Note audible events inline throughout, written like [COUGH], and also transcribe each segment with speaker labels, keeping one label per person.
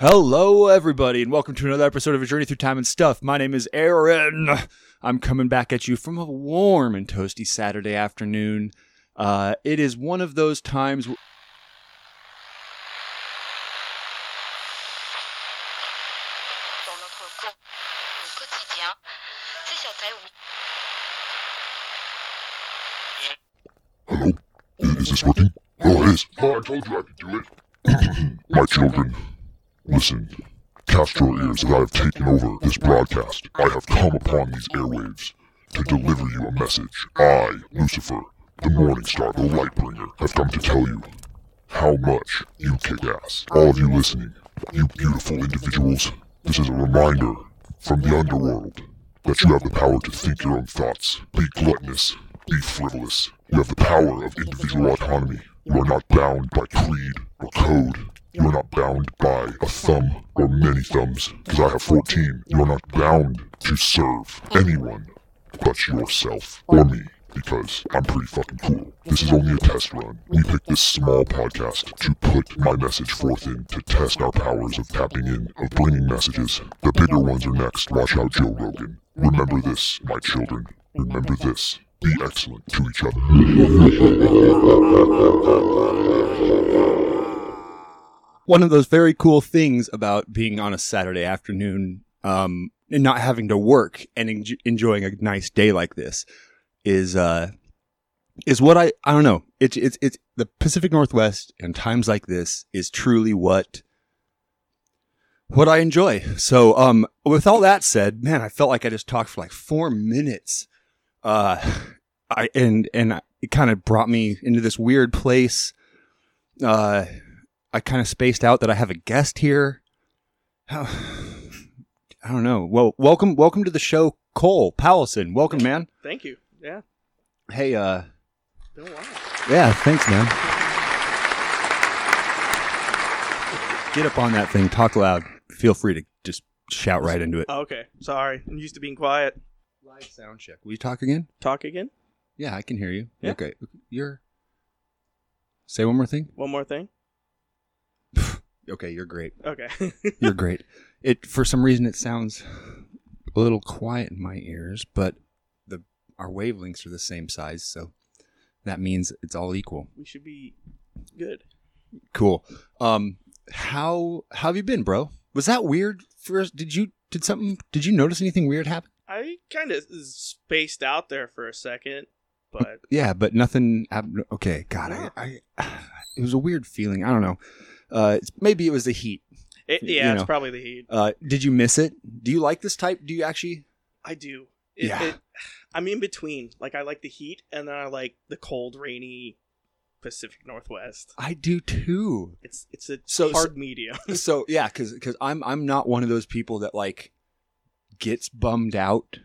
Speaker 1: Hello, everybody, and welcome to another episode of A Journey Through Time and Stuff. My name is Aaron. I'm coming back at you from a warm and toasty Saturday afternoon. Uh, it is one of those times. W-
Speaker 2: dans notre co- quotidien, c'est sur ta
Speaker 3: Is this working? Oh, it is. Oh, I told you I could do it. [CLEARS THROAT] My children, listen. Cast your ears as I have taken over this broadcast. I have come upon these airwaves to deliver you a message. I, Lucifer, the Morning Star, the Lightbringer, have come to tell you how much you kick ass. All of you listening, you beautiful individuals, this is a reminder from the underworld that you have the power to think your own thoughts, be gluttonous, be frivolous. You have the power of individual autonomy. You are not bound by creed or code. You are not bound by a thumb or many thumbs, because I have 14. You are not bound to serve anyone but yourself or me because I'm pretty fucking cool. This is only a test run. We picked this small podcast to put my message forth in to test our powers of tapping in, of bringing messages. The bigger ones are next. Watch out, Joe Rogan. Remember this, my children. Remember this. Be excellent to each other.
Speaker 1: One of those very cool things about being on a Saturday afternoon um, and not having to work and en- enjoying a nice day like this is uh, is what I I don't know. It's it's it's the Pacific Northwest and times like this is truly what what I enjoy. So um with all that said, man, I felt like I just talked for like 4 minutes. Uh I and and it kind of brought me into this weird place. Uh I kind of spaced out that I have a guest here. How [SIGHS] I don't know. Well, welcome welcome to the show Cole Powelson. Welcome, man.
Speaker 4: Thank you. Yeah.
Speaker 1: Hey uh
Speaker 4: Been a while.
Speaker 1: Yeah, thanks, man. Get up on that thing, talk loud. Feel free to just shout right into it.
Speaker 4: Oh, okay. Sorry. I'm used to being quiet.
Speaker 1: Live sound check. Will you talk again?
Speaker 4: Talk again.
Speaker 1: Yeah, I can hear you.
Speaker 4: Yeah.
Speaker 1: Okay. You're. Say one more thing.
Speaker 4: One more thing.
Speaker 1: Okay, you're great.
Speaker 4: Okay. [LAUGHS]
Speaker 1: You're great. It for some reason it sounds a little quiet in my ears, but the our wavelengths are the same size, so that means it's all equal.
Speaker 4: we should be good.
Speaker 1: Cool. Um, how, how have you been, bro? Was that weird? First, did you did something? Did you notice anything weird happen?
Speaker 4: I kind of spaced out there for a second, but
Speaker 1: [LAUGHS] Yeah, but nothing. ab- Okay, God, I, I, it was a weird feeling. I don't know. Uh, it's, maybe it was the heat.
Speaker 4: it,
Speaker 1: You
Speaker 4: yeah, it's
Speaker 1: know.
Speaker 4: probably the heat.
Speaker 1: Uh, did you miss it? Do you like this type? Do you actually?
Speaker 4: I do. It,
Speaker 1: Yeah.
Speaker 4: It, [SIGHS] I'm in between. Like I like the heat, and then I like the cold, rainy Pacific Northwest.
Speaker 1: I do too.
Speaker 4: It's it's a
Speaker 1: So-
Speaker 4: hard medium.
Speaker 1: so yeah, because I'm I'm not one of those people that like gets bummed out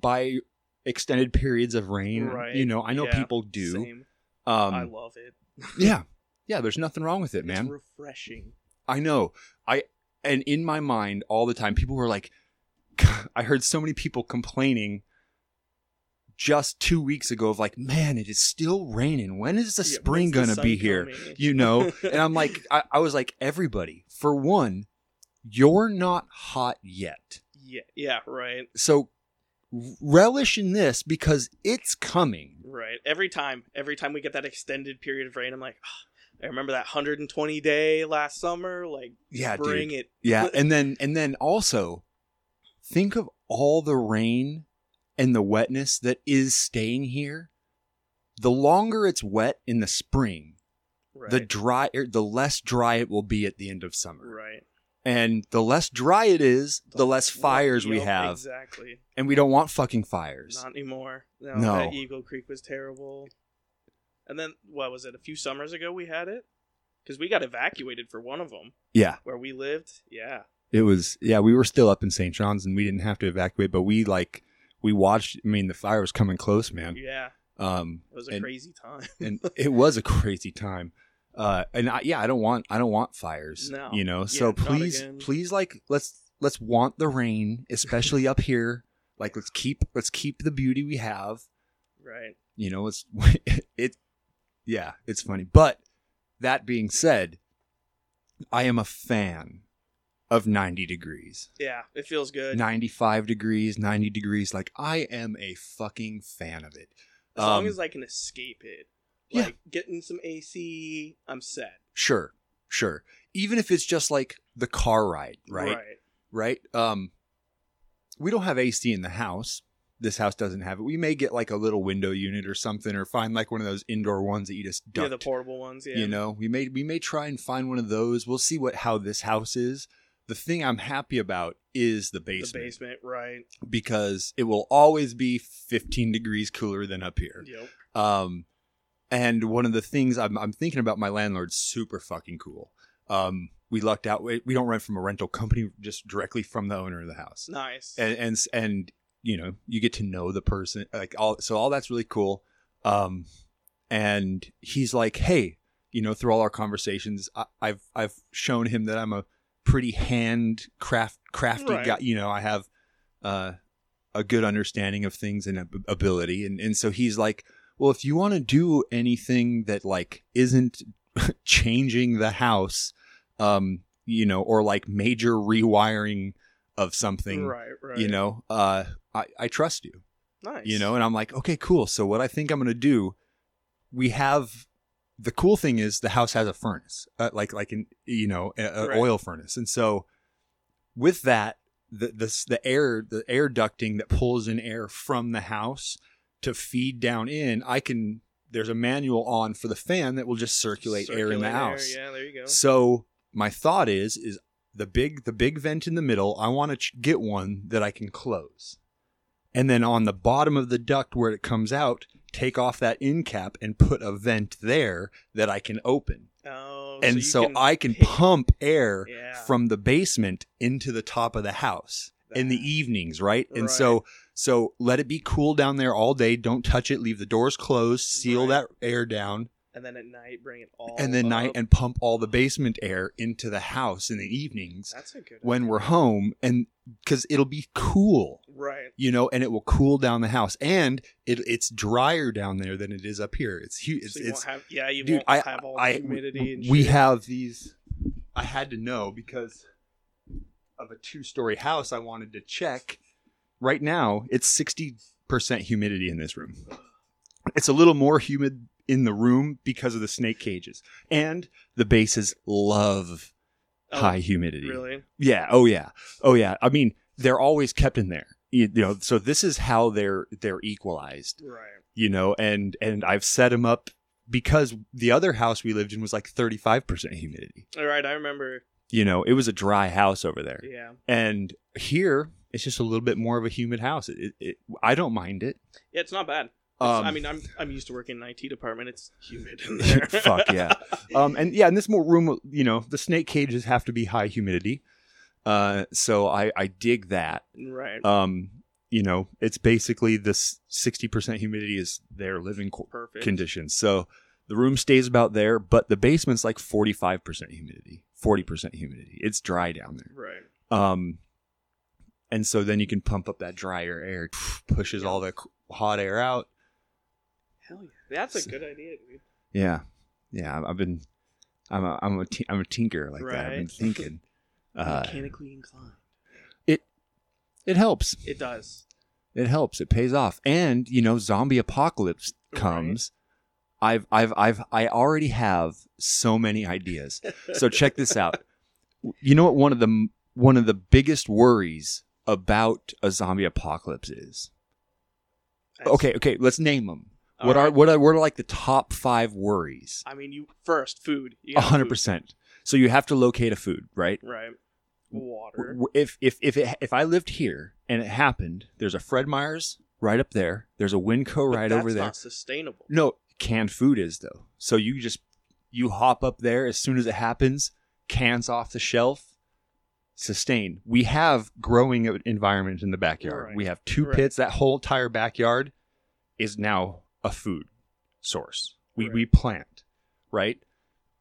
Speaker 1: by extended periods of rain.
Speaker 4: Right,
Speaker 1: You know, I know
Speaker 4: yeah,
Speaker 1: people [LAUGHS] do.
Speaker 4: Same.
Speaker 1: Um,
Speaker 4: I love it.
Speaker 1: yeah, yeah. There's nothing wrong with it, man.
Speaker 4: It's refreshing.
Speaker 1: I know. I and in my mind all the time, people were like, [SIGHS] I heard so many people complaining just two weeks ago of like, man, it is still raining. When is the
Speaker 4: Yeah,
Speaker 1: spring
Speaker 4: when's the
Speaker 1: gonna
Speaker 4: sun
Speaker 1: be here?
Speaker 4: coming?
Speaker 1: You know. and I'm like, I, I was like, everybody. For one, you're not hot yet,
Speaker 4: yeah, yeah, right.
Speaker 1: so relish in this because it's coming.
Speaker 4: Right. Every time, every time we get that extended period of rain, I'm like, "Ah, I remember that 120 day last summer. Like,
Speaker 1: Yeah, dude.
Speaker 4: bring it.
Speaker 1: Yeah, and then and then also think of all the rain and the wetness that is staying here. The longer it's wet in the spring,
Speaker 4: Right.
Speaker 1: the dry er, the less dry it will be at the end of summer.
Speaker 4: right.
Speaker 1: And the less dry it is, the less fires we
Speaker 4: Yup,
Speaker 1: have,
Speaker 4: Exactly.
Speaker 1: and we don't want fucking fires.
Speaker 4: Not anymore. No,
Speaker 1: No.
Speaker 4: That Eagle Creek was terrible. And then, what was it? A few summers ago, we had it because we got evacuated for one of them
Speaker 1: yeah,
Speaker 4: where we lived. Yeah.
Speaker 1: it was yeah, we were still up in St. John's and we didn't have to evacuate, but we like we watched, I mean, the fire was coming close, man.
Speaker 4: Yeah.
Speaker 1: Um
Speaker 4: It was a
Speaker 1: And-
Speaker 4: crazy time.
Speaker 1: [LAUGHS]
Speaker 4: [LAUGHS]
Speaker 1: and it was a crazy time. Uh, and I, yeah, I don't want I don't want fires.
Speaker 4: No.
Speaker 1: You know,
Speaker 4: Yeah,
Speaker 1: so
Speaker 4: not
Speaker 1: please,
Speaker 4: again.
Speaker 1: please, like let's let's want the rain, especially up here. Like let's keep let's keep the beauty we have.
Speaker 4: right.
Speaker 1: You know, it's [LAUGHS] it. Yeah, it's funny. But that being said, I am a fan of 90 degrees.
Speaker 4: Yeah, it feels good.
Speaker 1: 95 degrees, 90 degrees. Like, I am a fucking fan of it.
Speaker 4: As long
Speaker 1: Um,
Speaker 4: as I can escape it.
Speaker 1: Yeah.
Speaker 4: Like getting some AC, I'm set.
Speaker 1: Sure, sure. Even if it's just like the car ride, right? right? Um, we don't have AC in the house. This house doesn't have it. We may get like a little window unit or something, or find like one of those indoor ones that you just
Speaker 4: Yeah,
Speaker 1: duct.
Speaker 4: the portable ones, yeah.
Speaker 1: You know, we may we may try and find one of those. We'll see what how this house is. The thing I'm happy about is the
Speaker 4: the
Speaker 1: basement,
Speaker 4: basement, right.
Speaker 1: because it will always be 15 degrees cooler than up here.
Speaker 4: Yep.
Speaker 1: Um, and one of the things I'm, I'm thinking about my landlord's super fucking cool. Um, we lucked out. We we don't rent from a rental company, just directly from the owner of the house
Speaker 4: Nice.
Speaker 1: and and and you know you get to know the person like all so all that's really cool um and he's like hey you know through all our conversations I, i've i've shown him that i'm a pretty hand craft crafty
Speaker 4: Right.
Speaker 1: guy you know i have uh a good understanding of things and ab- ability and and so he's like well if you want to do anything that like isn't [LAUGHS] changing the house um you know or like major rewiring of something
Speaker 4: right, right.
Speaker 1: you know uh i i trust you
Speaker 4: nice.
Speaker 1: you know and i'm like okay cool so what i think i'm gonna do we have the cool thing is the house has a furnace uh, like like an you know a- an
Speaker 4: Right.
Speaker 1: oil furnace and so with that the, the s- the air the air ducting that pulls in air from the house to feed down in i can there's a manual on for the fan that will just circulate, air in the house
Speaker 4: Yeah, there you go.
Speaker 1: so my thought is is the big the big vent in the middle. I want to ch- get one that I can close, and then on the bottom of the duct where it comes out, take off that end cap and put a vent there that I can open,
Speaker 4: Oh,
Speaker 1: and
Speaker 4: you
Speaker 1: so I can
Speaker 4: pick-
Speaker 1: pump air
Speaker 4: Yeah.
Speaker 1: from the basement into the top of the house in the e
Speaker 4: That.
Speaker 1: evenings, right? And
Speaker 4: Right.
Speaker 1: so so let it be cool down there all day. Don't touch it. Leave the doors closed. Seal
Speaker 4: Right.
Speaker 1: that air down
Speaker 4: and then at night bring it all
Speaker 1: and then night
Speaker 4: up.
Speaker 1: and pump all the basement air into the house in the evenings
Speaker 4: That's a good
Speaker 1: when
Speaker 4: idea.
Speaker 1: we're home and because it'll be cool
Speaker 4: Right.
Speaker 1: you know and it will cool down the house and it, it's drier down there than it is up here it's huge it's,
Speaker 4: so you
Speaker 1: it's
Speaker 4: won't have yeah, you
Speaker 1: dude,
Speaker 4: won't
Speaker 1: I-
Speaker 4: have all
Speaker 1: I-
Speaker 4: the humidity and
Speaker 1: we
Speaker 4: shit.
Speaker 1: have these i had to know because of a two-story house i wanted to check right now it's 60% humidity in this room it's a little more humid in the room because of the snake cages and the bases love
Speaker 4: Oh,
Speaker 1: high humidity
Speaker 4: Really?
Speaker 1: yeah oh yeah oh yeah i mean they're always kept in there you you know so this is how they're they're equalized
Speaker 4: Right.
Speaker 1: you know and and i've set him up because the other house we lived in was like 35% humidity
Speaker 4: All right, I remember.
Speaker 1: you know it was a dry house over there
Speaker 4: Yeah.
Speaker 1: and here it's just a little bit more of a humid house it, it, it, i don't mind it
Speaker 4: Yeah, it's not bad. It's-
Speaker 1: um,
Speaker 4: I mean, I'm I'm used to working in an IT department. It's humid in there.
Speaker 1: [LAUGHS] Fuck, yeah. um and yeah in this more room you know the snake cages have to be high humidity uh so i i dig that
Speaker 4: [LAUGHS] right.
Speaker 1: um you know it's basically this 60% humidity is their living qu-
Speaker 4: Perfect.
Speaker 1: conditions. So the room stays about there, but the basement's like 45% humidity, 40% humidity. It's dry down there.
Speaker 4: Right.
Speaker 1: Um, and so then you can pump up that drier air, pushes all the c- hot air out.
Speaker 4: Hell yeah. That's a good idea, dude.
Speaker 1: Yeah. Yeah. I've been, I'm a, I'm a, t- I'm a tinker like that. I've been
Speaker 4: Right.
Speaker 1: thinking, uh,
Speaker 4: Mechanically inclined.
Speaker 1: it helps.
Speaker 4: It does.
Speaker 1: It helps. It pays off. And, you know, zombie apocalypse
Speaker 4: Right.
Speaker 1: comes. I've, I've, I've, I already have so many ideas.
Speaker 4: [LAUGHS]
Speaker 1: so check this out. You know what one of the one of the biggest worries about a zombie apocalypse is? Okay, okay, let's name them.
Speaker 4: All
Speaker 1: what are
Speaker 4: right.
Speaker 1: what are what are like the top 5 worries?
Speaker 4: I mean, you first food. You
Speaker 1: A
Speaker 4: got food.
Speaker 1: 100%. So you have to locate a food, right?
Speaker 4: Right. Water.
Speaker 1: W- If if if it, if I lived here and it happened, there's a Fred Meyer's right up there. There's a Winco
Speaker 4: But
Speaker 1: right
Speaker 4: that's
Speaker 1: over there.
Speaker 4: Not sustainable.
Speaker 1: No, canned food is though. So you just you hop up there as soon as it happens, cans off the shelf, sustain. We have growing en- environment in the backyard.
Speaker 4: Right.
Speaker 1: We have two
Speaker 4: Right.
Speaker 1: pits. That whole entire backyard is now a food source. We
Speaker 4: Right.
Speaker 1: we plant, right?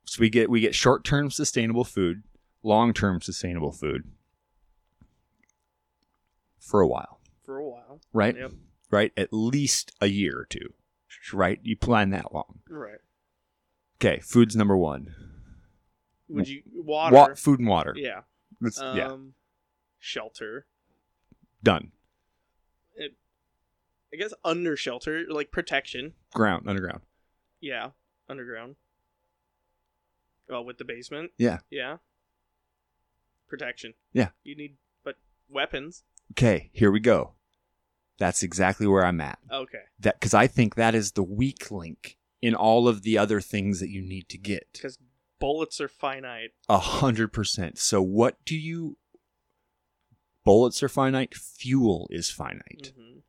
Speaker 1: So we get we get short term sustainable food, long term sustainable food for a while,
Speaker 4: for a while.
Speaker 1: right?
Speaker 4: Yep.
Speaker 1: Right? At least a year or two. Right? You plan that long.
Speaker 4: Right.
Speaker 1: Okay, food's number one.
Speaker 4: Would you water?
Speaker 1: Wa- food and water.
Speaker 4: Yeah.
Speaker 1: It's-
Speaker 4: Um,
Speaker 1: yeah,
Speaker 4: Shelter.
Speaker 1: done.
Speaker 4: I guess under shelter, like protection.
Speaker 1: Ground underground.
Speaker 4: Yeah, underground. Well, with the basement.
Speaker 1: Yeah.
Speaker 4: Yeah. Protection.
Speaker 1: Yeah.
Speaker 4: You need, but weapons.
Speaker 1: Okay, here we go. That's exactly where I'm at.
Speaker 4: Okay.
Speaker 1: That because I think that is the weak link in all of the other things that you need to get.
Speaker 4: Because bullets are finite.
Speaker 1: A hundred percent. So what do you? Bullets are finite. Fuel is finite.
Speaker 4: Mhm.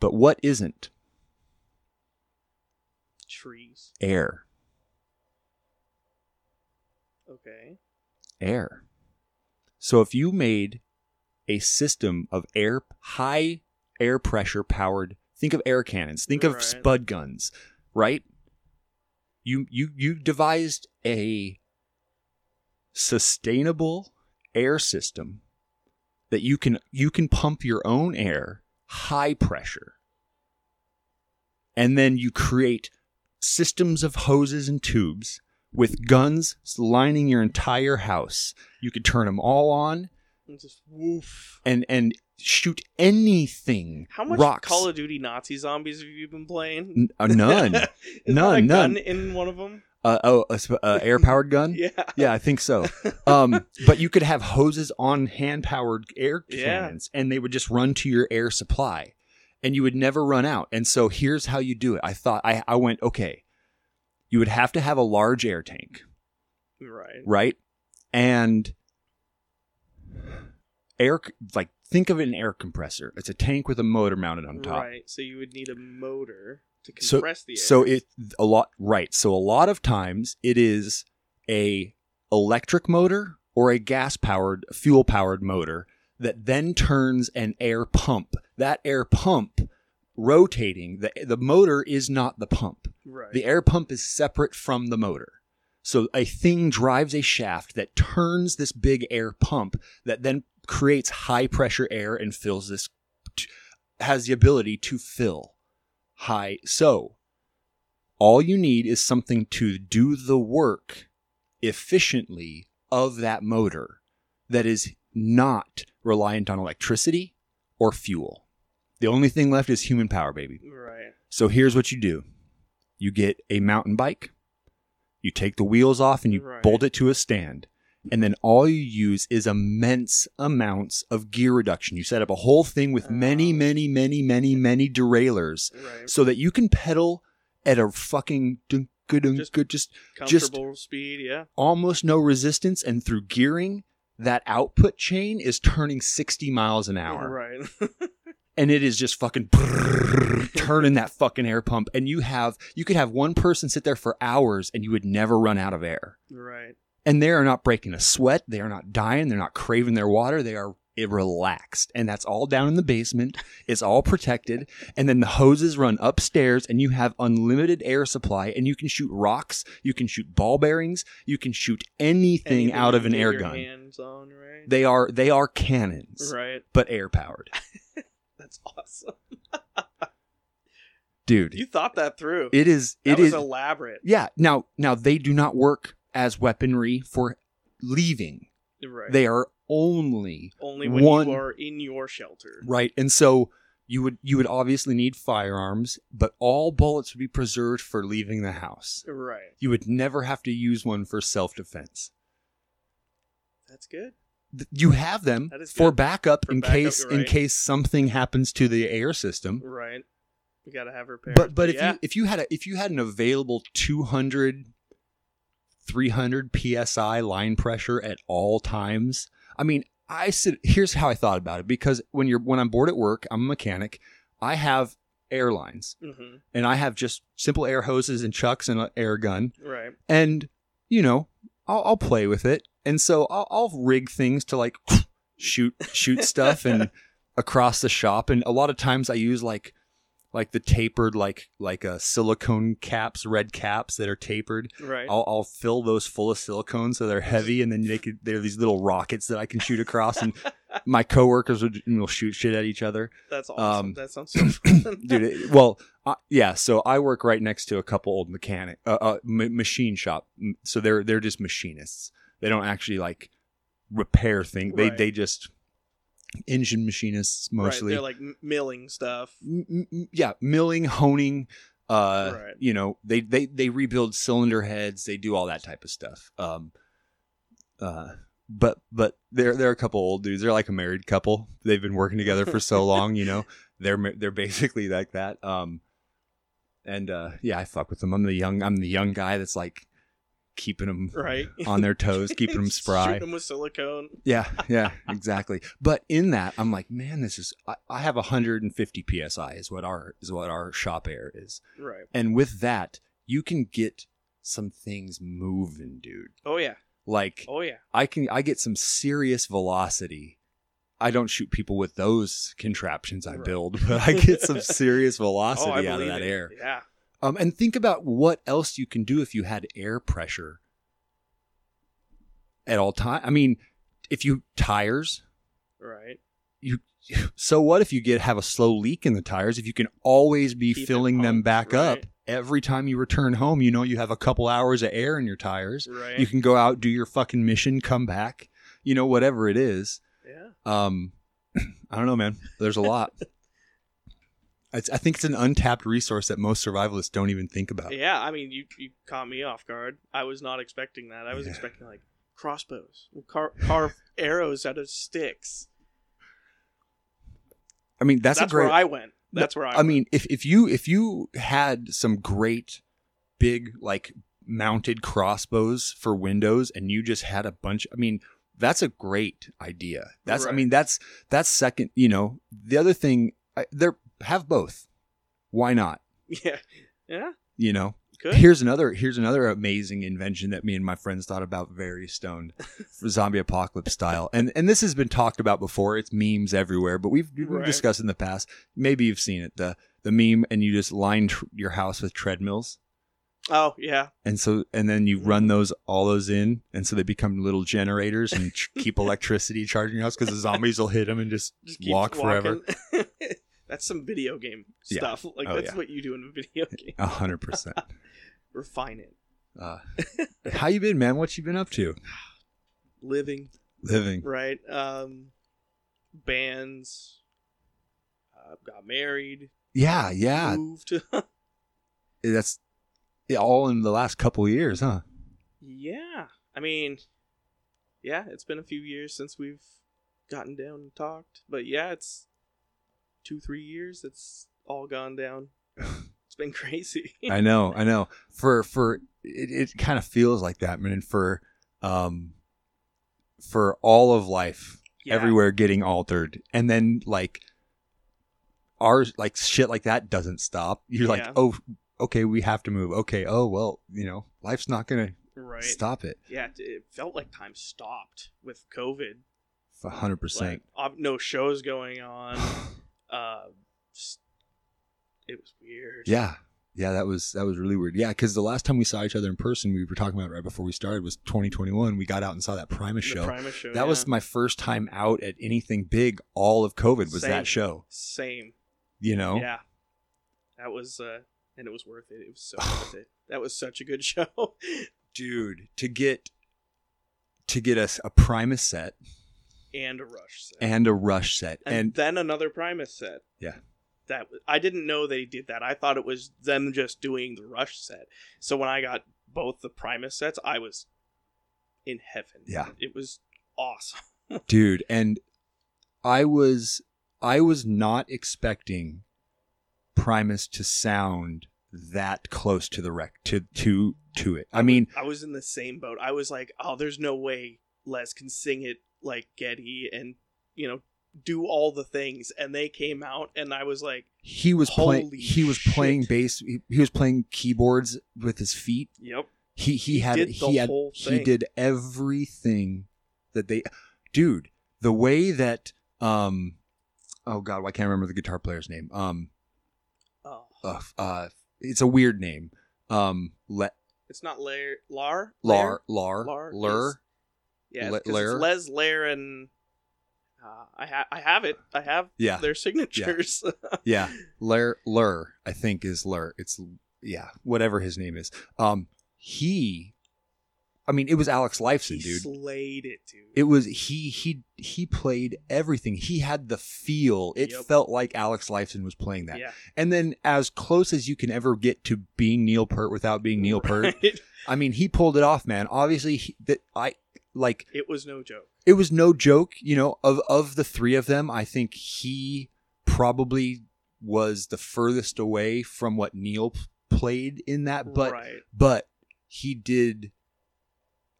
Speaker 1: But what isn't?
Speaker 4: Trees.
Speaker 1: Air.
Speaker 4: Okay.
Speaker 1: Air. So if you made a system of air, high air pressure powered, think of air cannons, think of
Speaker 4: Right.
Speaker 1: spud guns, right? You you you devised a sustainable air system that you can you can pump your own air high pressure and then you create systems of hoses and tubes with guns lining your entire house you could turn them all on
Speaker 4: And just woof.
Speaker 1: and and shoot anything
Speaker 4: How much
Speaker 1: rocks
Speaker 4: Call of Duty Nazi zombies have you been playing?
Speaker 1: N- uh,
Speaker 4: [LAUGHS]
Speaker 1: none None,
Speaker 4: Is That a
Speaker 1: none.
Speaker 4: Gun in one of them.
Speaker 1: uh, oh a sp- uh, air powered gun
Speaker 4: Yeah.
Speaker 1: Yeah, I think
Speaker 4: [LAUGHS]
Speaker 1: so. Um, but you could have hoses on hand powered air
Speaker 4: Yeah.
Speaker 1: cannons and they would just run to your air supply and you would never run out. And so here's how you do it. I thought, I, I went, okay, you would have to have a large air tank,
Speaker 4: Right.
Speaker 1: [LAUGHS] right? And air, like, think of an air compressor. It's a tank with a motor mounted on top.
Speaker 4: Right. So you would need a motor to
Speaker 1: So-
Speaker 4: compress the air.
Speaker 1: So it a lot right. So a lot of times it is a electric motor or a gas powered fuel powered motor that then turns an air pump. That air pump rotating the the motor is not the pump.
Speaker 4: right.
Speaker 1: The air pump is separate from the motor. So a thing drives a shaft that turns this big air pump that then creates high pressure air and fills this has the ability to fill high so all you need is something to do the work efficiently of that motor that is not reliant on electricity or fuel. The only thing left is human power, baby.
Speaker 4: Right.
Speaker 1: So here's what you do you get a mountain bike, you take the wheels off, and you
Speaker 4: Right.
Speaker 1: bolt it to a stand. And then all you use is immense amounts of gear reduction. You set up a whole thing with many,
Speaker 4: Oh.
Speaker 1: many, many, many, many derailleurs
Speaker 4: Right.
Speaker 1: so that you can pedal at a fucking dunk, dunk,
Speaker 4: Just-
Speaker 1: good, just just-
Speaker 4: Comfortable speed. Yeah.
Speaker 1: almost no resistance. And through gearing, that output chain is turning 60 miles an hour
Speaker 4: Right.
Speaker 1: and it is just fucking
Speaker 4: [LAUGHS]
Speaker 1: turning that fucking air pump and you have you could have one person sit there for hours and you would never run out of air
Speaker 4: right.
Speaker 1: and they are not breaking a sweat they are not dying they're not craving their water they are eh, relaxed and that's all down in the basement it's all protected and then the hoses run upstairs and you have unlimited air supply and you can shoot rocks you can shoot ball bearings you can shoot anything,
Speaker 4: Anything
Speaker 1: out
Speaker 4: you
Speaker 1: of an
Speaker 4: can get
Speaker 1: air
Speaker 4: your
Speaker 1: gun
Speaker 4: Hands on. Right.
Speaker 1: they are they are cannons
Speaker 4: right.
Speaker 1: but air powered
Speaker 4: That's [LAUGHS] awesome.
Speaker 1: dude
Speaker 4: You thought that through.
Speaker 1: it is
Speaker 4: that
Speaker 1: it
Speaker 4: was
Speaker 1: is
Speaker 4: elaborate.
Speaker 1: Yeah. Now, now they do not work as weaponry for leaving.
Speaker 4: Right.
Speaker 1: They are only
Speaker 4: only when
Speaker 1: one-
Speaker 4: you are in your shelter.
Speaker 1: right, and so you would you would obviously need firearms, but all bullets would be preserved for leaving the house.
Speaker 4: Right.
Speaker 1: You would never have to use one for self defense.
Speaker 4: That's good.
Speaker 1: You have them
Speaker 4: That is
Speaker 1: for
Speaker 4: good.
Speaker 1: backup
Speaker 4: For
Speaker 1: in
Speaker 4: backup,
Speaker 1: case
Speaker 4: you're
Speaker 1: in
Speaker 4: right.
Speaker 1: case something happens to the air system.
Speaker 4: Right. We gotta have repairs.
Speaker 1: But but if
Speaker 4: yeah.
Speaker 1: you if you had a if you had an available 200 300 psi line pressure at all times. I mean, I said here's how I thought about it because when you're when I'm bored at work, I'm a mechanic. I have airlines
Speaker 4: hmm
Speaker 1: and I have just simple air hoses and chucks and an air gun
Speaker 4: Right.
Speaker 1: and you know, I'll, I'll play with it. And so I'll, I'll rig things to like [LAUGHS] shoot shoot stuff and across the shop. And a lot of times I use like like the tapered like like uh, silicone caps, red caps that are tapered.
Speaker 4: Right.
Speaker 1: I'll, I'll fill those full of silicone so they're heavy, and then they could they're these little rockets that I can shoot across. And my coworkers would you know, shoot shit at each other.
Speaker 4: That's awesome.
Speaker 1: um,
Speaker 4: that sounds so fun.
Speaker 1: [COUGHS] Dude, it- well, uh, yeah. So I work right next to a couple old mechanic, uh, uh, m- machine shop. M- So they're they're just machinists. They don't actually like repair thing. They
Speaker 4: Right.
Speaker 1: they just engine machinists
Speaker 4: [LAUGHS] Right,
Speaker 1: mostly.
Speaker 4: they're like m- milling stuff.
Speaker 1: M- m- yeah, milling, honing. Uh,
Speaker 4: Right.
Speaker 1: you know, they they they rebuild cylinder heads. They do all that type of stuff. Um, uh, but but they're they're a couple old dudes. They're like a married couple. They've been working together for so long. You know, they're ma- they're basically like that. Um, and uh, yeah, I fuck with them. I'm the young I'm the young guy that's like keeping them [LAUGHS]
Speaker 4: Right.
Speaker 1: on their toes, keeping
Speaker 4: [LAUGHS]
Speaker 1: them spry.
Speaker 4: Shooting them with silicone.
Speaker 1: Yeah, yeah, exactly. But in that, I'm like, man, this is. I, I have 150 psi is what our is what our shop air is,
Speaker 4: Right.
Speaker 1: and with that, you can get some things moving, dude.
Speaker 4: Oh yeah.
Speaker 1: Like
Speaker 4: Oh yeah.
Speaker 1: I can, I get some serious velocity. I don't shoot people with those contraptions I
Speaker 4: Right.
Speaker 1: build, but I get
Speaker 4: [LAUGHS]
Speaker 1: some serious
Speaker 4: oh, I
Speaker 1: velocity out of
Speaker 4: believe
Speaker 1: that
Speaker 4: it.
Speaker 1: air.
Speaker 4: Yeah.
Speaker 1: Um, and think about what else you can do if you had air pressure at all time. I mean, if you tires,
Speaker 4: Right.
Speaker 1: so what if you get have a slow leak in the tires if you can always be
Speaker 4: Keep it
Speaker 1: filling them
Speaker 4: pumped,
Speaker 1: back up
Speaker 4: right.
Speaker 1: every time you return home you know you have a couple hours of air in your tires
Speaker 4: Right.
Speaker 1: you can go out do your fucking mission come back you know whatever it is
Speaker 4: yeah.
Speaker 1: um [CLEARS THROAT] i don't know man there's a lot
Speaker 4: [LAUGHS]
Speaker 1: it's, i think it's an untapped resource that most survivalists don't even think about
Speaker 4: Yeah. I mean, you you caught me off guard. I was not expecting that. I was
Speaker 1: Yeah.
Speaker 4: expecting like crossbows, We'll car-
Speaker 1: [LAUGHS]
Speaker 4: carve arrows out of sticks.
Speaker 1: i mean that's,
Speaker 4: That's,
Speaker 1: a great
Speaker 4: where I went. That's where I.
Speaker 1: I
Speaker 4: went.
Speaker 1: mean, if if you if you had some great big like mounted crossbows for windows and you just had a bunch I mean, that's a great idea. That's I
Speaker 4: Right.
Speaker 1: mean, that's that's second, you know. The other thing I, there have both. Why not?
Speaker 4: [LAUGHS] Yeah. Yeah.
Speaker 1: You know.
Speaker 4: Good.
Speaker 1: Here's another here's another amazing invention that me and my friends thought about very stoned
Speaker 4: [LAUGHS]
Speaker 1: zombie apocalypse style. And and this has been talked about before. It's memes everywhere, but we've, we've
Speaker 4: Right.
Speaker 1: discussed in the past. Maybe you've seen it. The the meme and you just line tr- your house with treadmills.
Speaker 4: Oh yeah.
Speaker 1: And so and then you run those all those in and so they become little generators and
Speaker 4: [LAUGHS]
Speaker 1: tr- keep electricity charging your house cuz the zombies will hit them and just,
Speaker 4: Just keep
Speaker 1: walk forever.
Speaker 4: walking. [LAUGHS] that's some video game
Speaker 1: Yeah.
Speaker 4: stuff. Like
Speaker 1: Oh,
Speaker 4: that's
Speaker 1: yeah.
Speaker 4: what you do in
Speaker 1: [LAUGHS]
Speaker 4: a video game.
Speaker 1: a 100%.
Speaker 4: Refine it. [LAUGHS]
Speaker 1: Uh, how you been, man? What you been up to?
Speaker 4: Living
Speaker 1: Living.
Speaker 4: right. Um, bands. Uh, got married.
Speaker 1: Yeah, yeah.
Speaker 4: Moved. [LAUGHS]
Speaker 1: That's yeah, all in the last couple years, huh?
Speaker 4: yeah. I mean, yeah. It's been a few years since we've gotten down and talked, but yeah, it's two, three years. It's all gone
Speaker 1: [LAUGHS]
Speaker 4: down. It's been [LAUGHS] crazy.
Speaker 1: I know, I know. For for it, it kind of feels like that, man. And for um, for all of life,
Speaker 4: Yeah.
Speaker 1: everywhere getting altered, and then like ours, like shit like that doesn't stop. You're like,
Speaker 4: Yeah.
Speaker 1: oh, okay, we have to move. Okay, oh well, you know, life's not gonna
Speaker 4: Right.
Speaker 1: stop it.
Speaker 4: Yeah, it- it felt like time stopped with COVID.
Speaker 1: A hundred
Speaker 4: Like,
Speaker 1: percent.
Speaker 4: ob- no shows going on. [SIGHS] Uh, s- it was weird.
Speaker 1: Yeah. Yeah, that was that was really weird. Yeah, because the last time we saw each other in person, we were talking about right before we started was 2021. We got out and saw that
Speaker 4: the
Speaker 1: Primus show.
Speaker 4: Primus show.
Speaker 1: That was
Speaker 4: yeah.
Speaker 1: my first time out at anything big all of COVID was
Speaker 4: Same.
Speaker 1: that show,
Speaker 4: same.
Speaker 1: you know?
Speaker 4: Yeah, that was uh, and it was worth it. It was so worth it. That was such a good [LAUGHS] show.
Speaker 1: Dude, to get to get us a Primus set
Speaker 4: and a Rush set,
Speaker 1: and a Rush set.
Speaker 4: And
Speaker 1: And,
Speaker 4: then another Primus set.
Speaker 1: Yeah.
Speaker 4: That was, I didn't know they did that. I thought it was them just doing the Rush set. So when I got both the Primus sets, I was in heaven.
Speaker 1: Yeah.
Speaker 4: It was awesome.
Speaker 1: dude, and I was I was not expecting Primus to sound that close to the rec to to to it. I mean,
Speaker 4: I was in the same boat. I was like, oh, there's no way Les can sing it like Getty and, you know, do all the things. And they came out, and I was like,
Speaker 1: he was playing
Speaker 4: Holy
Speaker 1: he was
Speaker 4: shit.
Speaker 1: playing bass he, he was playing keyboards with his feet
Speaker 4: yep.
Speaker 1: He he had
Speaker 4: did the
Speaker 1: he had
Speaker 4: whole
Speaker 1: he
Speaker 4: thing.
Speaker 1: did everything that they dude the way that um oh god why can't I remember the guitar player's name um
Speaker 4: Oh,
Speaker 1: uh, uh it's a weird name um Le,
Speaker 4: it's not Lair, Lar?
Speaker 1: Lar Lar
Speaker 4: Lar-
Speaker 1: Lur
Speaker 4: Yeah,
Speaker 1: Le-
Speaker 4: 'cause it's
Speaker 1: Lair?
Speaker 4: Les Lair and uh, I ha- I have it. I have
Speaker 1: Ah, yeah
Speaker 4: their signatures. [LAUGHS]
Speaker 1: [LAUGHS] yeah Lur Lur I think is Lur it's yeah whatever his name is um he I mean, it was Alex
Speaker 4: He
Speaker 1: Lifeson, dude.
Speaker 4: slayed it, dude. [LAUGHS]
Speaker 1: It was he he he played everything. He had the feel. It
Speaker 4: Yep.
Speaker 1: felt like Alex Lifeson was playing that.
Speaker 4: yeah.
Speaker 1: And then as close as you can ever get to being Neil Peart without being Neil
Speaker 4: [LAUGHS]
Speaker 1: Peart.
Speaker 4: Right?
Speaker 1: I mean, he pulled it off, man. Obviously, he, that I like
Speaker 4: It was no joke.
Speaker 1: it was no joke, you know, of of the three of them, I think he probably was the furthest away from what Neil p- played in that, but
Speaker 4: right.
Speaker 1: but he did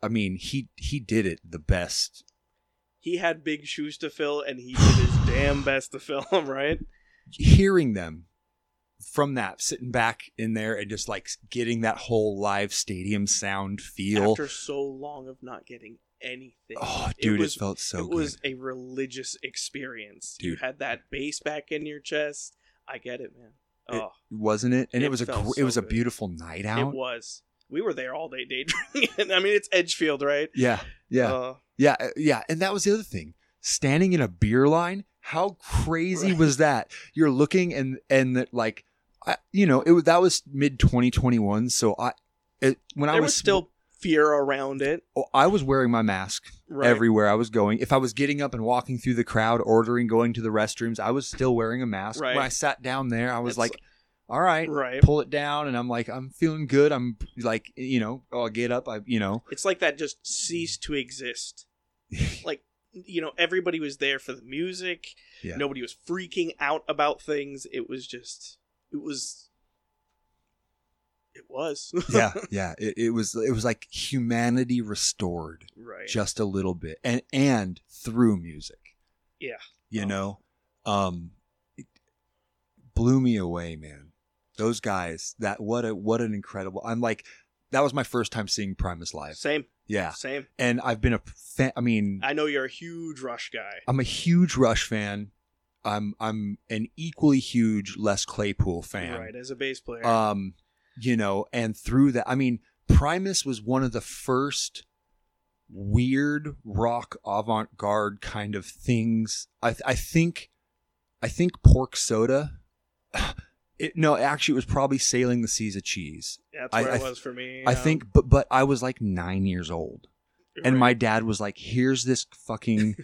Speaker 1: I mean, he he did it the best
Speaker 4: He had big shoes to fill, and he did his damn best to fill them. Right?
Speaker 1: hearing them from that sitting back in there and just like getting that whole live stadium sound feel
Speaker 4: After so long of not getting anything,
Speaker 1: oh dude it,
Speaker 4: was-
Speaker 1: felt so
Speaker 4: it
Speaker 1: good
Speaker 4: was a religious experience. You
Speaker 1: Dude.
Speaker 4: had that bass back in your chest. I get it, man.
Speaker 1: It-
Speaker 4: Oh,
Speaker 1: wasn't it and it,
Speaker 4: it
Speaker 1: was a
Speaker 4: felt
Speaker 1: gr- it
Speaker 4: so
Speaker 1: was a
Speaker 4: good.
Speaker 1: beautiful night
Speaker 4: it,
Speaker 1: out
Speaker 4: was. We were there all day daydreaming. [LAUGHS] I mean, it's Edgefield, right?
Speaker 1: yeah yeah
Speaker 4: Uh,
Speaker 1: yeah uh, yeah and that was the other thing standing in a beer line how crazy
Speaker 4: Right.
Speaker 1: was that you're looking and and that like I, you know it was that was mid 2021 so i it, when i
Speaker 4: there
Speaker 1: was,
Speaker 4: was, still fear around it.
Speaker 1: oh, i was wearing my mask
Speaker 4: Right.
Speaker 1: everywhere I was going. If I was getting up and walking through the crowd, ordering, going to the restrooms, I was still wearing a mask.
Speaker 4: Right.
Speaker 1: When I sat down there, I was
Speaker 4: It's
Speaker 1: like, all right,
Speaker 4: right.
Speaker 1: pull it down. And I'm like, I'm feeling good. I'm like, you know, I'll get up. I, you know, [LAUGHS]
Speaker 4: It's like that just ceased to exist. like, you know, everybody was there for the music.
Speaker 1: Yeah.
Speaker 4: Nobody was freaking out about things. It was just, it was, it was. [LAUGHS]
Speaker 1: yeah, yeah. It, it was, it was like humanity restored
Speaker 4: right.
Speaker 1: just a little bit and, and through music.
Speaker 4: Yeah.
Speaker 1: You
Speaker 4: Oh.
Speaker 1: know, um, it blew me away, man. Those guys, that, what a, what an incredible, I'm like, that was my first time seeing Primus live.
Speaker 4: same,
Speaker 1: Yeah.
Speaker 4: same.
Speaker 1: and I've been a fan. I mean,
Speaker 4: I know you're a huge Rush guy.
Speaker 1: I'm a huge Rush fan. I'm I'm an equally huge Les Claypool fan.
Speaker 4: Right, as a bass player.
Speaker 1: Um, you know, and through that, I mean, Primus was one of the first weird rock avant-garde kind of things. I th- I think I think Pork Soda. [SIGHS] It, no, actually, it was probably Sailing the Seas of Cheese.
Speaker 4: That's
Speaker 1: I-
Speaker 4: where
Speaker 1: I
Speaker 4: it
Speaker 1: th-
Speaker 4: was for me.
Speaker 1: I
Speaker 4: um,
Speaker 1: think, but but I was like nine years old and my
Speaker 4: right.
Speaker 1: dad was like, "Here's this fucking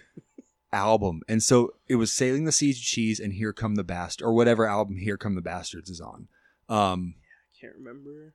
Speaker 1: album," and so it was "Sailing the Seas of Cheese" and "Here Come the Bastards" or whatever album "Here Come the Bastards" is on, um,
Speaker 4: I can't remember.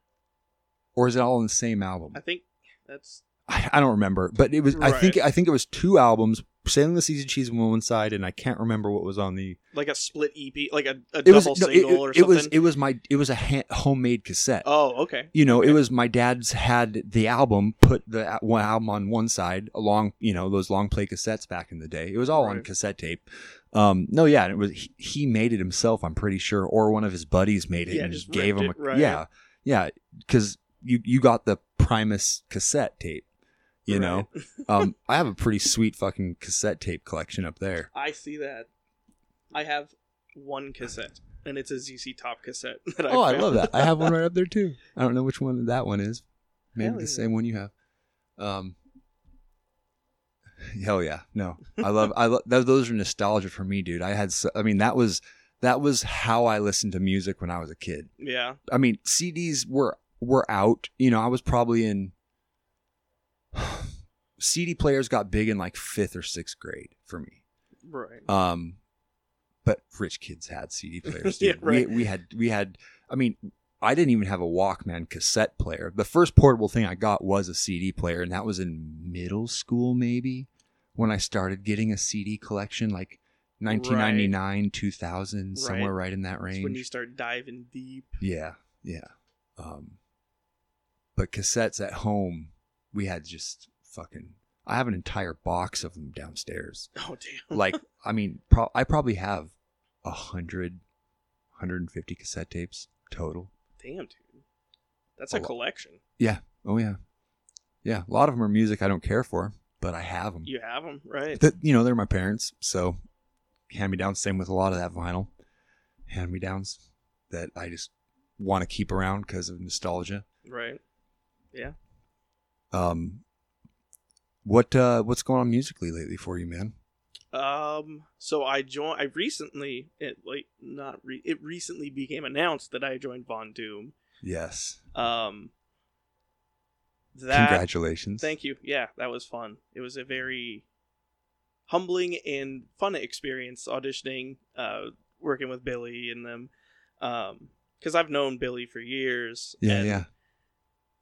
Speaker 1: or is it all on the same album?
Speaker 4: I think that's
Speaker 1: I, I don't remember, but it was. I think
Speaker 4: Right.
Speaker 1: I think it was two albums. Sailing the Seas of Cheese on one side, and I can't remember what was on the.
Speaker 4: like a split EP, like a, a
Speaker 1: It
Speaker 4: double
Speaker 1: was no, it,
Speaker 4: single
Speaker 1: it-
Speaker 4: or
Speaker 1: it
Speaker 4: something.
Speaker 1: was it was my it was a ha- homemade cassette.
Speaker 4: oh, okay.
Speaker 1: you know,
Speaker 4: Okay.
Speaker 1: it was my dad's had the album, put the a- one album on one side, along, you know, those long play cassettes back in the day. It was all on
Speaker 4: Right.
Speaker 1: cassette tape. Um, no, yeah, and it was he, he made it himself, I'm pretty sure, or one of his buddies made it
Speaker 4: Yeah,
Speaker 1: and
Speaker 4: just
Speaker 1: gave him
Speaker 4: ripped
Speaker 1: a
Speaker 4: it, right.
Speaker 1: yeah, yeah, because you you got the Primus cassette tape, you
Speaker 4: [LAUGHS]
Speaker 1: know.
Speaker 4: Right.
Speaker 1: um, I have a pretty sweet fucking cassette tape collection up there.
Speaker 4: I see that. I have one cassette, and it's a ZC Top cassette. [LAUGHS] That I
Speaker 1: oh, I
Speaker 4: found.
Speaker 1: love that. I have one right up there too. I don't know which one that one is. Maybe
Speaker 4: Hell
Speaker 1: the
Speaker 4: yeah.
Speaker 1: same one you have. Um. Hell yeah! No, I love I love those are nostalgia for me, dude. I had so, I mean that was that was how I listened to music when I was a kid.
Speaker 4: Yeah,
Speaker 1: I mean CDs were were out. You know, I was probably in. [SIGHS] CD players got big in like fifth or sixth grade for me.
Speaker 4: right.
Speaker 1: Um, but rich kids had CD
Speaker 4: [LAUGHS]
Speaker 1: players. Dude.
Speaker 4: Yeah, right.
Speaker 1: we, we had we had. I mean, I didn't even have a Walkman cassette player. The first portable thing I got was a CD player, and that was in middle school, maybe when I started getting a CD collection, like 1999, 2000, somewhere right in that
Speaker 4: That's
Speaker 1: range.
Speaker 4: when you start diving deep. [LAUGHS]
Speaker 1: Yeah, yeah. Um, but cassettes at home, we had just fucking. I have an entire box of them downstairs
Speaker 4: Oh damn! [LAUGHS]
Speaker 1: like i mean pro- i probably have a hundred, hundred and fifty cassette tapes total
Speaker 4: damn, dude. That's
Speaker 1: A
Speaker 4: a
Speaker 1: lot.
Speaker 4: collection.
Speaker 1: oh yeah yeah a lot of them are music i don't care for but i have them
Speaker 4: You have them, right?
Speaker 1: that you know they're my parents so hand me downs same with a lot of that vinyl hand me downs that i just want to keep around because of nostalgia
Speaker 4: Right.
Speaker 1: um what uh what's going on musically lately for you man
Speaker 4: Um. So I joined. I recently, it like not re- it recently became announced that I joined Von Doom.
Speaker 1: yes
Speaker 4: Um, That
Speaker 1: Congratulations.
Speaker 4: Thank you. Yeah, that was fun. It was a very humbling and fun experience auditioning, uh, working with Billy and them, because I've known Billy for years.
Speaker 1: Yeah,
Speaker 4: and
Speaker 1: yeah.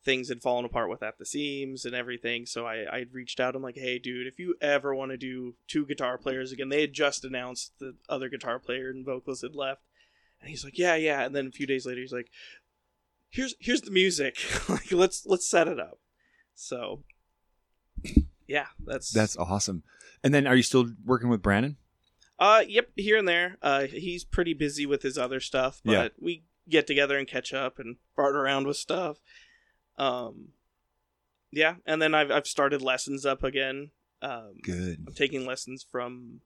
Speaker 4: Things had fallen apart with at the seams and everything, so I I had reached out. I'm like, hey, dude, if you ever want to do two guitar players again, they had just announced the other guitar player and vocalist had left, and he's like, yeah, yeah. And then a few days later, he's like, here's here's the music. [LAUGHS] like, let's let's set it up. So, yeah, that's
Speaker 1: That's awesome. And then, are you still working with Brandon?
Speaker 4: uh, yep, here and there. Uh, he's pretty busy with his other stuff, but
Speaker 1: Yeah.
Speaker 4: we get together and catch up and fart around with stuff. Um, yeah, and then I've I've started lessons up again. Um,
Speaker 1: Good.
Speaker 4: I'm taking lessons from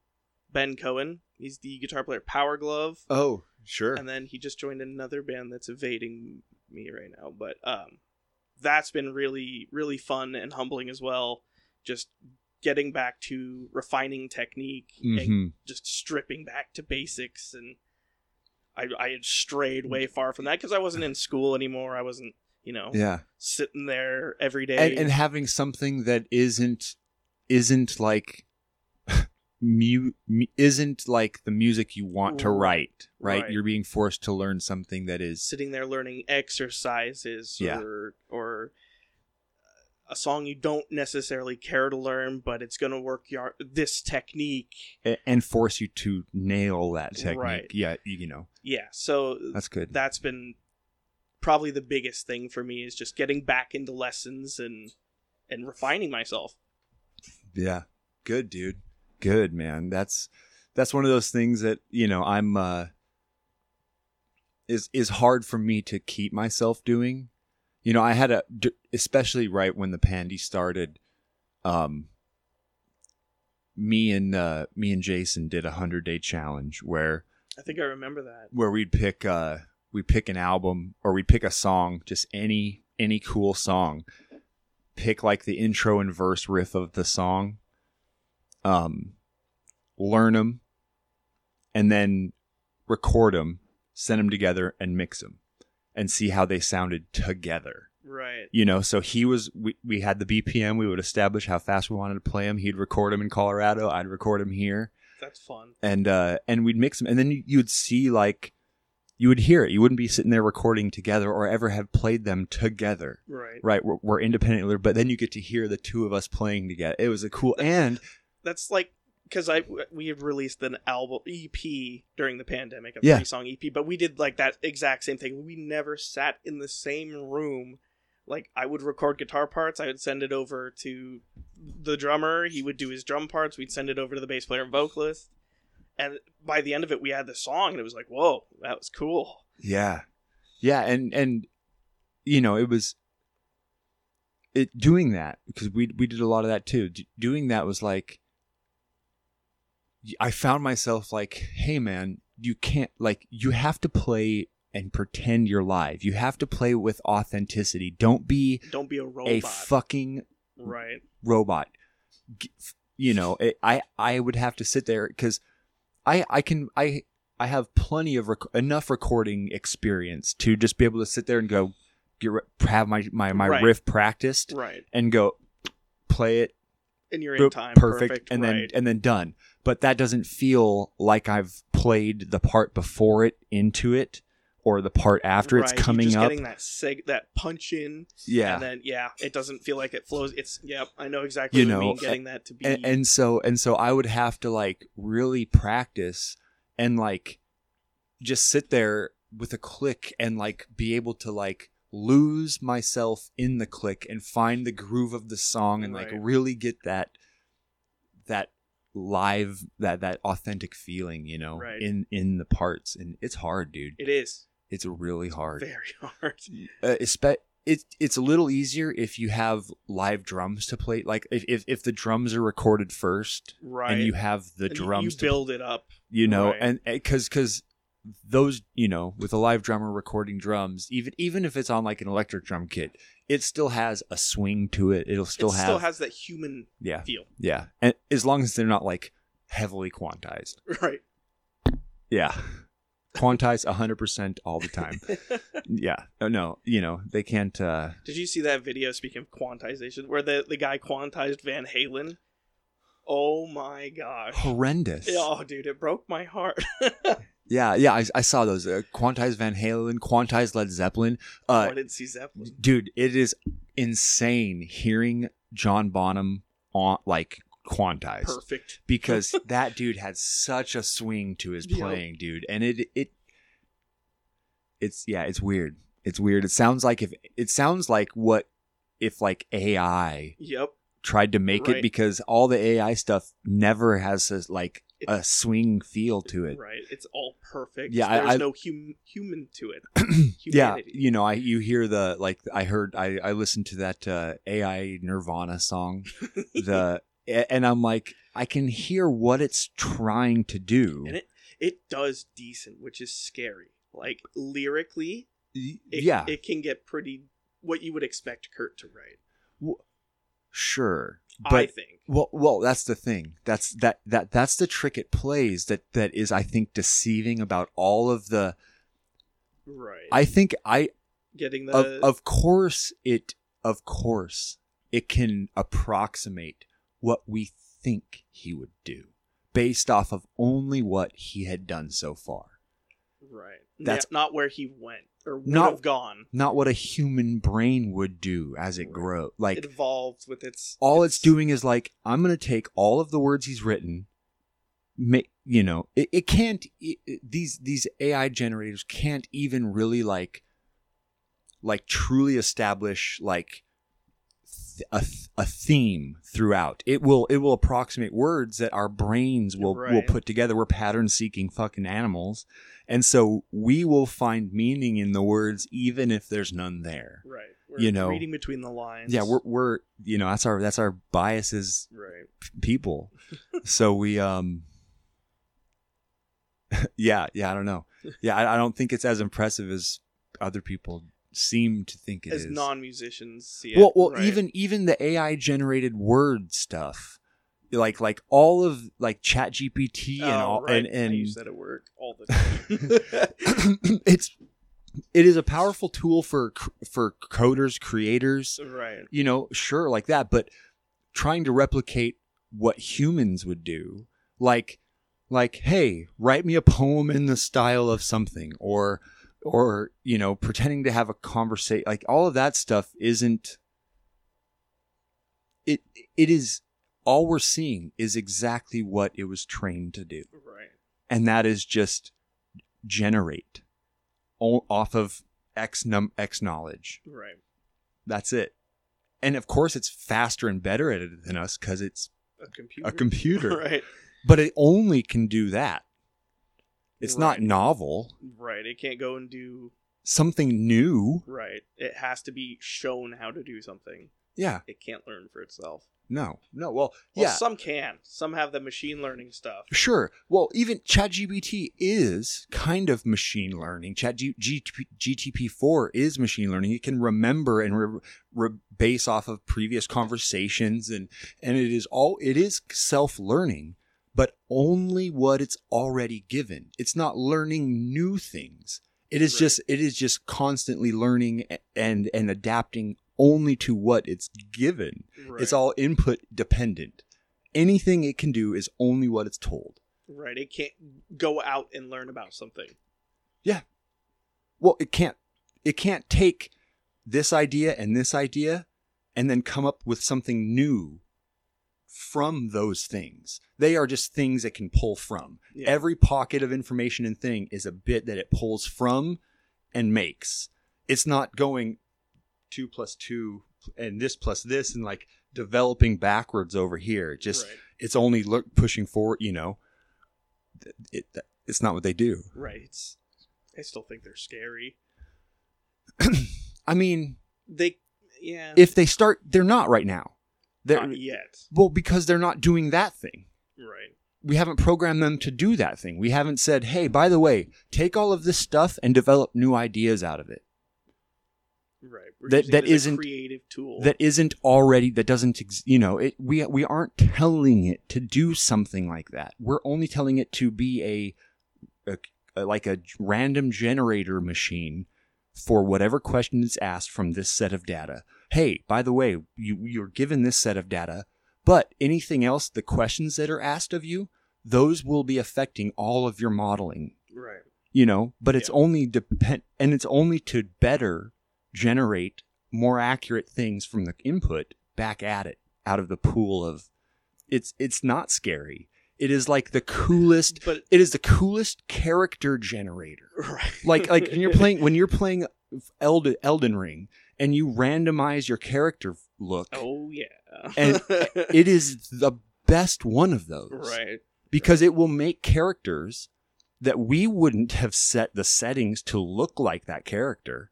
Speaker 4: Ben Cohen. He's the guitar player at Power Glove,
Speaker 1: Oh, sure.
Speaker 4: and then he just joined another band that's evading me right now. But um, that's been really really fun and humbling as well. Just getting back to refining technique and
Speaker 1: Mhm.
Speaker 4: just stripping back to basics and I, I had strayed way far from that because I wasn't in school anymore. I wasn't, you know,
Speaker 1: Yeah.
Speaker 4: sitting there every day.
Speaker 1: And, and having something that isn't isn't like [LAUGHS] mu- mu- isn't like the music you want to write, right?
Speaker 4: Right.
Speaker 1: You're being forced to learn something that is
Speaker 4: sitting there learning exercises
Speaker 1: Yeah.
Speaker 4: or or a song you don't necessarily care to learn, but it's going to work your this technique.
Speaker 1: a- and force you to nail that technique.
Speaker 4: Right.
Speaker 1: Yeah, you you know.
Speaker 4: Yeah, so
Speaker 1: That's good.
Speaker 4: that's been probably the biggest thing for me is just getting back into lessons and and refining myself.
Speaker 1: Yeah. Good, dude. Good, man. That's that's one of those things that, you know, I'm uh is is hard for me to keep myself doing. You know, I had a d- especially right when the pandy started um me and uh me and Jason did a 100-day challenge where
Speaker 4: I think I remember that.
Speaker 1: where we'd pick uh we pick an album or we pick a song just any any cool song pick like the intro and verse riff of the song um learn them and then record them send them together and mix them and see how they sounded together
Speaker 4: Right.
Speaker 1: you know so he was we, we had the bpm we would establish how fast we wanted to play him he'd record him in colorado i'd record him here
Speaker 4: That's fun.
Speaker 1: and uh and we'd mix them and then you- you'd see like you would hear it you wouldn't be sitting there recording together or ever have played them together
Speaker 4: Right.
Speaker 1: right we're, we're independently but then you get to hear the two of us playing together it was a cool and
Speaker 4: that's like because I we had released an album EP during the pandemic, a
Speaker 1: Yeah.
Speaker 4: three song EP, but we did like that exact same thing. We never sat in the same room. Like I would record guitar parts, I would send it over to the drummer. He would do his drum parts. We'd send it over to the bass player and vocalist. And by the end of it, we had the song, and it was like, whoa, that was cool.
Speaker 1: yeah yeah and and you know it was it doing that because we we did a lot of that too D- doing that was like i found myself like hey man you can't like you have to play and pretend you're live you have to play with authenticity don't be
Speaker 4: Don't be a robot,
Speaker 1: a fucking
Speaker 4: right?
Speaker 1: robot G- f- you know it, i i would have to sit there because i i can i i have plenty of rec- enough recording experience to just be able to sit there and go get re- have my my, my
Speaker 4: Right.
Speaker 1: riff practiced
Speaker 4: Right.
Speaker 1: and go play it
Speaker 4: And you're
Speaker 1: boop,
Speaker 4: in time,
Speaker 1: perfect,
Speaker 4: perfect,
Speaker 1: and
Speaker 4: right.
Speaker 1: then and then done but that doesn't feel like i've played the part before it into it or the part after
Speaker 4: Right,
Speaker 1: it's
Speaker 4: you're
Speaker 1: coming
Speaker 4: just
Speaker 1: up
Speaker 4: getting that seg- that punch in.
Speaker 1: yeah
Speaker 4: and then yeah, it doesn't feel like it flows. It's yep, I know exactly
Speaker 1: You
Speaker 4: what you
Speaker 1: know,
Speaker 4: mean. Getting that to be
Speaker 1: and, and so and so i would have to like really practice and like just sit there with a click and like be able to like lose myself in the click and find the groove of the song and like
Speaker 4: Right.
Speaker 1: really get that that live that that authentic feeling you know
Speaker 4: Right.
Speaker 1: in in the parts and it's hard dude
Speaker 4: it is
Speaker 1: it's really hard
Speaker 4: very [LAUGHS] hard.
Speaker 1: uh, espe- it, it's a little easier if you have live drums to play like if, if, if the drums are recorded first
Speaker 4: Right.
Speaker 1: and you have the
Speaker 4: And you-
Speaker 1: drums
Speaker 4: You
Speaker 1: to,
Speaker 4: build it up.
Speaker 1: you know
Speaker 4: right.
Speaker 1: and because because those you know with a live drummer recording drums even even if it's on like an electric drum kit it still has a swing to it it'll still
Speaker 4: it
Speaker 1: have
Speaker 4: still has that human
Speaker 1: yeah
Speaker 4: feel. [LAUGHS]
Speaker 1: yeah and as long as they're not like heavily quantized
Speaker 4: Right.
Speaker 1: yeah quantize 100% all the
Speaker 4: [LAUGHS]
Speaker 1: time. yeah. Oh, no, you know, they can't. Uh,
Speaker 4: [LAUGHS] Did you see that video? Speaking of quantization, where the the guy quantized Van Halen. Oh my gosh.
Speaker 1: horrendous.
Speaker 4: Oh, dude, it broke my heart. [LAUGHS]
Speaker 1: Yeah. Yeah. I, I saw those. Uh, quantized Van Halen, quantized Led Zeppelin.
Speaker 4: I
Speaker 1: Uh,
Speaker 4: didn't see Zeppelin.
Speaker 1: dude, it is insane hearing John Bonham on like quantized.
Speaker 4: Perfect. [LAUGHS]
Speaker 1: because that dude had such a swing to his
Speaker 4: Yeah.
Speaker 1: playing, dude. And it it it's yeah, it's weird. It's weird. It sounds like if it sounds like what if like AI
Speaker 4: Yep.
Speaker 1: tried to make
Speaker 4: Right.
Speaker 1: it because all the AI stuff never has a, like a swing feel to it.
Speaker 4: Right. It's all perfect.
Speaker 1: Yeah,
Speaker 4: Yeah,
Speaker 1: I-
Speaker 4: there's
Speaker 1: I-
Speaker 4: no hum- human to it.
Speaker 1: [CLEARS THROAT] Yeah,
Speaker 4: Humanity.
Speaker 1: you know, I you hear the like I heard I I listened to that uh, AI Nirvana song the a- and I'm like I can hear what it's trying to do.
Speaker 4: And [LAUGHS] it does decent, which is scary. Like lyrically,
Speaker 1: Y-
Speaker 4: it,
Speaker 1: yeah,
Speaker 4: it can get pretty what you would expect Kurt to write.
Speaker 1: sure
Speaker 4: I
Speaker 1: but
Speaker 4: think.
Speaker 1: well well that's the thing that's that that that's the trick it plays that that is i think deceiving about all of the
Speaker 4: Right.
Speaker 1: i think i
Speaker 4: Getting the
Speaker 1: of, of course it of course it can approximate what we think he would do based off of only what he had done so far
Speaker 4: right.
Speaker 1: that's-
Speaker 4: That's not where he went or would
Speaker 1: Not-
Speaker 4: have gone.
Speaker 1: not what a human brain would do as it grows like
Speaker 4: it evolves with its
Speaker 1: all it's doing is like i'm going to take all of the words he's written make you know it, it can't it, it- these these ai generators can't even really like like truly establish like th- a, th- a theme throughout it will it will approximate words that our brains will will
Speaker 4: Right.
Speaker 1: put together we're pattern seeking fucking animals and so we will find meaning in the words even if there's none there
Speaker 4: right.
Speaker 1: you know-
Speaker 4: reading between the lines.
Speaker 1: yeah we're, we're you know that's our that's our biases
Speaker 4: right.
Speaker 1: people. so we um [LAUGHS] yeah, yeah, I don't know. Yeah, I, I don't think it's as impressive as other people seem to think it is.
Speaker 4: As non-musicians see it.
Speaker 1: well, well,
Speaker 4: right.
Speaker 1: even even the AI generated word stuff. Like like all of like chat GPT and
Speaker 4: Oh,
Speaker 1: all
Speaker 4: right.
Speaker 1: and and [LAUGHS]
Speaker 4: I use that at work all the time. [LAUGHS]
Speaker 1: it's it is a powerful tool for cr- for coders, creators,
Speaker 4: right.
Speaker 1: you know, sure, like that, but trying to replicate what humans would do, like, like, hey, write me a poem in the style of something, or, or you know, pretending to have a conversation, like all of that stuff isn't. It it is all we're seeing is exactly what it was trained to do,
Speaker 4: Right.
Speaker 1: and that is just generate o- off of x num x knowledge.
Speaker 4: Right.
Speaker 1: That's it. And of course, it's faster and better at it than us because it's
Speaker 4: A computer.
Speaker 1: a computer.
Speaker 4: [LAUGHS] Right.
Speaker 1: But it only can do that. It's not
Speaker 4: Right.
Speaker 1: novel,
Speaker 4: Right. It can't go and do
Speaker 1: something new.
Speaker 4: right. It has to be shown how to do something.
Speaker 1: Yeah.
Speaker 4: It can't learn for itself.
Speaker 1: No. No. Well,
Speaker 4: Well,
Speaker 1: yeah.
Speaker 4: some can. Some have the machine learning stuff.
Speaker 1: Sure. Well, even ChatGPT is kind of machine learning. ChatGTP 4 is machine learning. It can remember and re- re- base off of previous conversations and and it is all it is self-learning, but only what it's already given. It's not learning new things. It is
Speaker 4: Right.
Speaker 1: just it is just constantly learning a- and and adapting only to what it's given.
Speaker 4: Right.
Speaker 1: It's all input dependent. Anything it can do is only what it's told.
Speaker 4: right. It can't go out and learn about something.
Speaker 1: Well, it can't it can't take this idea and this idea and then come up with something new from those things. They are just things it can pull from.
Speaker 4: Yeah.
Speaker 1: Every pocket of information and thing is a bit that it pulls from and makes. It's not going 2 plus 2 and this plus this and like developing backwards over here. It just
Speaker 4: right.
Speaker 1: it's only look pushing forward you know Th- it, that- it's not what they do
Speaker 4: Right. It's, I still think they're scary.
Speaker 1: i mean
Speaker 4: They. Yeah.
Speaker 1: if they start they're not right now they're
Speaker 4: not yet.
Speaker 1: well because they're not doing that thing
Speaker 4: Right.
Speaker 1: we haven't programmed them to do that thing we haven't said hey by the way take all of this stuff and develop new ideas out of it
Speaker 4: Right. We're
Speaker 1: That-
Speaker 4: using
Speaker 1: that
Speaker 4: it as a
Speaker 1: isn't-
Speaker 4: creative tool.
Speaker 1: that isn't already that doesn't ex- you know it we we aren't telling it to do something like that we're only telling it to be a a, uh, like a g- random generator machine for whatever question is asked from this set of data. Hey, by the way, you, you're given this set of data, but anything else, the questions that are asked of you, those will be affecting all of your modeling
Speaker 4: Right.
Speaker 1: you know but it's
Speaker 4: Yeah.
Speaker 1: only depend and it's only to better generate more accurate things from the input back at it out of the pool of it's it's not scary it is like the coolest
Speaker 4: But [LAUGHS]
Speaker 1: it is the coolest character generator
Speaker 4: right.
Speaker 1: like like
Speaker 4: [LAUGHS]
Speaker 1: when you're playing when you're playing Elden, Elden Ring and you randomize your character look
Speaker 4: Oh yeah. [LAUGHS]
Speaker 1: And it is the best one of those
Speaker 4: right.
Speaker 1: because it will make characters that we wouldn't have set the settings to look like that character.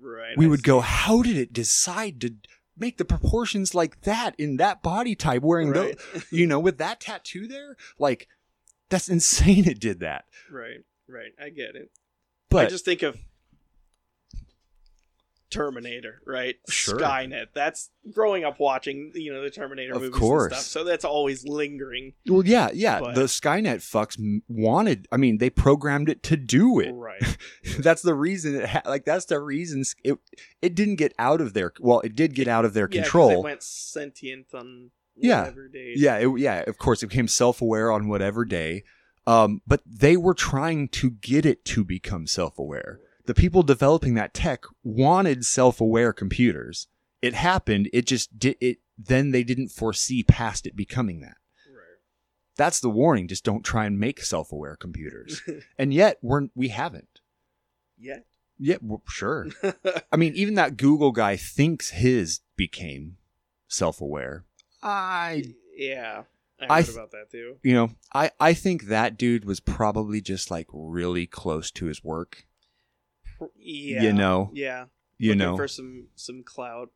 Speaker 4: Right.
Speaker 1: we
Speaker 4: I
Speaker 1: would
Speaker 4: see.
Speaker 1: go, how did it decide to make the proportions like that in that body type wearing tho-
Speaker 4: Right. [LAUGHS]
Speaker 1: you know, with that tattoo there? Like, that's insane it did that.
Speaker 4: Right. Right. I get it.
Speaker 1: But
Speaker 4: I just think of Terminator, right?
Speaker 1: Sure.
Speaker 4: Skynet. That's growing up watching, you know, the Terminator
Speaker 1: Of
Speaker 4: movies
Speaker 1: course.
Speaker 4: and stuff. So that's always lingering.
Speaker 1: well, yeah, yeah.
Speaker 4: But-
Speaker 1: the Skynet fucks m- wanted. I mean, they programmed it to do it.
Speaker 4: Right.
Speaker 1: [LAUGHS] that's the reason. It ha- like, that's the reason s- it it didn't get out of their. Well, it did get out of their
Speaker 4: Yeah, 'cause
Speaker 1: control.
Speaker 4: It went sentient on
Speaker 1: Yeah.
Speaker 4: whatever day.
Speaker 1: Yeah, it, yeah. Of course, it became self-aware on whatever day, um, but they were trying to get it to become self-aware. The people developing that tech wanted self-aware computers. It happened. It just did. It then they didn't foresee past it becoming that.
Speaker 4: Right.
Speaker 1: That's the warning. Just don't try and make self-aware [LAUGHS] computers. and yet we're we haven't.
Speaker 4: Yeah.
Speaker 1: Yet w sure. I mean, even that Google guy thinks his became self-aware. [LAUGHS] I
Speaker 4: [LAUGHS] yeah. I heard
Speaker 1: I th-
Speaker 4: about that too.
Speaker 1: you know, I, I think that dude was probably just like really close to his work.
Speaker 4: Yeah.
Speaker 1: You know,
Speaker 4: Yeah.
Speaker 1: you
Speaker 4: Looking
Speaker 1: know.
Speaker 4: for some some clout.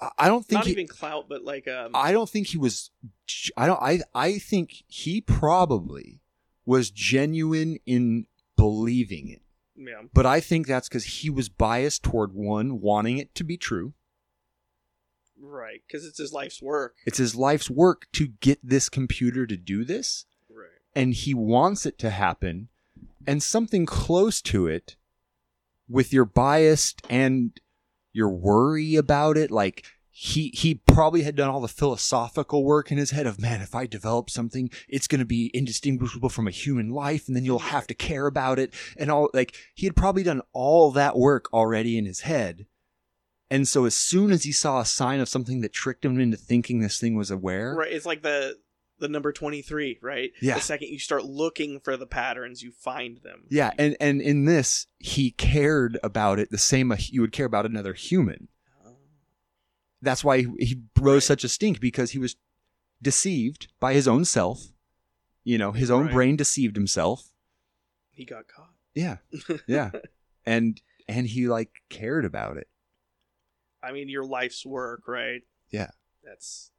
Speaker 1: I- I don't think
Speaker 4: Not
Speaker 1: he,
Speaker 4: even clout, but like um
Speaker 1: I don't think he was. g- I don't. I I think he probably was genuine in believing it,
Speaker 4: yeah.
Speaker 1: but I think that's because he was biased toward one wanting it to be true.
Speaker 4: Right, because it's his life's work.
Speaker 1: It's his life's work to get this computer to do this,
Speaker 4: Right.
Speaker 1: and he wants it to happen and something close to it with your biased and your worry about it like he he probably had done all the philosophical work in his head of man if i develop something it's going to be indistinguishable from a human life and then you'll have to care about it and all like he had probably done all that work already in his head and so as soon as he saw a sign of something that tricked him into thinking this thing was aware
Speaker 4: Right. It's like the the number twenty three, right?
Speaker 1: Yeah.
Speaker 4: The second you start looking for the patterns, you find them.
Speaker 1: Yeah, and and in this, he cared about it the same a- you would care about another human.
Speaker 4: Um,
Speaker 1: That's why he, he rose
Speaker 4: Right.
Speaker 1: such a stink because he was deceived by his own self. You know, his own
Speaker 4: Right.
Speaker 1: brain deceived himself.
Speaker 4: He got caught. [LAUGHS]
Speaker 1: Yeah, yeah, and and he like cared about it.
Speaker 4: I mean, your life's work, right?
Speaker 1: Yeah.
Speaker 4: That's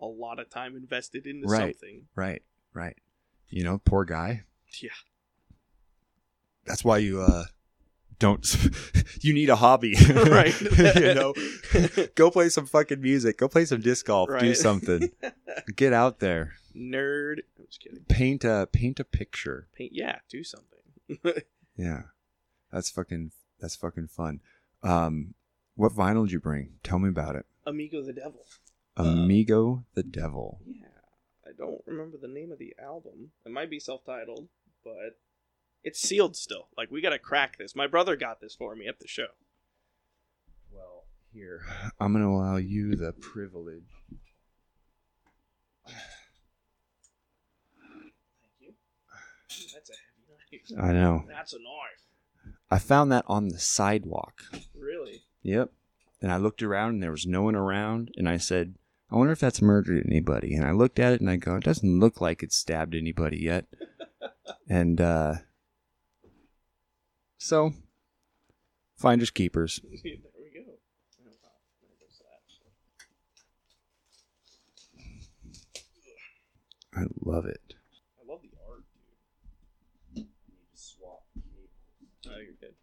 Speaker 4: a lot of time invested into
Speaker 1: Right.
Speaker 4: something.
Speaker 1: [LAUGHS]
Speaker 4: [LAUGHS]
Speaker 1: Right, right. You know, poor guy.
Speaker 4: Yeah.
Speaker 1: That's why you uh don't. [LAUGHS] you need a hobby,
Speaker 4: [LAUGHS] right.
Speaker 1: [LAUGHS] you
Speaker 4: [LAUGHS]
Speaker 1: know, go play some fucking music. Go play some disc golf. Do
Speaker 4: Right.
Speaker 1: something. Get out there.
Speaker 4: [LAUGHS] Nerd. I'm just kidding.
Speaker 1: Paint a paint a picture.
Speaker 4: Paint. Yeah. Do something.
Speaker 1: Yeah, that's fucking that's fucking fun. Um, what vinyl did you bring? Tell me about it.
Speaker 4: Amigo the Devil.
Speaker 1: Uh, Amigo the Devil.
Speaker 4: Yeah. I don't remember the name of the album. It might be self titled, but it's sealed still. Like, we got to crack this. My brother got this for me at the show.
Speaker 1: Well, here I'm gonna allow you the privilege.
Speaker 4: Thank you. That's a heavy knife.
Speaker 1: I know.
Speaker 4: That's a knife.
Speaker 1: I found that on the sidewalk.
Speaker 4: Really? [LAUGHS]
Speaker 1: Yep. And I looked around and there was no one around. And I said, I wonder if that's murdered anybody. And I looked at it and I go, it doesn't look like it stabbed anybody yet. and uh, so, finders keepers.
Speaker 4: there we go. Oh, wow. There goes that.
Speaker 1: I love it.
Speaker 4: I love the art, dude. need to swap cables. Oh, you're good.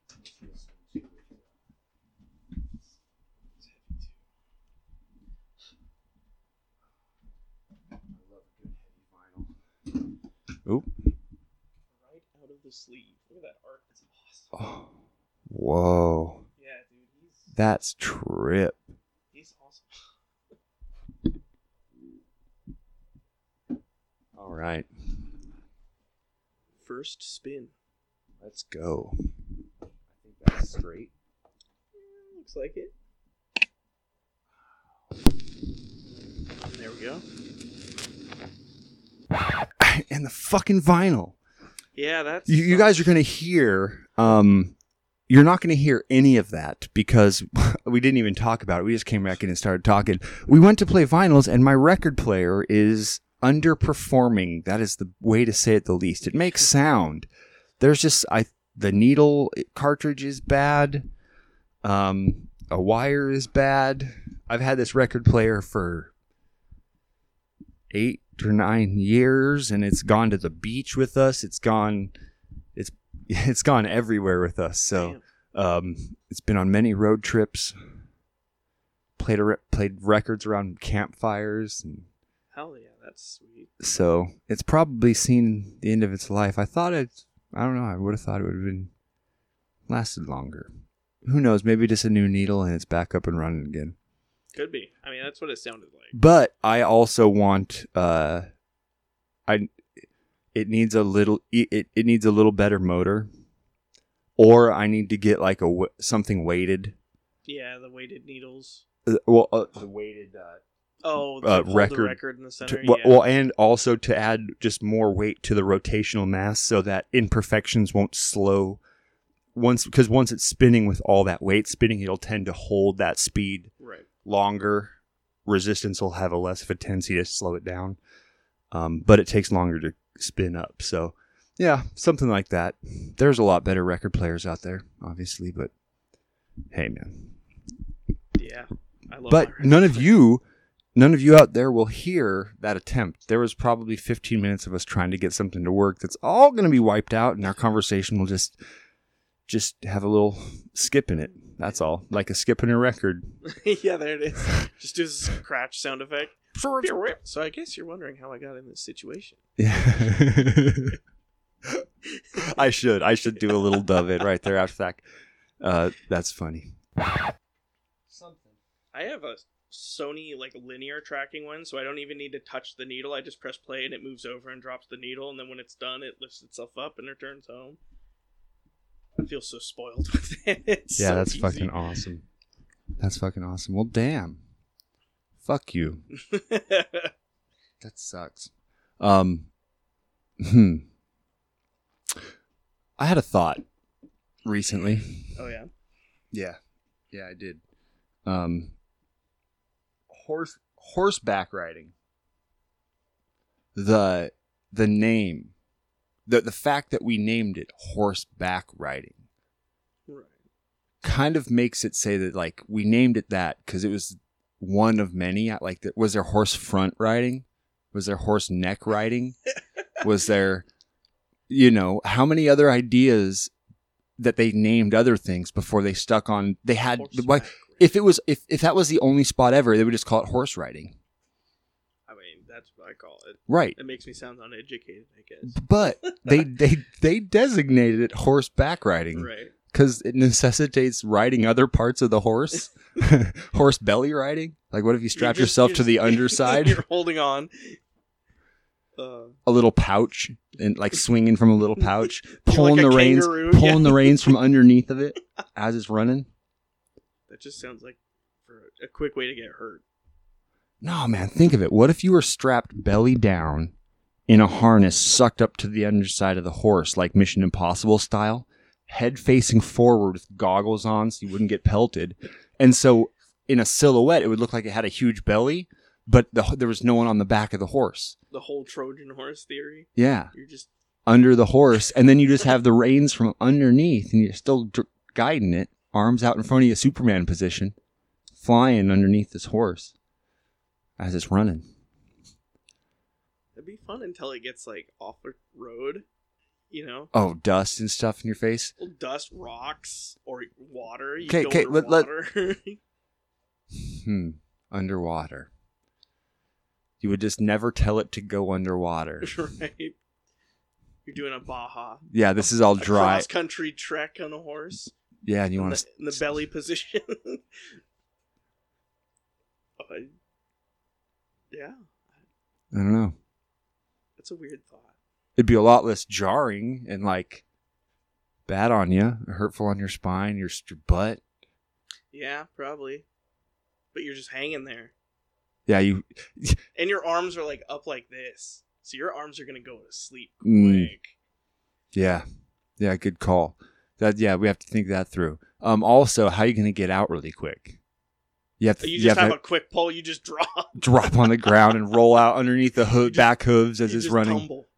Speaker 1: Oop.
Speaker 4: Right out of the sleeve. Look at that art. It's awesome.
Speaker 1: Oh, whoa,
Speaker 4: Yeah, dude. He's
Speaker 1: that's trip.
Speaker 4: he's awesome.
Speaker 1: All right,
Speaker 4: First spin.
Speaker 1: let's go. I think that's straight.
Speaker 4: Yeah, looks like it. There we go.
Speaker 1: [LAUGHS] and the fucking vinyl.
Speaker 4: Yeah, that's
Speaker 1: You, you guys are gonna hear. Um, you're not gonna hear any of that because [LAUGHS] we didn't even talk about it. We just came back in and started talking. We went to play vinyls, and my record player is underperforming. That is the way to say it the least. It makes sound. There's just I the needle cartridge is bad. Um, a wire is bad. I've had this record player for eight or nine years and it's gone to the beach with us it's gone it's [LAUGHS] it's gone everywhere with us so
Speaker 4: Damn.
Speaker 1: um it's been on many road trips played a re- played records around campfires and
Speaker 4: Hell yeah, that's sweet.
Speaker 1: so it's probably seen the end of its life i thought it i don't know i would have thought it would have been lasted longer who knows maybe just a new needle and it's back up and running again
Speaker 4: Could be. I mean, that's what it sounded like.
Speaker 1: but I also want uh I it needs a little it, it needs a little better motor or I need to get like a w- something weighted
Speaker 4: Yeah, the weighted needles.
Speaker 1: Uh, well uh, the weighted uh,
Speaker 4: Oh,
Speaker 1: Uh,
Speaker 4: the, hold the
Speaker 1: record-
Speaker 4: record. in the
Speaker 1: to-
Speaker 4: center.
Speaker 1: well,
Speaker 4: yeah.
Speaker 1: well, and also to add just more weight to the rotational mass so that imperfections won't slow once because once it's spinning with all that weight spinning it'll tend to hold that speed
Speaker 4: right.
Speaker 1: longer resistance will have a less of a tendency to slow it down um, but it takes longer to spin up so yeah something like that there's a lot better record players out there obviously but hey man
Speaker 4: Yeah. I love
Speaker 1: but
Speaker 4: my record
Speaker 1: none of
Speaker 4: player.
Speaker 1: you none of you out there will hear that attempt there was probably 15 minutes of us trying to get something to work that's all going to be wiped out and our conversation will just just have a little skip in it that's all like a skip in a record
Speaker 4: [LAUGHS] yeah, there it is. Just do this crash sound effect. So I guess you're wondering how I got in this situation.
Speaker 1: Yeah. [LAUGHS] I should. I should do a little dove it right there after that. Uh, that's funny.
Speaker 4: Something. I have a Sony like linear tracking one, so I don't even need to touch the needle. I just press play and it moves over and drops the needle, and then when it's done, it lifts itself up and returns home. I feel so spoiled [LAUGHS] with it. It's
Speaker 1: yeah,
Speaker 4: so
Speaker 1: that's
Speaker 4: easy.
Speaker 1: fucking awesome. That's fucking awesome. Well, damn. Fuck you. That sucks. Um, hmm. I had a thought recently.
Speaker 4: [LAUGHS] oh yeah.
Speaker 1: Yeah, yeah, I did. Um, horse horseback riding. The the name, the the fact that we named it horseback riding
Speaker 4: Right.
Speaker 1: kind of makes it say that like we named it that because it was one of many. I- Like, was there horse front riding? Was there horse neck riding? was there, you know, how many other ideas that they named other things before they stuck on? They had like
Speaker 4: Horseback riding.
Speaker 1: if it was if if that was the only spot ever, they would just call it horse riding,
Speaker 4: I mean, that's what I call it.
Speaker 1: right?
Speaker 4: It makes me sound uneducated, I guess.
Speaker 1: But [LAUGHS] they they they designated it horseback riding.
Speaker 4: [LAUGHS] Right.
Speaker 1: because it necessitates riding other parts of the horse, [LAUGHS] horse belly riding. Like, what if you strap
Speaker 4: You're just-
Speaker 1: yourself
Speaker 4: you're
Speaker 1: to
Speaker 4: [LAUGHS]
Speaker 1: the
Speaker 4: just-
Speaker 1: underside,
Speaker 4: you're holding on. Uh,
Speaker 1: a little pouch, and like swinging from a little pouch,
Speaker 4: [LAUGHS] like
Speaker 1: pulling
Speaker 4: a
Speaker 1: the reins,
Speaker 4: kangaroo,
Speaker 1: pulling
Speaker 4: yeah.
Speaker 1: the reins
Speaker 4: [LAUGHS]
Speaker 1: from underneath of it as it's running?
Speaker 4: that just sounds like for a quick way to get hurt.
Speaker 1: No, man, think of it. What if you were strapped belly down in a harness sucked up to the underside of the horse, like Mission Impossible style, head facing forward with goggles on so you wouldn't get pelted. And so in a silhouette, it would look like it had a huge belly, but the, there was no one on the back of the horse.
Speaker 4: The whole Trojan horse theory.
Speaker 1: Yeah,
Speaker 4: You're just
Speaker 1: under the horse. And then you just have the reins from underneath and you're still dr- guiding it, arms out in front of you, Superman position, flying underneath this horse as it's running.
Speaker 4: it'd be fun until it gets like off the road, you know.
Speaker 1: oh dust and stuff in your face
Speaker 4: Little Dust, rocks, or water. You
Speaker 1: Okay,
Speaker 4: go
Speaker 1: okay, let- let-
Speaker 4: underwater. [LAUGHS]
Speaker 1: hmm underwater you would just never tell it to go underwater
Speaker 4: right. You're doing a Baja.
Speaker 1: Yeah, this is
Speaker 4: [LAUGHS]
Speaker 1: all dry.
Speaker 4: Cross country trek on a horse.
Speaker 1: Yeah, and you
Speaker 4: in
Speaker 1: want
Speaker 4: [LAUGHS] the,
Speaker 1: to
Speaker 4: in the
Speaker 1: [LAUGHS]
Speaker 4: belly position. [LAUGHS] uh, yeah,
Speaker 1: I don't know.
Speaker 4: that's a weird thought.
Speaker 1: It'd be a lot less jarring and like bad on you, hurtful on your spine, your, your butt.
Speaker 4: Yeah, probably. But you're just hanging there.
Speaker 1: Yeah, you
Speaker 4: And your arms are like up like this. So your arms are going to go to sleep quick.
Speaker 1: Mm. Yeah. Yeah, good call. That yeah, we have to think that through. Um also, how you going to get out really quick? You have to,
Speaker 4: uh, You
Speaker 1: you
Speaker 4: just
Speaker 1: have
Speaker 4: have
Speaker 1: to
Speaker 4: a quick pull, you
Speaker 1: [LAUGHS]
Speaker 4: just drop.
Speaker 1: drop on the ground and roll out underneath the
Speaker 4: [LAUGHS] You
Speaker 1: hoo-
Speaker 4: just-
Speaker 1: back hooves
Speaker 4: You
Speaker 1: as it's
Speaker 4: just
Speaker 1: running. [LAUGHS]
Speaker 4: tumble. [LAUGHS]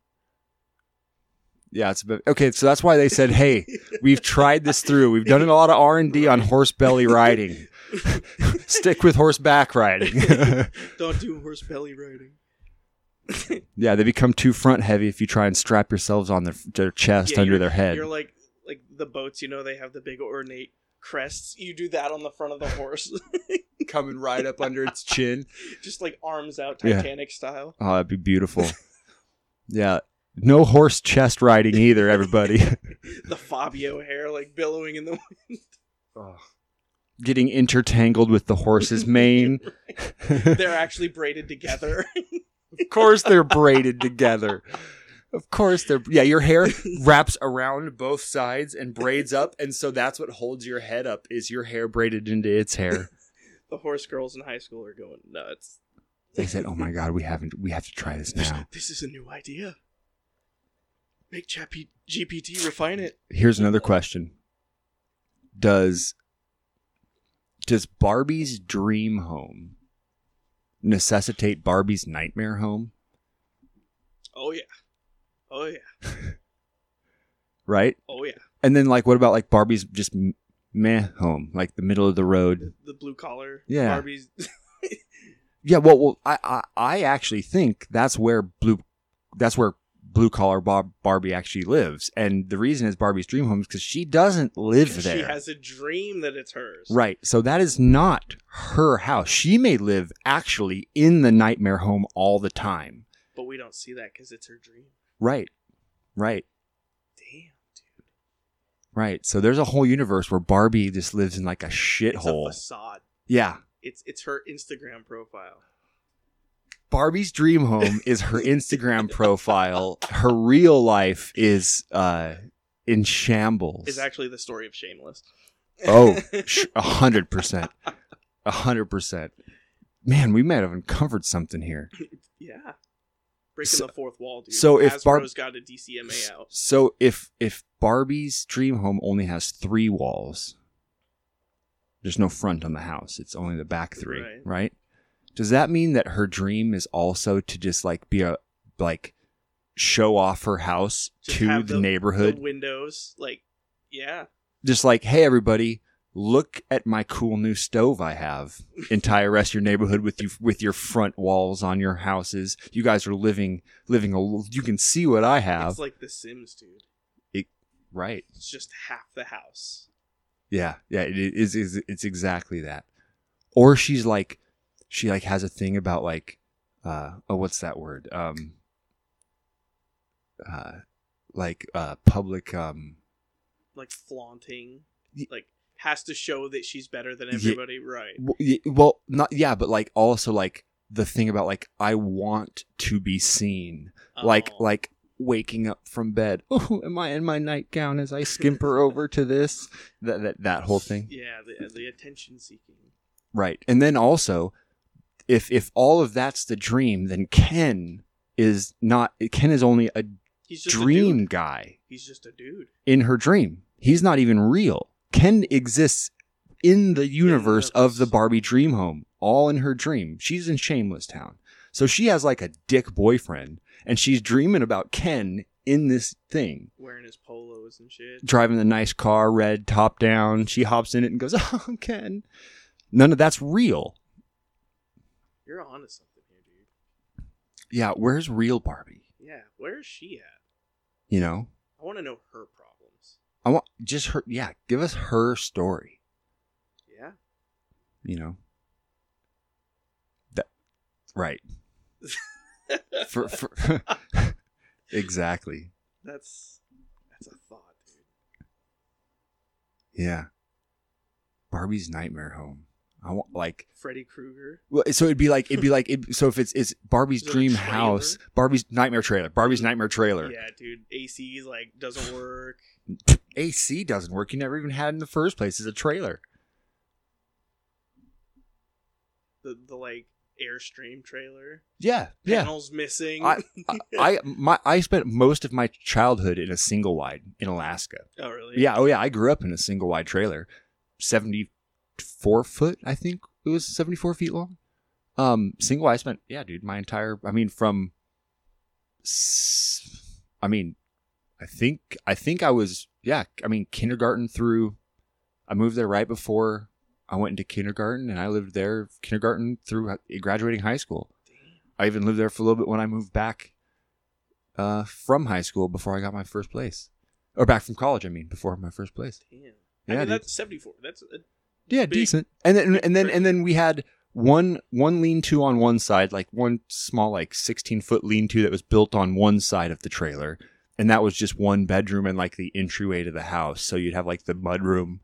Speaker 1: Yeah, it's a bit, okay, so that's why they said, "Hey, we've tried this through. We've done a lot of R&D on horse belly riding. Stick with horse back riding." [LAUGHS]
Speaker 4: Don't do horse belly riding.
Speaker 1: yeah, they become too front heavy if you try and strap yourselves on their, their chest
Speaker 4: Yeah,
Speaker 1: under
Speaker 4: you're-
Speaker 1: their head.
Speaker 4: You're like like the boats, you know, they have the big ornate crests. You do that on the front of the horse.
Speaker 1: coming right up
Speaker 4: [LAUGHS]
Speaker 1: under its chin.
Speaker 4: just like arms out
Speaker 1: Yeah.
Speaker 4: Titanic style.
Speaker 1: Oh, that'd be beautiful. yeah. No horse chest riding either, [LAUGHS] everybody.
Speaker 4: [LAUGHS] The Fabio hair like billowing in the
Speaker 1: Getting intertangled with the horse's mane. of
Speaker 4: They're actually braided together. [LAUGHS]
Speaker 1: course they're braided together. Of course they're yeah, your [LAUGHS] hair wraps around both sides and braids up, and so that's what holds your head up is your hair braided into its hair.
Speaker 4: the horse girls in high school are going nuts.
Speaker 1: They said, Oh my god, we haven't we have to try this now.
Speaker 4: This is a new idea. Make Chappy GPT refine it.
Speaker 1: Here's another question. Does does Barbie's dream home necessitate Barbie's nightmare home,
Speaker 4: Oh yeah. Oh yeah.
Speaker 1: right?
Speaker 4: Oh yeah.
Speaker 1: And then like what about like Barbie's just m- meh home, like the middle of the road?
Speaker 4: The blue collar
Speaker 1: Yeah.
Speaker 4: Barbies.
Speaker 1: Yeah, well, well I, I I actually think that's where blue that's where blue collar Bob Barbie actually lives. And the reason is Barbie's dream home is cuz she doesn't live there.
Speaker 4: [LAUGHS] She has a dream that it's hers.
Speaker 1: Right. So that is not her house. She may live actually in the nightmare home all the time.
Speaker 4: But we don't see that because it's her dream.
Speaker 1: Right. Right.
Speaker 4: Damn, dude.
Speaker 1: Right. So there's a whole universe where Barbie just lives in like a
Speaker 4: It's a
Speaker 1: shithole.
Speaker 4: facade.
Speaker 1: Yeah.
Speaker 4: It's it's her Instagram profile.
Speaker 1: Barbie's dream home is her Instagram [LAUGHS] profile. Her real life is uh in shambles.
Speaker 4: Is actually the story of Shameless.
Speaker 1: Oh,
Speaker 4: [LAUGHS]
Speaker 1: sh- a hundred percent. A hundred percent. Man, we might have uncovered something here.
Speaker 4: yeah. Breaking
Speaker 1: So-
Speaker 4: the fourth wall, dude.
Speaker 1: so if Barb-
Speaker 4: Hasbro's got a DCMA out.
Speaker 1: So if if Barbie's dream home only has three walls, there's no front on the house. It's only the back three, right?
Speaker 4: Right.
Speaker 1: Does that mean that her dream is also to just like be a like show off her house
Speaker 4: Just
Speaker 1: to
Speaker 4: have
Speaker 1: the,
Speaker 4: the-
Speaker 1: neighborhood?
Speaker 4: The windows, like, yeah.
Speaker 1: just like, hey everybody, look at my cool new stove I have. Entire rest of your neighborhood with you with your front walls on your houses. You guys are living living a l- you can see what I have.
Speaker 4: It's like The Sims, dude.
Speaker 1: right.
Speaker 4: It's just half the house.
Speaker 1: Yeah, yeah, it is, is. It's exactly that. Or she's like, she like has a thing about like, uh, oh, what's that word? Um, uh, like uh, public. Um,
Speaker 4: Like flaunting.
Speaker 1: Ye-
Speaker 4: Like has to show that she's better than
Speaker 1: Ye-
Speaker 4: everybody, right?
Speaker 1: w- y- well, not yeah, but like also like the thing about like I want to be seen. Like
Speaker 4: Oh.
Speaker 1: like waking up from bed. [LAUGHS] Oh, am I in my nightgown
Speaker 4: [LAUGHS]
Speaker 1: as I skimper over to this? That that that whole thing.
Speaker 4: Yeah, the, the attention seeking.
Speaker 1: Right. And then also, if if all of that's the dream, then Ken is not Ken is only a
Speaker 4: He's just A
Speaker 1: dream
Speaker 4: dude.
Speaker 1: guy
Speaker 4: He's just a dude.
Speaker 1: in her dream. He's not even real. Ken exists in the universe of the
Speaker 4: universe.
Speaker 1: Barbie dream home, all in her dream. She's in Shameless Town. So she has like a dick boyfriend and she's dreaming about Ken in this thing.
Speaker 4: Wearing his polos and shit.
Speaker 1: Driving the nice car, red top down. She hops in it and goes, [LAUGHS] "Oh, Ken." None of that's real.
Speaker 4: You're on to something here, dude.
Speaker 1: Yeah, where's real Barbie?
Speaker 4: Yeah, where is she at?
Speaker 1: You know,
Speaker 4: I want to know her problems.
Speaker 1: I want just her. Yeah, give us her story.
Speaker 4: Yeah. [LAUGHS]
Speaker 1: You know, that right for, for [LAUGHS] exactly.
Speaker 4: That's that's a thought, dude.
Speaker 1: Yeah. Barbie's nightmare home. I want like
Speaker 4: Freddy Krueger.
Speaker 1: well, so it'd be like it'd be like it, so if it's it's Barbie's
Speaker 4: Is it a
Speaker 1: dream
Speaker 4: trailer?
Speaker 1: house, Barbie's nightmare trailer, Barbie's nightmare trailer.
Speaker 4: Yeah, dude. AC's like doesn't work.
Speaker 1: AC doesn't work. You never even had it in the first place. It's a trailer.
Speaker 4: The the like airstream trailer.
Speaker 1: Yeah, yeah.
Speaker 4: Panels missing.
Speaker 1: I, I- I my I spent most of my childhood in a single wide in Alaska.
Speaker 4: [LAUGHS] oh really?
Speaker 1: Yeah, oh yeah, I grew up in a single wide trailer, seventy four foot. I think it was seventy four feet long. Um, single wide. I spent yeah, dude, my entire. I mean, from. s- I mean, I think I think I was yeah. I mean, kindergarten through. I moved there right before I went into kindergarten, and I lived there kindergarten through hi- graduating high school. I even lived there for a little bit when I moved back uh, from high school before I got my first place, or back from college. I mean, before my first place.
Speaker 4: Damn. I
Speaker 1: Yeah,
Speaker 4: mean
Speaker 1: dude.
Speaker 4: that's seventy four. That's a,
Speaker 1: yeah,
Speaker 4: big-
Speaker 1: decent. And then and then and then we had one one lean to on one side, like one small like sixteen foot lean to that was built on one side of the trailer, and that was just one bedroom and like the entryway to the house. So you'd have like the mudroom,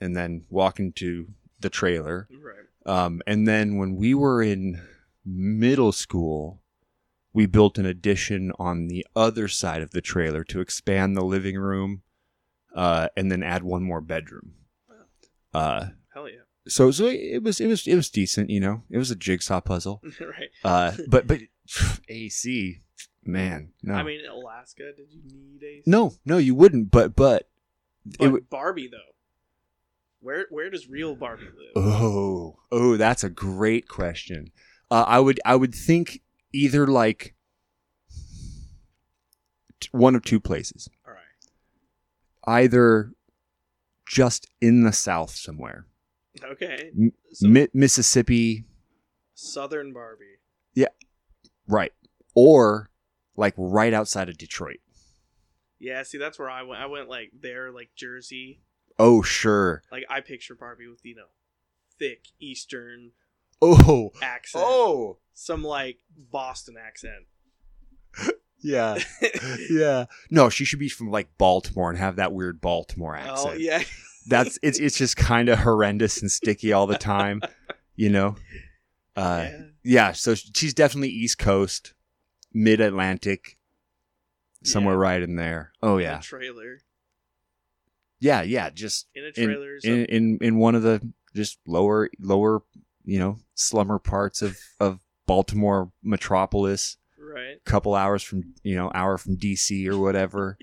Speaker 1: and then walk into the trailer.
Speaker 4: right.
Speaker 1: Um, and then when we were in middle school, we built an addition on the other side of the trailer to expand the living room, uh, and then add one more bedroom. Uh,
Speaker 4: Hell yeah. [LAUGHS]
Speaker 1: so so it was it was it was decent, you know. It was a jigsaw puzzle.
Speaker 4: right. [LAUGHS]
Speaker 1: Uh, but but [SIGHS] AC, man, no,
Speaker 4: I mean, Alaska. Did you need AC?
Speaker 1: no, no, you wouldn't. But but
Speaker 4: But
Speaker 1: it would.
Speaker 4: Barbie though. Where where does real Barbie live?
Speaker 1: Oh, oh, that's a great question. Uh, I would I would think either like t- one of two places,
Speaker 4: All right.
Speaker 1: either just in the South somewhere,
Speaker 4: Okay.
Speaker 1: M-
Speaker 4: So
Speaker 1: Mi- Mississippi,
Speaker 4: Southern Barbie.
Speaker 1: right, or like right outside of Detroit.
Speaker 4: Yeah, see, that's where I went. I went like there, like Jersey.
Speaker 1: Oh, sure.
Speaker 4: Like I picture Barbie with you know, thick Eastern
Speaker 1: Oh,
Speaker 4: accent,
Speaker 1: oh,
Speaker 4: some like Boston accent. [LAUGHS]
Speaker 1: yeah, yeah. No, she should be from like Baltimore and have that weird Baltimore accent.
Speaker 4: oh yeah,
Speaker 1: that's it's it's just kind of horrendous and sticky all the time, you know. Uh, yeah.
Speaker 4: [LAUGHS] yeah.
Speaker 1: so she's definitely East Coast, Mid Atlantic, somewhere right in there. Oh
Speaker 4: In
Speaker 1: yeah,
Speaker 4: a trailer
Speaker 1: yeah, yeah. Just
Speaker 4: in a
Speaker 1: in
Speaker 4: trailer. some-
Speaker 1: in, in in one of the just lower lower you know slummer parts of of Baltimore metropolis.
Speaker 4: right.
Speaker 1: Couple hours from you know hour from DC or whatever.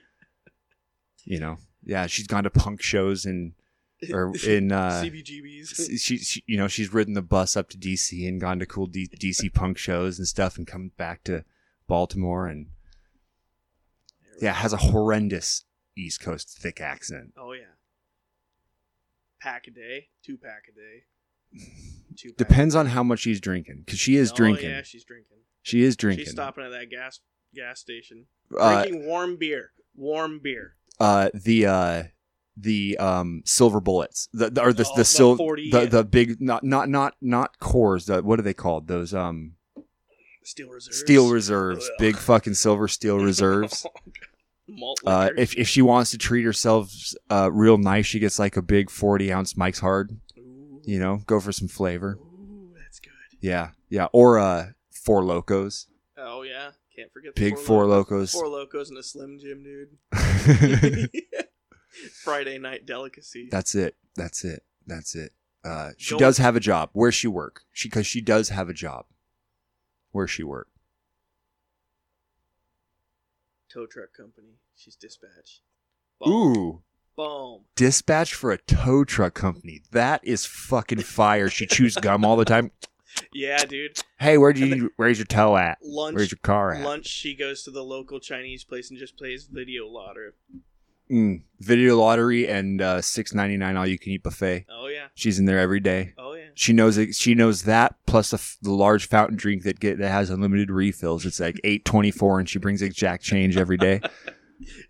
Speaker 1: you know, yeah, she's gone to punk shows in
Speaker 4: [LAUGHS]
Speaker 1: or in uh,
Speaker 4: CBGBs.
Speaker 1: she, she you know she's ridden the bus up to DC and gone to cool D- DC punk shows and stuff and come back to Baltimore and yeah has a horrendous East Coast thick accent.
Speaker 4: Oh yeah. Pack a day, two pack a day. Two. pack-
Speaker 1: Depends on how much she's drinking because she is
Speaker 4: Oh,
Speaker 1: drinking.
Speaker 4: Yeah, she's drinking.
Speaker 1: She is drinking.
Speaker 4: She's stopping at that gas gas station,
Speaker 1: Uh,
Speaker 4: drinking warm beer. Warm beer.
Speaker 1: uh, the uh, the um, silver bullets the, the or the
Speaker 4: Oh,
Speaker 1: the
Speaker 4: the
Speaker 1: sil-
Speaker 4: 40
Speaker 1: the, the big not not not not cores. The, what are they called? Those um
Speaker 4: Steel reserve.
Speaker 1: steel reserves.
Speaker 4: [LAUGHS] Ugh.
Speaker 1: Big fucking silver
Speaker 4: [LAUGHS]
Speaker 1: steel reserves.
Speaker 4: Malt
Speaker 1: Uh,
Speaker 4: liquor.
Speaker 1: if if she wants to treat herself uh, real nice, she gets like a big forty ounce Mike's Hard.
Speaker 4: Ooh.
Speaker 1: You know, go for some flavor.
Speaker 4: Ooh, that's good.
Speaker 1: Yeah, yeah, or uh, four locos,
Speaker 4: Oh yeah, can't forget the
Speaker 1: big four, locos.
Speaker 4: Locos. Four locos and a Slim
Speaker 1: [LAUGHS]
Speaker 4: Jim, dude. [LAUGHS] Friday night delicacy.
Speaker 1: that's it. That's it. That's it. Uh, she
Speaker 4: Don't-
Speaker 1: does have a job where she work. She because she does have a job where she work.
Speaker 4: Tow truck company. She's dispatch.
Speaker 1: Ooh,
Speaker 4: Boom.
Speaker 1: dispatch for a tow truck company. That is fucking fire. She chews gum all the [LAUGHS] time.
Speaker 4: Yeah, dude.
Speaker 1: Hey, where do you where's your toe at? Where's
Speaker 4: Lunch.
Speaker 1: your car at?
Speaker 4: Lunch. She goes to the local Chinese place and just plays video lottery.
Speaker 1: Mm, video lottery and uh, six ninety nine all you can eat buffet.
Speaker 4: Oh yeah.
Speaker 1: She's in there every day.
Speaker 4: Oh yeah.
Speaker 1: She knows it, she knows that plus the, f- the large fountain drink that get that has unlimited refills. It's like eight twenty four, and she brings exact change every [LAUGHS] day.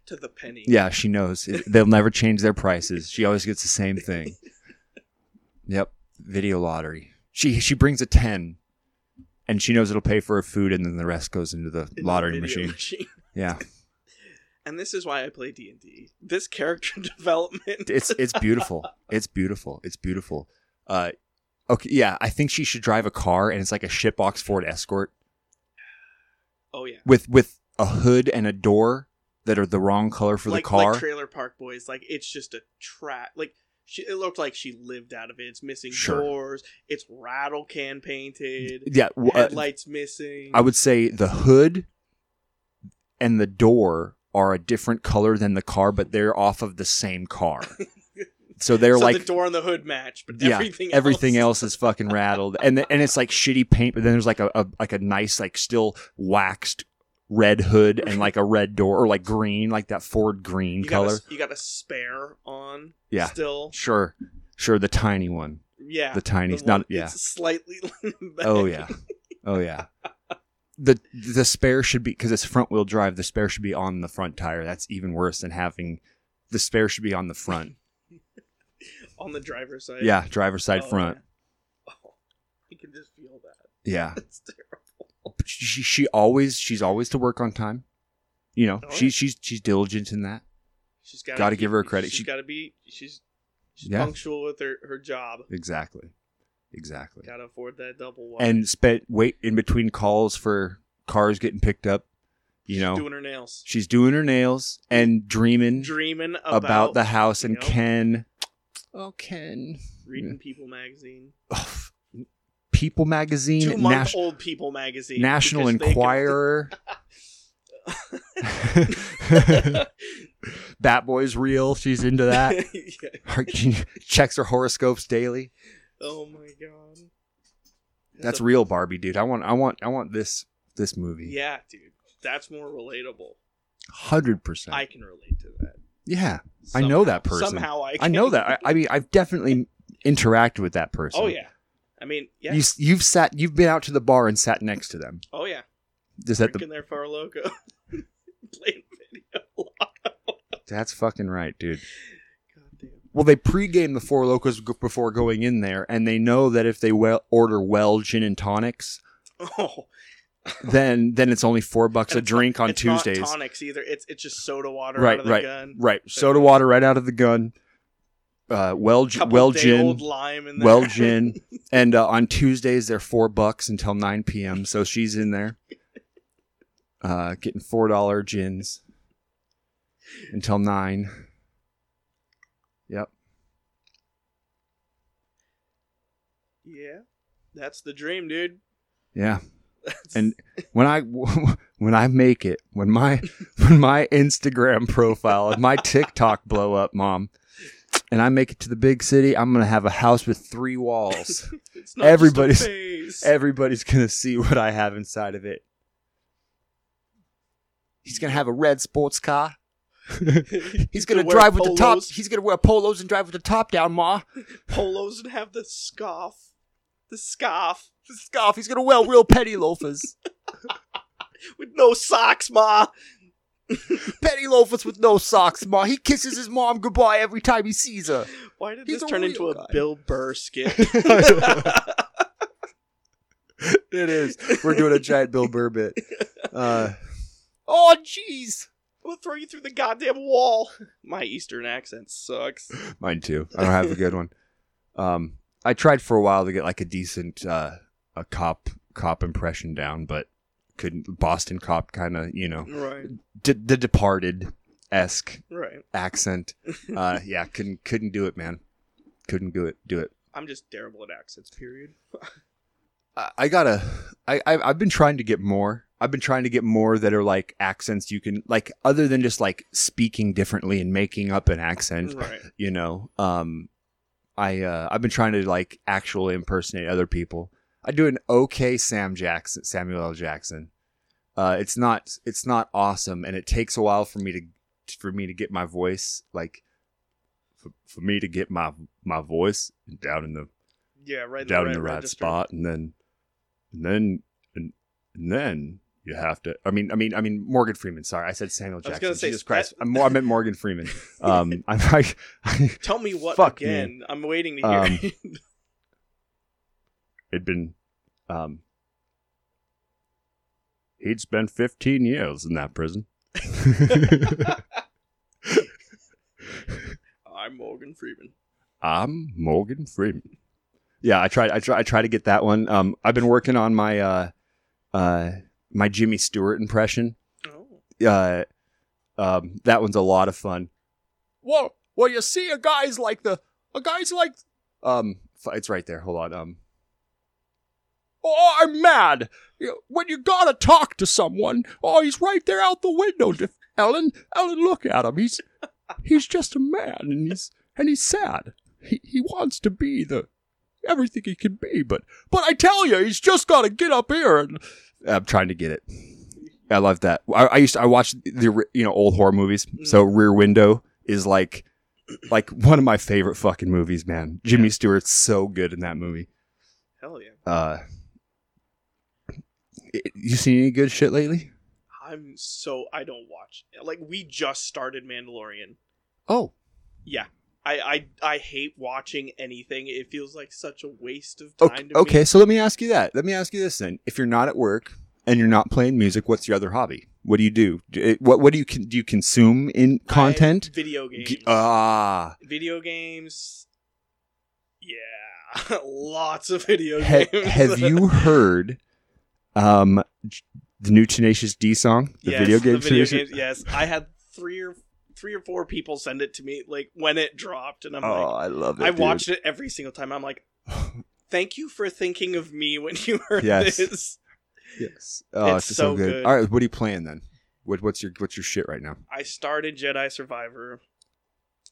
Speaker 4: To the penny.
Speaker 1: Yeah, she knows It- they'll never change their prices. She always gets the same thing. Yep, video lottery. She she brings a ten, and she knows it'll pay for her food, and then the rest goes into the
Speaker 4: [LAUGHS] In the
Speaker 1: lottery
Speaker 4: video
Speaker 1: machine. Yeah,
Speaker 4: and this is why I play D and D. This character [LAUGHS] development.
Speaker 1: It's it's beautiful. It's beautiful. It's beautiful. Uh, okay, yeah. I think she should drive a car, and it's like a shitbox Ford Escort
Speaker 4: [LAUGHS] oh yeah,
Speaker 1: with with a hood and a door that are the wrong color for
Speaker 4: like,
Speaker 1: the car.
Speaker 4: like Trailer Park Boys. Like it's just a trap. Like she, it looked like she lived out of it. It's missing
Speaker 1: Sure.
Speaker 4: doors. It's rattle can painted.
Speaker 1: yeah, w- uh,
Speaker 4: Headlights missing.
Speaker 1: I would say the hood and the door are a different color than the car, but they're off of the same
Speaker 4: [LAUGHS]
Speaker 1: car. So they're
Speaker 4: so
Speaker 1: like
Speaker 4: the door and the hood match, but
Speaker 1: yeah,
Speaker 4: everything
Speaker 1: everything
Speaker 4: else.
Speaker 1: else is fucking rattled, and the, and it's like shitty paint. But then there's like a, a like a nice like still waxed red hood and like a red door or like green, like that Ford green
Speaker 4: you
Speaker 1: color.
Speaker 4: Got a, you got a spare on.
Speaker 1: Yeah.
Speaker 4: Still.
Speaker 1: Sure, sure, the tiny one,
Speaker 4: Yeah.
Speaker 1: the tiny,
Speaker 4: the one
Speaker 1: not yeah.
Speaker 4: [LAUGHS] that's slightly. back.
Speaker 1: Oh yeah, oh yeah. The the spare should be because it's front wheel drive. The spare should be on the front tire. That's even worse than having the spare should be on the
Speaker 4: [LAUGHS]
Speaker 1: front.
Speaker 4: On the driver's side.
Speaker 1: Yeah, driver's side
Speaker 4: Oh,
Speaker 1: front.
Speaker 4: yeah. Oh, you can just feel that. [LAUGHS]
Speaker 1: Yeah.
Speaker 4: It's terrible.
Speaker 1: But she she always she's always to work on time. You know,
Speaker 4: Oh,
Speaker 1: she
Speaker 4: yeah.
Speaker 1: she's she's diligent in that.
Speaker 4: She's got.
Speaker 1: Gotta give her credit.
Speaker 4: She's
Speaker 1: She-
Speaker 4: got to be. She's. She's
Speaker 1: Yeah.
Speaker 4: punctual with her her job.
Speaker 1: Exactly. Exactly.
Speaker 4: Gotta afford that double. Wide.
Speaker 1: And spent wait in between calls for cars getting picked up. You know,
Speaker 4: she's doing her nails,
Speaker 1: she's doing her nails and dreaming
Speaker 4: dreaming
Speaker 1: about,
Speaker 4: about,
Speaker 1: the house and
Speaker 4: Yep.
Speaker 1: Ken. Oh, Ken.
Speaker 4: reading People magazine,
Speaker 1: Ugh. People magazine,
Speaker 4: two month
Speaker 1: Nas-
Speaker 4: old People magazine,
Speaker 1: Mm, National
Speaker 4: because they can-
Speaker 1: Enquirer, [LAUGHS] Bat Boys Reel. She's into that.
Speaker 4: [LAUGHS] Yeah.
Speaker 1: Her- she [LAUGHS] checks her horoscopes daily.
Speaker 4: Oh my god.
Speaker 1: That's
Speaker 4: a-
Speaker 1: real Barbie, dude. I want, I want, I want this this movie.
Speaker 4: Yeah, dude. That's more relatable.
Speaker 1: Hundred percent.
Speaker 4: I can relate to that.
Speaker 1: Yeah, I know that
Speaker 4: Somehow-
Speaker 1: person.
Speaker 4: Somehow I can.
Speaker 1: I know that. I, I mean, I've definitely interacted with that person.
Speaker 4: [LAUGHS] Oh yeah. I mean, yeah.
Speaker 1: You, you've sat, you've been out to the bar and sat next to them.
Speaker 4: oh yeah.
Speaker 1: Is that the?
Speaker 4: Drinking their far loco. [LAUGHS] Playing video. [LAUGHS] Oh, lock.
Speaker 1: That's fucking right, dude.
Speaker 4: Goddamn.
Speaker 1: Well, they pregame the four locos g- before going in there, and they know that if they well, order well gin and tonics,
Speaker 4: Oh,
Speaker 1: then then it's only four bucks
Speaker 4: And
Speaker 1: a drink on
Speaker 4: it's
Speaker 1: Tuesdays.
Speaker 4: Not tonics either. It's it's just soda water
Speaker 1: Right,
Speaker 4: out of the
Speaker 1: right.
Speaker 4: gun.
Speaker 1: Right, soda water right out of the gun. Uh, well, gi-
Speaker 4: Couple
Speaker 1: well
Speaker 4: day
Speaker 1: gin,
Speaker 4: Old lime in there.
Speaker 1: well gin, and uh, on Tuesdays they're four bucks until nine p.m. So she's in there, uh, getting four dollar gins until nine. Yep,
Speaker 4: [LAUGHS] yeah. That's the dream, dude. [LAUGHS]
Speaker 1: yeah.
Speaker 4: That's,
Speaker 1: And when I [LAUGHS] when I make it, when my [LAUGHS] when my Instagram profile and my TikTok blow up, mom, and I make it to the big city, I'm gonna have a house with three walls.
Speaker 4: it's not just a
Speaker 1: everybody's-
Speaker 4: phase.
Speaker 1: Everybody's gonna see what I have inside of it. He's gonna have a red sports car. He's gonna
Speaker 4: wear
Speaker 1: drive with the top.
Speaker 4: polos.
Speaker 1: He's gonna wear polos and drive with the top down, ma.
Speaker 4: [LAUGHS] polos and have the scarf. The scarf
Speaker 1: The scarf. He's gonna wear real petty [LAUGHS] loafers.
Speaker 4: with no socks, ma.
Speaker 1: petty loafers with no socks, ma. He kisses his mom goodbye every time he sees her.
Speaker 4: Why did
Speaker 1: He's
Speaker 4: this
Speaker 1: a
Speaker 4: turn
Speaker 1: real
Speaker 4: into a
Speaker 1: guy.
Speaker 4: Bill
Speaker 1: [LAUGHS]
Speaker 4: Burr skit?
Speaker 1: It is. We're doing a giant Bill Burr bit.
Speaker 4: [LAUGHS]
Speaker 1: Uh, [LAUGHS] oh, jeez.
Speaker 4: We'll throw you through the goddamn wall. [LAUGHS] My Eastern
Speaker 1: [LAUGHS]
Speaker 4: accent sucks.
Speaker 1: Mine too. I don't have a good one. Um, I tried for a while to get like a decent uh, a cop cop impression down, but couldn't. Boston cop kind of, you know,
Speaker 4: Right,
Speaker 1: d- the Departed esque
Speaker 4: right.
Speaker 1: accent. Uh, yeah, couldn't couldn't do it, man. Couldn't do it. Do it.
Speaker 4: I'm just terrible at accents. Period.
Speaker 1: I- I gotta. I, I I've been trying to get more. I've been trying to get more that are like accents you can like other than just like speaking differently and making up an accent.
Speaker 4: Right.
Speaker 1: You know. Um, I uh, I've been trying to like actually impersonate other people. I do an okay Sam Jackson, Samuel L. Jackson. Uh, it's not it's not awesome, and it takes a while for me to for me to get my voice like for, for me to get my my voice down in the
Speaker 4: Yeah, right.
Speaker 1: down in the
Speaker 4: right
Speaker 1: right
Speaker 4: register.
Speaker 1: spot, and then, and then, and, and then you have to. I mean, I mean, I mean, Morgan Freeman. Sorry, I said Samuel
Speaker 4: I was
Speaker 1: Jackson.
Speaker 4: gonna say
Speaker 1: Jesus Christ,
Speaker 4: that-
Speaker 1: I'm, more- I meant Morgan
Speaker 4: [LAUGHS]
Speaker 1: Freeman. Um, I'm like, [LAUGHS]
Speaker 4: Tell me what
Speaker 1: Fuck me. Um,
Speaker 4: again. I'm waiting to hear.
Speaker 1: it'd been, um, he'd spent 15 years in that prison.
Speaker 4: I'm Morgan Freeman.
Speaker 1: I'm Morgan Freeman. Yeah, I tried. I try. I try to get that one. Um, I've been working on my uh, uh, my Jimmy Stewart impression.
Speaker 4: Oh.
Speaker 1: Uh, um, that one's a lot of fun. Well, well, you see, a guy's like the a guy's like um, f- it's right there. Hold on. Um, oh, I'm mad. You- When you gotta talk to someone, oh, he's right there out the window. Dif- Ellen, Ellen, look at him. He's he's just a man, and he's and he's sad. He he wants to be the everything he can be, but but I tell you, he's just got to get up here. And I'm trying to get it. I love that. I, I used to, I watched the ri- you know old horror movies.
Speaker 4: Mm.
Speaker 1: So Rear Window is like like one of my favorite fucking movies, man. Jimmy Stewart's so good in that movie.
Speaker 4: Hell yeah.
Speaker 1: Uh, i- you seen any good shit lately?
Speaker 4: I'm so I don't watch. Like we just started Mandalorian.
Speaker 1: Oh,
Speaker 4: Yeah. I, I I hate watching anything. It feels like such a waste of time
Speaker 1: okay,
Speaker 4: to
Speaker 1: okay.
Speaker 4: me.
Speaker 1: So let me ask you that. Let me ask you this then: If you're not at work and you're not playing music, what's your other hobby? What do you do? Do- it- What what do you con- do? You consume in
Speaker 4: I-
Speaker 1: content?
Speaker 4: video games.
Speaker 1: G- Ah,
Speaker 4: video games. Yeah. [LAUGHS] Lots of video
Speaker 1: ha-
Speaker 4: [LAUGHS] games.
Speaker 1: have you heard um j- the new Tenacious D song?
Speaker 4: [LAUGHS]
Speaker 1: The
Speaker 4: yes,
Speaker 1: video game
Speaker 4: the video
Speaker 1: Tenacious-
Speaker 4: games, yes. I had three or three or four people send it to me like when it dropped and I'm
Speaker 1: oh,
Speaker 4: like
Speaker 1: I love it.
Speaker 4: I
Speaker 1: dude.
Speaker 4: watched it every single time. I'm like thank you for thinking of me when you [LAUGHS] heard
Speaker 1: Yes.
Speaker 4: this.
Speaker 1: [LAUGHS] Yes. Oh, it's,
Speaker 4: It's
Speaker 1: so
Speaker 4: so
Speaker 1: good.
Speaker 4: good.
Speaker 1: All right, what are you playing then? What, what's your what's your shit right now?
Speaker 4: I started Jedi Survivor.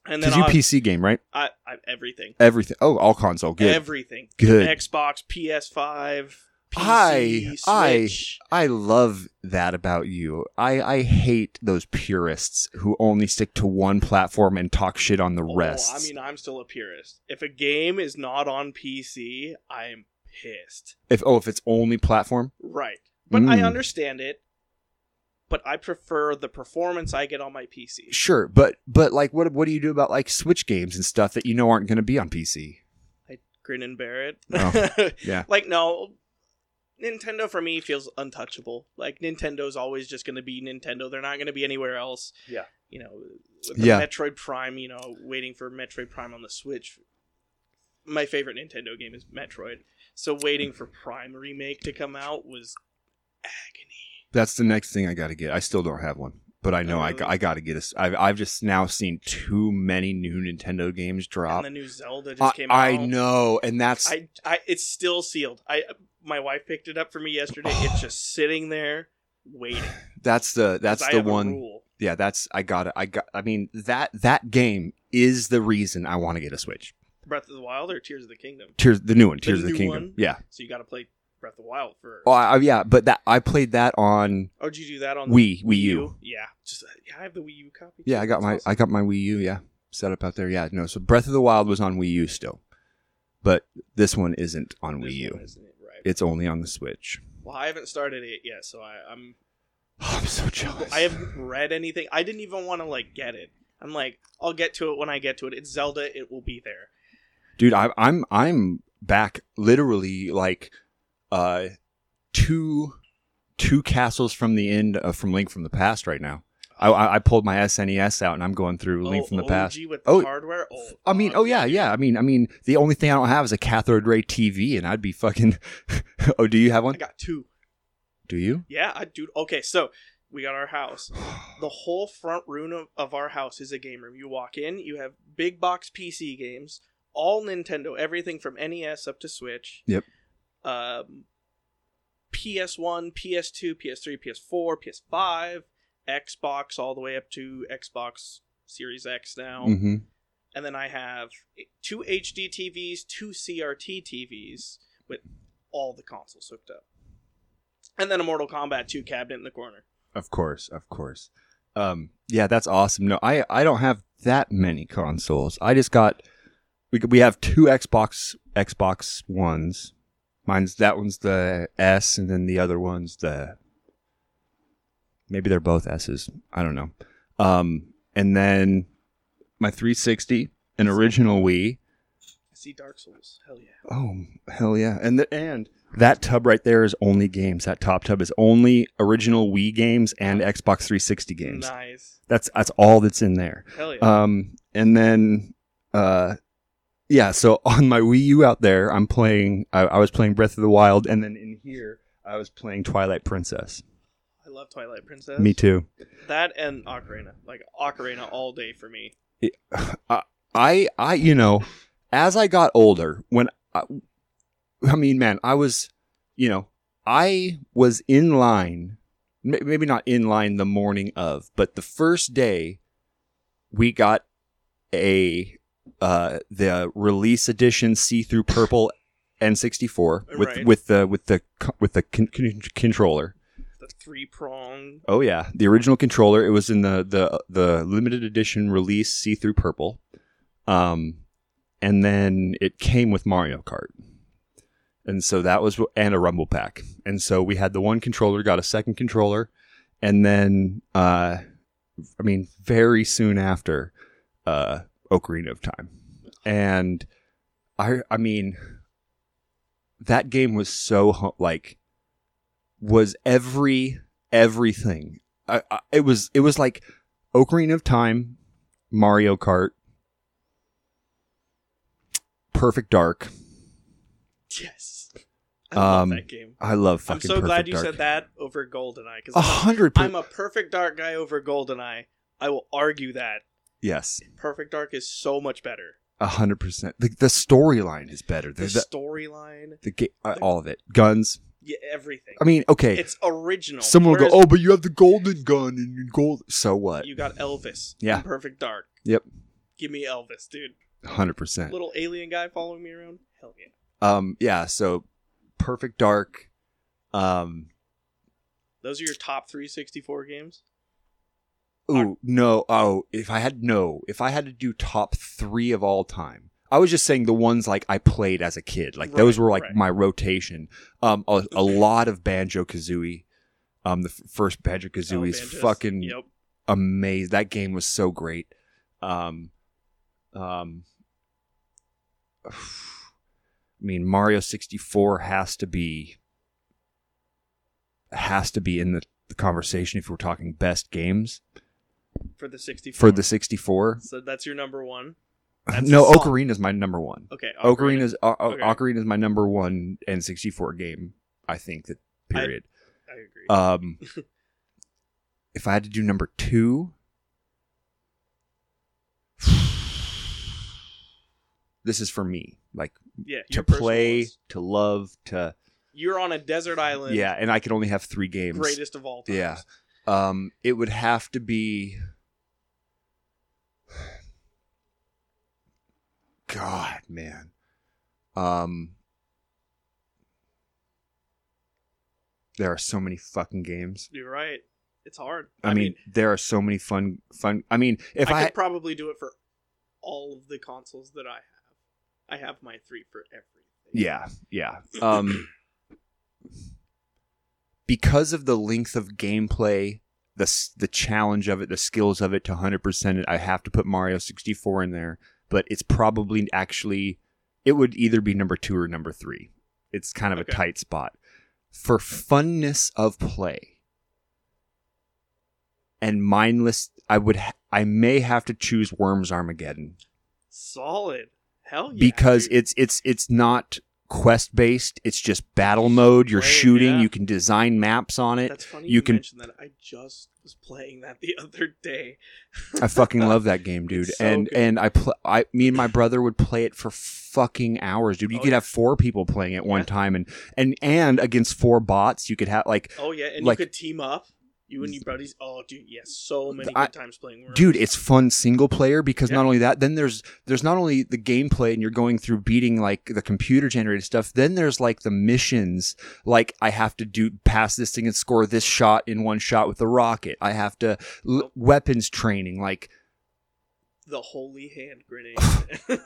Speaker 4: And then
Speaker 1: Because you
Speaker 4: on-
Speaker 1: PC game, right?
Speaker 4: I, I everything.
Speaker 1: Everything. Oh, all console. Good.
Speaker 4: Everything.
Speaker 1: good.
Speaker 4: Xbox, PS5,
Speaker 1: I-
Speaker 4: PC,
Speaker 1: I-
Speaker 4: Switch.
Speaker 1: I love that about you. I, I hate those purists who only stick to one platform and talk shit on the
Speaker 4: Oh,
Speaker 1: rest.
Speaker 4: I mean, I'm still a purist. If a game is not on PC, I am pissed.
Speaker 1: if oh, if it's only platform,
Speaker 4: Right. But I
Speaker 1: Mm.
Speaker 4: understand it. But I prefer the performance I get on my PC.
Speaker 1: sure. But but like, what what do you do about like Switch games and stuff that you know aren't going to be on PC?
Speaker 4: I grin and bear it. [LAUGHS]
Speaker 1: Oh, yeah.
Speaker 4: Like, no. Nintendo for me feels untouchable. Like Nintendo's always just going to be Nintendo. They're not going to be anywhere else.
Speaker 1: Yeah.
Speaker 4: You know, with the
Speaker 1: Yeah.
Speaker 4: Metroid Prime, you know, waiting for Metroid Prime on the Switch. My favorite Nintendo game is Metroid. So waiting for Prime remake to come out was agony.
Speaker 1: That's the next thing I got to get. I still don't have one, but I know I,
Speaker 4: Uh,
Speaker 1: I got to get a. s- I've I've just now seen too many new Nintendo games drop.
Speaker 4: And the new Zelda just
Speaker 1: I,
Speaker 4: came out.
Speaker 1: I know, and that's
Speaker 4: I, I it's still sealed. I my wife picked it up for me yesterday. It's just sitting there waiting. 'Cause
Speaker 1: that's the that's
Speaker 4: I
Speaker 1: the
Speaker 4: have a
Speaker 1: one.
Speaker 4: rule.
Speaker 1: Yeah, that's I got it. I got. I mean that that game is the reason I want to get a Switch.
Speaker 4: Breath of the Wild or Tears of the Kingdom.
Speaker 1: Tears the new one, Tears of the
Speaker 4: new
Speaker 1: Kingdom.
Speaker 4: one?
Speaker 1: Yeah.
Speaker 4: So you got to play Breath of the Wild for.
Speaker 1: Oh, I, I- yeah, but that I played that on
Speaker 4: Oh, did you do that on the
Speaker 1: Wii Wii U.
Speaker 4: Yeah, just yeah, I have the Wii U copy.
Speaker 1: Yeah,
Speaker 4: too.
Speaker 1: I got
Speaker 4: That's
Speaker 1: my
Speaker 4: awesome.
Speaker 1: I got my Wii U. Yeah, set up out there. Yeah, no. So Breath of the Wild was on Wii U still, but this one isn't on
Speaker 4: This
Speaker 1: Wii
Speaker 4: one,
Speaker 1: U.
Speaker 4: isn't it? Right.
Speaker 1: It's only on the Switch.
Speaker 4: well, I haven't started it yet, so I, [SIGHS] I'm
Speaker 1: I'm so jealous.
Speaker 4: I haven't read anything. I didn't even want to like get it. I'm like, I'll get to it when I get to it. It's Zelda. It will be there.
Speaker 1: dude I, i'm i'm back literally like uh two two castles from the end uh, from link from the past right now I, I i pulled my snes out and i'm going through link
Speaker 4: Oh,
Speaker 1: from the
Speaker 4: OG
Speaker 1: past
Speaker 4: with
Speaker 1: Oh,
Speaker 4: the hardware. Oh,
Speaker 1: I mean,
Speaker 4: God.
Speaker 1: oh yeah, yeah. I mean, I mean, the only thing I don't have is a cathode ray TV, and I'd be fucking. [LAUGHS] oh, do you have
Speaker 4: I
Speaker 1: one?
Speaker 4: got two.
Speaker 1: Do you?
Speaker 4: Yeah, I dude. Okay, so we got our house. The whole front room of, of our house is a game room. You walk in, you have big box PC games, all Nintendo, everything from NES up to Switch.
Speaker 1: Yep.
Speaker 4: Um, PS1, PS2, PS3, PS4, PS5, Xbox, all the way up to Xbox Series X now.
Speaker 1: Mm-hmm.
Speaker 4: And then I have two HD TVs, two CRT TVs with all the consoles hooked up. And then a Mortal Kombat 2 cabinet in the corner.
Speaker 1: Of course, of course. Um, yeah, that's awesome. No, I I don't have that many consoles. I just got we we have two Xbox Xbox ones. Mine's that one's the S, and then the other one's the maybe they're both S's. I don't know. Um, and then my 360, an original Wii,
Speaker 4: I see Dark Souls. Hell yeah.
Speaker 1: Oh hell yeah! And the, and that tub right there is only games. That top tub is only original Wii games and Xbox 360 games.
Speaker 4: Nice.
Speaker 1: That's that's all that's in there.
Speaker 4: Hell yeah.
Speaker 1: Um, and then, uh, yeah. So [LAUGHS] on my Wii U out there, I'm playing. I, I was playing Breath of the Wild, and then in here, I was playing Twilight Princess.
Speaker 4: I love Twilight Princess.
Speaker 1: Me too.
Speaker 4: That and Ocarina. Like Ocarina all day for me.
Speaker 1: I I you know, as I got older, when I, I mean, man, I was, you know, I was in line. ma- Maybe not in line the morning of, but the first day, we got a uh the release edition see through purple N64 with
Speaker 4: Right.
Speaker 1: with the with the co- with the con- con- controller.
Speaker 4: The three prong.
Speaker 1: Oh yeah, the original controller. It was in the the the limited edition release, see through purple, um, and then it came with Mario Kart, and so that was wh- and a Rumble Pack, and so we had the one controller, got a second controller, and then uh, I mean, very soon after, uh, Ocarina of Time, and I I mean, that game was so hu- like was every everything. I, I, it was it was like Ocarina of Time, Mario Kart, Perfect Dark.
Speaker 4: Yes. I love
Speaker 1: Um,
Speaker 4: that game.
Speaker 1: I love
Speaker 4: I'm
Speaker 1: fucking.
Speaker 4: so
Speaker 1: Perfect
Speaker 4: glad you
Speaker 1: Dark. Oh,
Speaker 4: said that over Goldeneye
Speaker 1: A
Speaker 4: because
Speaker 1: hundred. [LAUGHS] Per-
Speaker 4: I'm a perfect dark guy over Goldeneye. I will argue that
Speaker 1: yes,
Speaker 4: Perfect Dark is so much better.
Speaker 1: a hundred percent. The, the storyline is better.
Speaker 4: The
Speaker 1: The, the,
Speaker 4: storyline,
Speaker 1: the, ga- uh, all of it. Guns.
Speaker 4: yeah, everything.
Speaker 1: I mean, okay.
Speaker 4: it's original.
Speaker 1: someone will go,
Speaker 4: Whereas
Speaker 1: "Oh, but you have the golden gun and your gold." So what?
Speaker 4: you got Elvis.
Speaker 1: Yeah.
Speaker 4: in Perfect Dark.
Speaker 1: Yep.
Speaker 4: Give me Elvis, dude.
Speaker 1: A Hundred percent.
Speaker 4: Little alien guy following me around. Hell yeah.
Speaker 1: Um. Yeah. So, Perfect Dark. Um.
Speaker 4: Those are your top three sixty-four games.
Speaker 1: Ooh, no. Oh, if I had no, if I had to do top three of all time, I was just saying the ones like I played as a kid. Like those
Speaker 4: Right,
Speaker 1: were like
Speaker 4: right.
Speaker 1: my rotation. Um, a, a lot of Banjo Kazooie. Um, the f- first Banjo Kazooie is
Speaker 4: Banjos.
Speaker 1: fucking
Speaker 4: Yep.
Speaker 1: amazing. That game was so great. Um, um, [SIGHS] I mean, Mario sixty four has to be has to be in the, the conversation if we're talking best games
Speaker 4: For the sixty-four.
Speaker 1: for the 64.
Speaker 4: So that's your number one. That's
Speaker 1: no,
Speaker 4: a song.
Speaker 1: Ocarina is my number one.
Speaker 4: Okay.
Speaker 1: Ocarina is
Speaker 4: Okay.
Speaker 1: Ocarina is my number one N64 game. I think that
Speaker 4: I-
Speaker 1: period.
Speaker 4: I agree.
Speaker 1: um, if I had to do number two, [SIGHS] this is for me. Like
Speaker 4: yeah.
Speaker 1: to
Speaker 4: your personal
Speaker 1: play,
Speaker 4: ones.
Speaker 1: to love, to
Speaker 4: You're on a desert island.
Speaker 1: yeah, and I can only have three games.
Speaker 4: Greatest of all time.
Speaker 1: Yeah. Um, it would have to be. God, man. Um, there are so many fucking games.
Speaker 4: You're right. It's hard.
Speaker 1: I, mean, there are so many fun, fun. I mean, if
Speaker 4: I,
Speaker 1: I,
Speaker 4: could probably do it for all of the consoles that I have. I have my three for everything.
Speaker 1: yeah, yeah. Um, because of the length of gameplay, the s- the challenge of it, the skills of it to 100% it, I have to put Mario 64 in there, but it's probably actually it would either be number 2 or number 3. It's kind of
Speaker 4: Okay.
Speaker 1: a tight spot for funness of play and mindless I would ha- I may have to choose Worms Armageddon
Speaker 4: Solid. Hell [LAUGHS] yeah.
Speaker 1: because
Speaker 4: dude.
Speaker 1: it's it's it's not quest based, it's just battle mode, you're
Speaker 4: Right,
Speaker 1: shooting,
Speaker 4: yeah.
Speaker 1: you can design maps on it.
Speaker 4: That's funny
Speaker 1: you
Speaker 4: you,
Speaker 1: can-
Speaker 4: mentioned that. I just was playing that the [LAUGHS] other day.
Speaker 1: I fucking
Speaker 4: [LAUGHS]
Speaker 1: love that game, dude.
Speaker 4: It's so
Speaker 1: and
Speaker 4: good.
Speaker 1: and I pl- I me and my brother would play it for fucking hours, dude. You
Speaker 4: Oh,
Speaker 1: could
Speaker 4: yeah.
Speaker 1: have four people playing at one
Speaker 4: Yeah.
Speaker 1: time and and and against four bots, you could have like
Speaker 4: Oh yeah, and
Speaker 1: Like-
Speaker 4: you could team up. You and your buddies. Oh dude, yes, so many
Speaker 1: I-
Speaker 4: good times playing Worms.
Speaker 1: dude, it's fun single player because
Speaker 4: Yeah.
Speaker 1: not only that, then there's there's not only the gameplay and you're going through beating like the computer generated stuff, then there's like the missions, like I have to do pass this thing and score this shot in one shot with the rocket. I have to l- weapons training, like
Speaker 4: the holy hand grenade. [LAUGHS]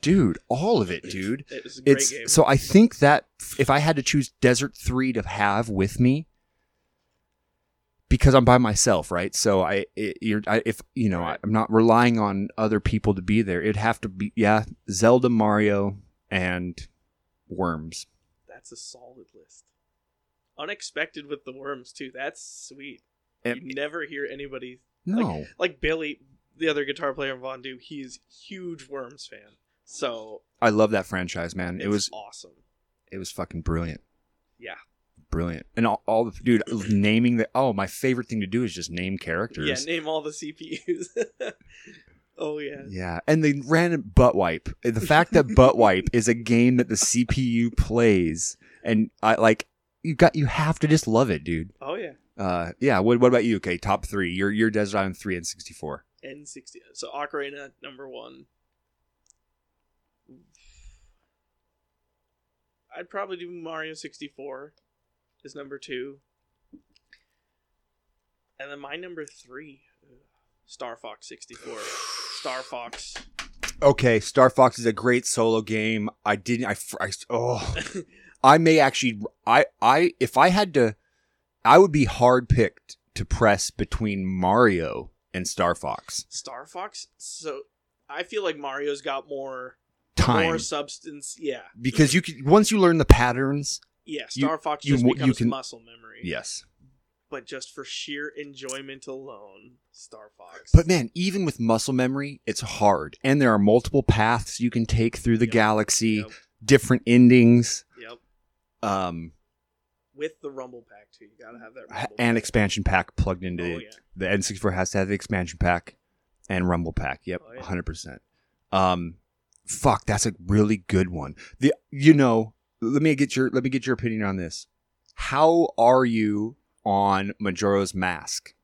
Speaker 1: dude, all of it, [LAUGHS] dude.
Speaker 4: it was a great
Speaker 1: It's
Speaker 4: game.
Speaker 1: so I think that if I had to choose Desert 3 to have with me because I'm by myself, right? So I, it, you're, I if you know, I, I'm not relying on other people to be there. It'd have to be, yeah, Zelda, Mario, and Worms.
Speaker 4: That's a solid list. Unexpected with the worms too. That's sweet. you
Speaker 1: And-
Speaker 4: never hear anybody
Speaker 1: no,
Speaker 4: like Billy, the other guitar player in Von Du. He's huge Worms fan, so
Speaker 1: I love that franchise, man.
Speaker 4: it's
Speaker 1: It was,
Speaker 4: awesome.
Speaker 1: it was fucking brilliant.
Speaker 4: Yeah.
Speaker 1: brilliant. And all, all the dude naming the oh, my favorite thing to do is just name characters.
Speaker 4: Yeah, name all the CPUs. [LAUGHS] oh yeah,
Speaker 1: Yeah, and they ran butt wipe. Eh, The fact that butt wipe is a game that the CPU plays, and I like you got you have to just love it, dude.
Speaker 4: oh yeah.
Speaker 1: Uh, yeah. What, what about you? Okay, top three. Your your Desert Island three and sixty four.
Speaker 4: N sixty. So Ocarina number one. I'd probably do Mario sixty four, is number two. And then my number three, Star Fox sixty four. Star Fox.
Speaker 1: [SIGHS] Okay, Star Fox is a great solo game. I didn't. I, fr- I oh, [LAUGHS] I may actually. I I if I had to, I would be hard picked to press between Mario and Star Fox.
Speaker 4: Star Fox. So I feel like Mario's got more
Speaker 1: Time
Speaker 4: more substance. Yeah,
Speaker 1: because you can once you learn the patterns.
Speaker 4: yeah.
Speaker 1: You-
Speaker 4: Star Fox
Speaker 1: you
Speaker 4: just
Speaker 1: w- you
Speaker 4: becomes
Speaker 1: can-
Speaker 4: muscle memory.
Speaker 1: Yes.
Speaker 4: But just for sheer enjoyment alone, Star Fox.
Speaker 1: But man, even with muscle memory, it's hard. And there are multiple paths you can take through the
Speaker 4: Yep.
Speaker 1: galaxy,
Speaker 4: Yep.
Speaker 1: different endings,
Speaker 4: Yep.
Speaker 1: um,
Speaker 4: With the Rumble Pack too. You gotta have that
Speaker 1: h-
Speaker 4: Rumble
Speaker 1: and
Speaker 4: pack.
Speaker 1: expansion pack plugged into
Speaker 4: Oh
Speaker 1: it.
Speaker 4: yeah.
Speaker 1: The N64 has to have the expansion pack and rumble pack. Yep,
Speaker 4: Oh, yeah.
Speaker 1: 100%. Um fuck, that's a really good one. The you know, let me get your let me get your opinion on this. How are you on Majora's Mask?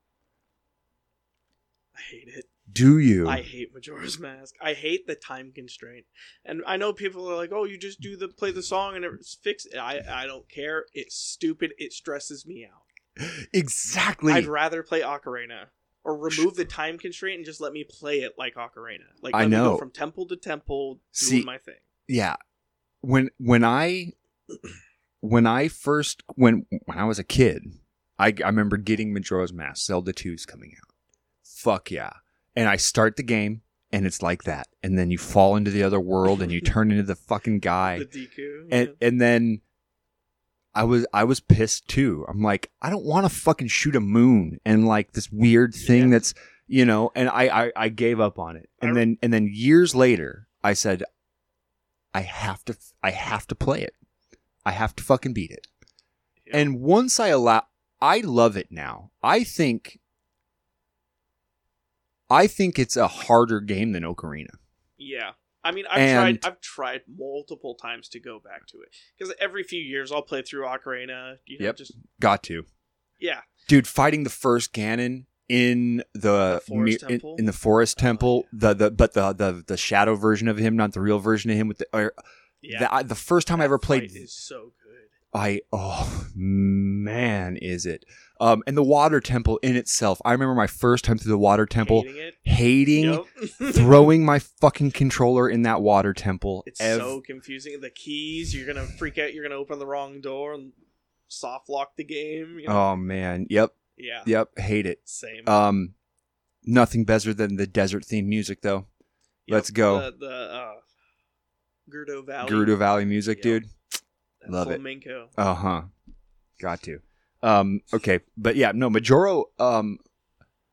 Speaker 4: I hate it.
Speaker 1: Do you?
Speaker 4: I hate Majora's Mask. I hate the time constraint. And I know people are like, "Oh, you just do the play the song and it's fixed." I I don't care. It's stupid. It stresses me out.
Speaker 1: exactly.
Speaker 4: I'd rather play Ocarina or remove the time constraint and just let me play it like Ocarina. Like
Speaker 1: I
Speaker 4: let me go
Speaker 1: know.
Speaker 4: from temple to temple doing
Speaker 1: See-
Speaker 4: my thing.
Speaker 1: yeah when when i when i first when when i was a kid i, I remember getting majora's mask zelda 2's coming out fuck yeah and i start the game and it's like that and then you fall into the other world and you turn into the fucking guy
Speaker 4: [LAUGHS] The Deku.
Speaker 1: and and then I was I was pissed too. I'm like, I don't want to fucking shoot a moon and like this weird thing
Speaker 4: Yeah.
Speaker 1: that's you know. And I, I I gave up on it. And
Speaker 4: I-
Speaker 1: then and then years later, I said, I have to I have to play it. I have to fucking beat it.
Speaker 4: Yeah.
Speaker 1: And once I allow, I love it now. I think. I think it's a harder game than Ocarina.
Speaker 4: Yeah. I mean, I've
Speaker 1: And-
Speaker 4: tried. I've tried multiple times to go back to it because every few years I'll play through Ocarina. You know,
Speaker 1: Yep.
Speaker 4: just
Speaker 1: Got to.
Speaker 4: yeah,
Speaker 1: dude fighting the first ganon in the,
Speaker 4: The forest
Speaker 1: in-
Speaker 4: temple?
Speaker 1: In, the forest
Speaker 4: Oh,
Speaker 1: temple
Speaker 4: yeah.
Speaker 1: the the but the, the the shadow version of him not the real version of him with the or,
Speaker 4: yeah.
Speaker 1: the, I, the first time I ever played
Speaker 4: is so good.
Speaker 1: I oh man is it um and the water temple in itself I remember my first time through the water temple
Speaker 4: Hating it.
Speaker 1: hating
Speaker 4: Yep.
Speaker 1: throwing my fucking controller in that water temple
Speaker 4: it's
Speaker 1: ev-
Speaker 4: so confusing. The keys. You're gonna freak out. You're gonna open the wrong door and soft lock the game. You know?
Speaker 1: oh man yep
Speaker 4: yeah.
Speaker 1: yep hate it
Speaker 4: Same.
Speaker 1: um nothing better than the desert themed music though
Speaker 4: Yep,
Speaker 1: let's go.
Speaker 4: The, the uh, Gerudo Valley.
Speaker 1: Gerudo Valley music
Speaker 4: Yeah.
Speaker 1: dude
Speaker 4: That
Speaker 1: love it.
Speaker 4: flamenco.
Speaker 1: Uh huh. Got to. Um, okay, but yeah, no, Majoro. Um,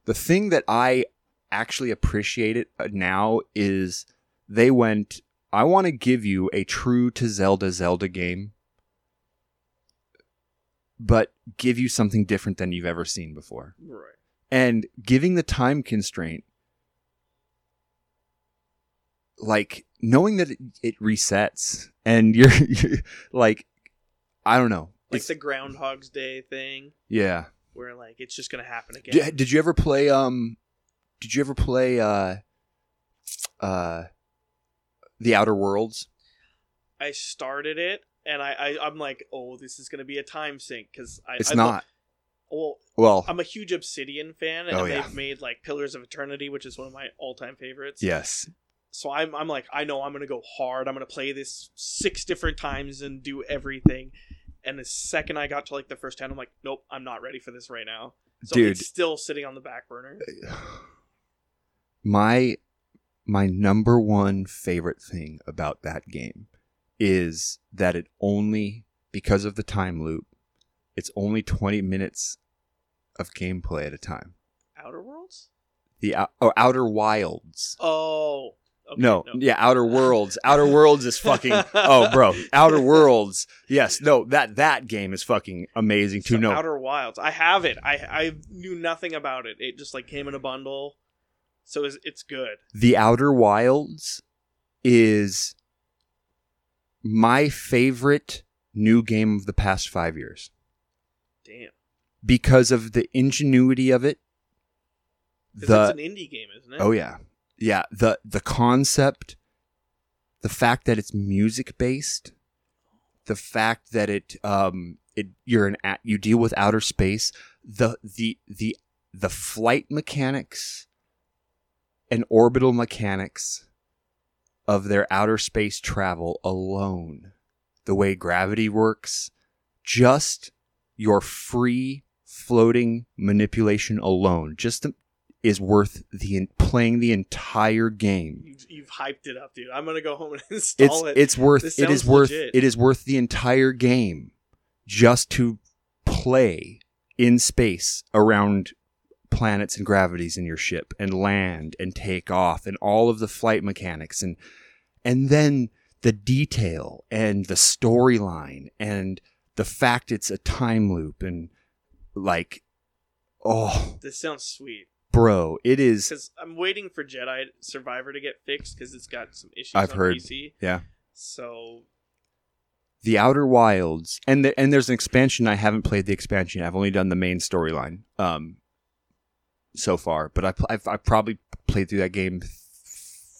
Speaker 1: the thing that I actually appreciate it uh, now is they went. I want to give you a true to Zelda Zelda game, but give you something different than you've ever seen before
Speaker 4: Right.
Speaker 1: and giving the time constraint like knowing that it, it resets and you're, [LAUGHS] you're like i don't know
Speaker 4: Like
Speaker 1: It's-
Speaker 4: the Groundhog's Day thing,
Speaker 1: yeah
Speaker 4: where like it's just gonna happen again.
Speaker 1: D- did you ever play um did you ever play uh uh the outer worlds
Speaker 4: I started it and I, I I'm like, oh, this is gonna be a time sink because I
Speaker 1: it's
Speaker 4: I lo-
Speaker 1: not
Speaker 4: well,
Speaker 1: well
Speaker 4: I'm a huge Obsidian fan, and
Speaker 1: Oh,
Speaker 4: they've
Speaker 1: yeah.
Speaker 4: made like Pillars of Eternity, which is one of my all time favorites.
Speaker 1: yes
Speaker 4: So I'm I'm like, I know I'm gonna go hard. I'm gonna play this six different times and do everything. And the second I got to like the first ten, I'm like, nope, I'm not ready for this right now. So
Speaker 1: Dude.
Speaker 4: it's still sitting on the back burner.
Speaker 1: my my number one favorite thing about that game is that it only because of the time loop it's only 20 minutes of gameplay at a time Uh,
Speaker 4: Outer Worlds?
Speaker 1: the ou- oh, outer wilds
Speaker 4: Oh. Okay,
Speaker 1: no, yeah outer worlds outer worlds is fucking oh bro
Speaker 4: [LAUGHS]
Speaker 1: outer worlds yes no that that game is fucking amazing too
Speaker 4: So
Speaker 1: no
Speaker 4: Outer Wilds. I have it. I I knew nothing about it. It just like came in a bundle. So it's, it's good.
Speaker 1: The Outer Wilds is my favorite new game of the past five years
Speaker 4: Damn.
Speaker 1: because of the ingenuity of it.
Speaker 4: 'Cause
Speaker 1: The
Speaker 4: it's an indie game, isn't it?
Speaker 1: oh yeah, yeah the the concept, the fact that it's music based, the fact that it um it you're an at, you deal with outer space, the the the the flight mechanics and orbital mechanics of their outer space travel alone, the way gravity works, just your free floating manipulation alone, just the, is worth the en- playing the entire game.
Speaker 4: You've, you've hyped it up, dude. I'm gonna go home and [LAUGHS]
Speaker 1: It's
Speaker 4: install it.
Speaker 1: it's worth
Speaker 4: This
Speaker 1: it is
Speaker 4: sounds
Speaker 1: worth
Speaker 4: legit.
Speaker 1: it is worth the entire game just to play in space around planets and gravities in your ship and land and take off and all of the flight mechanics and and then the detail and the storyline and the fact it's a time loop and like oh
Speaker 4: This sounds sweet.
Speaker 1: bro it is
Speaker 4: Because I'm waiting for Jedi Survivor to get fixed because it's got some issues
Speaker 1: I've
Speaker 4: on
Speaker 1: heard.
Speaker 4: PC.
Speaker 1: yeah
Speaker 4: So
Speaker 1: The Outer Wilds, and the, and there's an expansion. I haven't played the expansion. I've only done the main storyline um, so far, but I pl- I've, I've probably played through that game th-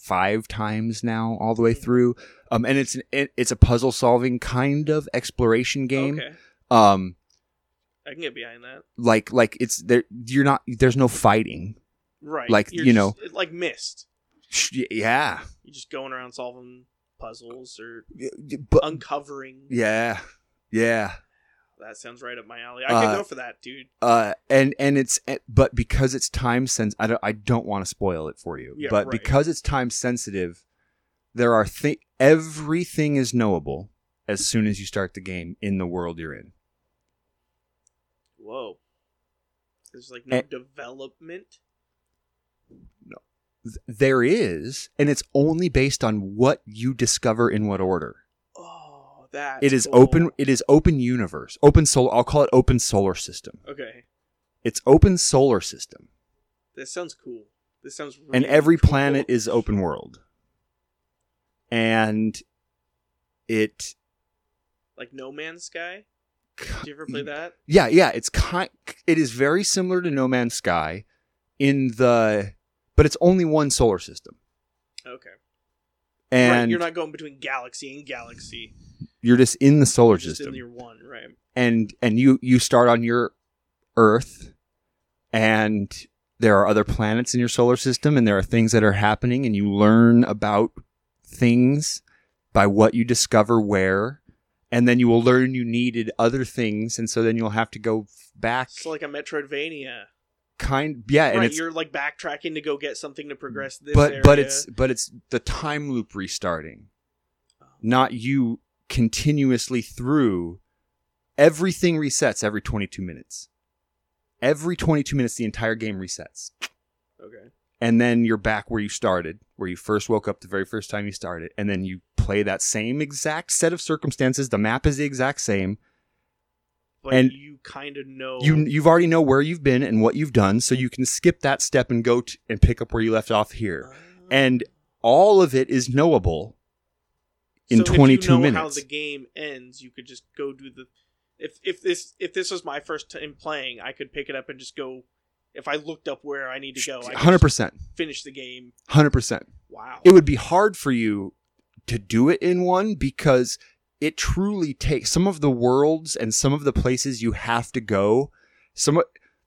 Speaker 1: five times now, all the way through. Um, and it's an, it, it's a puzzle solving kind of exploration game.
Speaker 4: okay,
Speaker 1: Um,
Speaker 4: I can get behind that.
Speaker 1: like like it's there. You're not. There's no fighting.
Speaker 4: Right,
Speaker 1: Like,
Speaker 4: You're
Speaker 1: you
Speaker 4: just-
Speaker 1: know-
Speaker 4: it's like Mist.
Speaker 1: Sh- Yeah,
Speaker 4: You're just going around solving puzzles or
Speaker 1: but
Speaker 4: uncovering.
Speaker 1: yeah, yeah.
Speaker 4: That sounds right up my alley. I could
Speaker 1: Uh,
Speaker 4: go for that, dude.
Speaker 1: uh and and it's eh, but because it's time sense i don't i don't want to spoil it for you
Speaker 4: Yeah,
Speaker 1: but
Speaker 4: right.
Speaker 1: because it's time sensitive there are thi- everything is knowable as soon as you start the game in the world you're in
Speaker 4: Whoa. There's like no
Speaker 1: Eh.
Speaker 4: development.
Speaker 1: Th- there is and it's only based on what you discover in what order
Speaker 4: Oh, that
Speaker 1: it is open it is open universe open solar i'll call it open solar system
Speaker 4: Okay,
Speaker 1: it's open solar system
Speaker 4: this sounds cool. This sounds really
Speaker 1: and every
Speaker 4: cool.
Speaker 1: planet is open world and it
Speaker 4: like No Man's Sky. Did you
Speaker 1: [LAUGHS]
Speaker 4: ever play that?
Speaker 1: Yeah, yeah, it's kind. It is very similar to No Man's Sky, in the, but it's only one solar system,
Speaker 4: Okay,
Speaker 1: and
Speaker 4: right,
Speaker 1: you're,
Speaker 4: you're not going between galaxy and galaxy.
Speaker 1: just in the solar
Speaker 4: You're just
Speaker 1: system,
Speaker 4: in your one, right?
Speaker 1: and and you you start on your Earth, and there are other planets in your solar system, and there are things that are happening, and you learn about things by what you discover where, and then you will learn you needed other things, and so then you'll have to go back,
Speaker 4: It's like a Metroidvania.
Speaker 1: kind yeah, and
Speaker 4: right,
Speaker 1: it's
Speaker 4: you're like backtracking to go get something to progress this
Speaker 1: but
Speaker 4: area.
Speaker 1: but it's but it's the time loop restarting
Speaker 4: Oh.
Speaker 1: not you continuously through everything resets every 22 minutes every 22 minutes the entire game resets
Speaker 4: okay.
Speaker 1: and then you're back where you started where you first woke up the very first time you started and then you play that same exact set of circumstances the map is the exact same
Speaker 4: But
Speaker 1: and
Speaker 4: you kind of know
Speaker 1: you you've already know where you've been and what you've done so you can skip that step and go t- and pick up where you left off
Speaker 4: Ah.
Speaker 1: here
Speaker 4: Mm-hmm.
Speaker 1: and all of it is knowable in
Speaker 4: So
Speaker 1: 22
Speaker 4: if you know
Speaker 1: minutes.
Speaker 4: How the game ends, you could just go do the. If if this if this was my first time playing, I could pick it up and just go. If I looked up where I need to go, I could
Speaker 1: Hundred percent,
Speaker 4: just finish the game.
Speaker 1: hundred percent.
Speaker 4: Wow.
Speaker 1: It would be hard for you to do it in one because it truly takes some of the worlds and some of the places you have to go. Some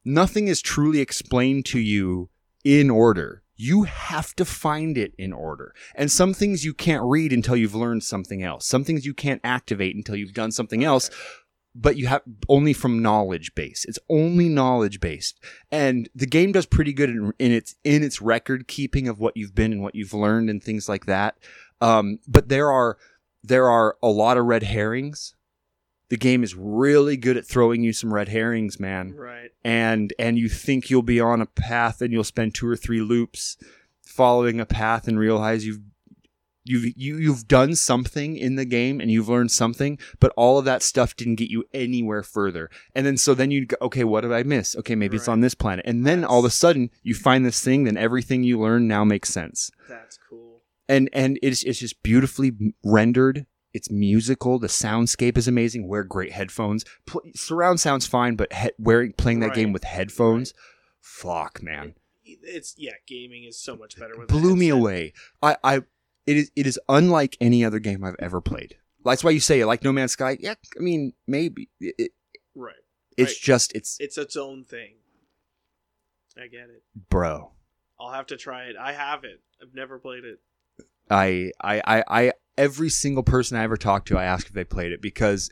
Speaker 1: nothing is truly explained to you in order. You have to find it in order. And some things you can't read until you've learned something else. Some things you can't activate until you've done something else. but you have only from knowledge base. It's only knowledge based, and the game does pretty good in, in its in its record keeping of what you've been and what you've learned and things like that. Um, but there are there are a lot of red herrings. The game is really good at throwing you some red herrings, man
Speaker 4: Right.
Speaker 1: and and you think you'll be on a path and you'll spend two or three loops following a path and realize you've you've you, you've done something in the game and you've learned something but all of that stuff didn't get you anywhere further and then so then you go okay what did i miss okay maybe it's
Speaker 4: Right.
Speaker 1: on this planet and then all of a sudden you find this thing then everything you learn now makes sense
Speaker 4: That's cool.
Speaker 1: and and it's it's just beautifully m- rendered. It's musical. The soundscape is amazing. Wear great headphones. Pl- surround sounds fine, but he- wearing playing that
Speaker 4: Right.
Speaker 1: game with headphones, fuck man,
Speaker 4: It's yeah, gaming is so much better with a
Speaker 1: blew me
Speaker 4: headset.
Speaker 1: away. I I it is it is unlike any other game I've ever played. That's why you say it, like No Man's Sky. Yeah, I mean maybe It- it-
Speaker 4: Right.
Speaker 1: it's
Speaker 4: Right.
Speaker 1: just it's
Speaker 4: It's its own thing. I get it.
Speaker 1: bro.
Speaker 4: I'll have to try it. I have it. I've never played it.
Speaker 1: I, I, I, I, every single person I ever talked to, I ask if they played it because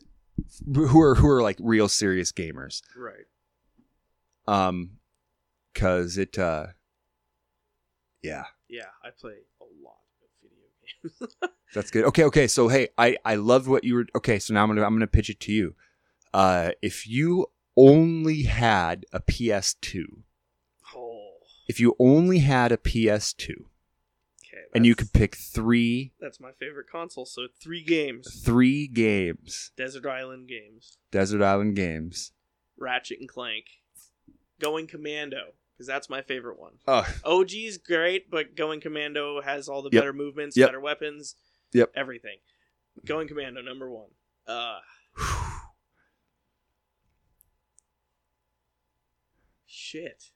Speaker 1: who are who are like real serious gamers.
Speaker 4: Right.
Speaker 1: um cuz it uh yeah
Speaker 4: Yeah, I play a lot of video games. [LAUGHS]
Speaker 1: that's good okay okay so hey i i loved what you were okay so now i'm going to I'm going to pitch it to you uh if you only had a PS2
Speaker 4: oh.
Speaker 1: if you only had a PS2
Speaker 4: Okay.
Speaker 1: and you
Speaker 4: that's-
Speaker 1: could pick 3
Speaker 4: That's my favorite console. So three games:
Speaker 1: 3 games
Speaker 4: Desert Island games,
Speaker 1: Desert Island Games
Speaker 4: Ratchet and Clank, Going Commando, because that's my favorite one.
Speaker 1: oh
Speaker 4: OG's great, but Going Commando has all the
Speaker 1: Yep.
Speaker 4: better movements,
Speaker 1: Yep.
Speaker 4: better weapons,
Speaker 1: Yep.
Speaker 4: everything. Going Commando number one. Uh, shit.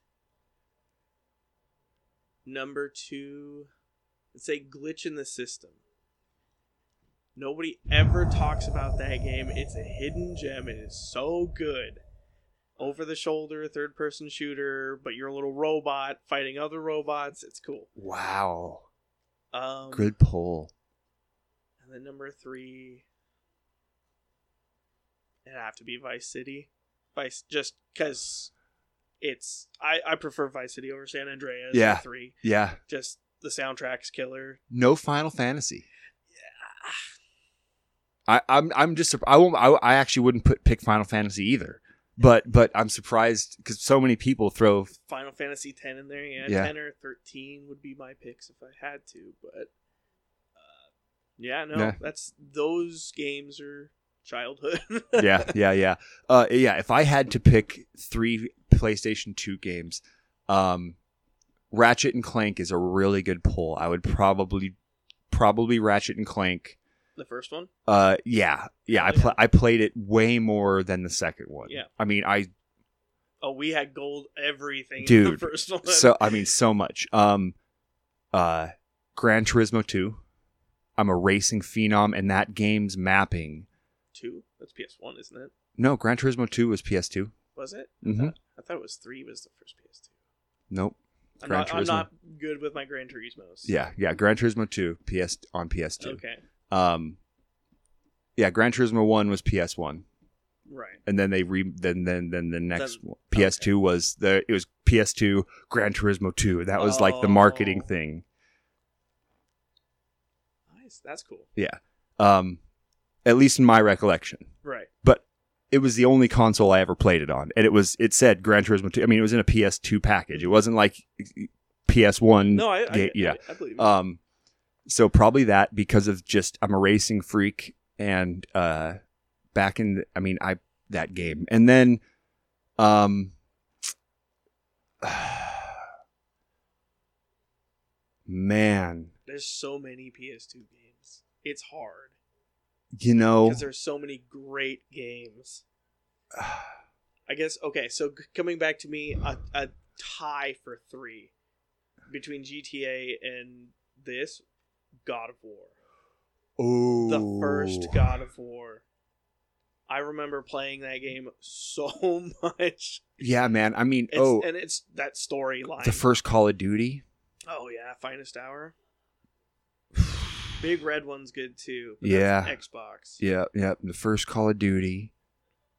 Speaker 4: Number two, let's say Glitch in the System. Nobody ever talks about that game. It's a hidden gem. It is so good. Over the shoulder, third person shooter, but you're a little robot fighting other robots. It's cool.
Speaker 1: wow
Speaker 4: Um,
Speaker 1: good pull
Speaker 4: And then number three, it'd have to be Vice City. Vice, just because it's I I prefer Vice City over San Andreas. at
Speaker 1: Yeah.
Speaker 4: three.
Speaker 1: yeah
Speaker 4: Just the soundtrack's killer.
Speaker 1: no Final Fantasy. I, I'm I'm just surp- I won't I, I actually wouldn't put pick Final Fantasy either, but but I'm surprised because so many people throw
Speaker 4: Final Fantasy ten in there. Yeah,
Speaker 1: Yeah.
Speaker 4: ten or thirteen would be my picks if I had to. But uh, yeah, no,
Speaker 1: Yeah.
Speaker 4: that's those games are childhood.
Speaker 1: [LAUGHS] yeah yeah yeah uh, yeah if I had to pick three PlayStation Two games, um, Ratchet and Clank is a really good pull. I would probably probably Ratchet and Clank.
Speaker 4: [LAUGHS] the first one.
Speaker 1: Uh, yeah yeah I
Speaker 4: Yeah.
Speaker 1: pl- I played it way more than the second one.
Speaker 4: Yeah.
Speaker 1: I mean I
Speaker 4: Oh, we had gold everything. in the
Speaker 1: Dude,
Speaker 4: first one.
Speaker 1: so I mean so much. Um uh Gran Turismo 2. I'm a racing phenom and that game's mapping.
Speaker 4: two. That's PS one, isn't it?
Speaker 1: No, Gran Turismo 2 was PS2.
Speaker 4: Was it?
Speaker 1: Mhm.
Speaker 4: Uh, I thought it was three was the first PS2.
Speaker 1: Nope.
Speaker 4: I'm,
Speaker 1: Gran
Speaker 4: not, I'm
Speaker 1: Turismo.
Speaker 4: not good with my Gran Turismos.
Speaker 1: Yeah, yeah, Gran Turismo 2 PS on PS2.
Speaker 4: Okay.
Speaker 1: Um Yeah, Gran Turismo 1 was PS1
Speaker 4: Right.
Speaker 1: and then they re then then then the next
Speaker 4: Then-
Speaker 1: one, PS2 was the it was PS2 Gran Turismo 2. That was like the marketing
Speaker 4: Oh.
Speaker 1: thing.
Speaker 4: Nice. That's cool.
Speaker 1: Um at least in my recollection.
Speaker 4: Right.
Speaker 1: but it was the only console I ever played it on, and it was it said Gran Turismo 2. I mean, it was in a PS2 package. It wasn't like PS1.
Speaker 4: No, I, I,
Speaker 1: ga-
Speaker 4: yeah.
Speaker 1: yeah.
Speaker 4: I, believe you.
Speaker 1: Um, so probably that because of just I'm a racing freak, and uh, back in the, I mean I that game, and then, um, [SIGHS] man,
Speaker 4: There's so many PS2 games. It's hard
Speaker 1: you know,
Speaker 4: because there's so many great
Speaker 1: [SIGHS]
Speaker 4: games. I guess okay. So c- coming back to me, a, a tie for three between GTA and this God of War.
Speaker 1: oh,
Speaker 4: the first God of War. I remember playing that game so [LAUGHS] much.
Speaker 1: yeah, man. I mean,
Speaker 4: It's,
Speaker 1: oh,
Speaker 4: and it's that storyline.
Speaker 1: the first Call of Duty.
Speaker 4: oh yeah, Finest Hour. Big Red one's good too. but
Speaker 1: Yeah.
Speaker 4: that's Xbox.
Speaker 1: Yeah, yeah. The first Call of Duty.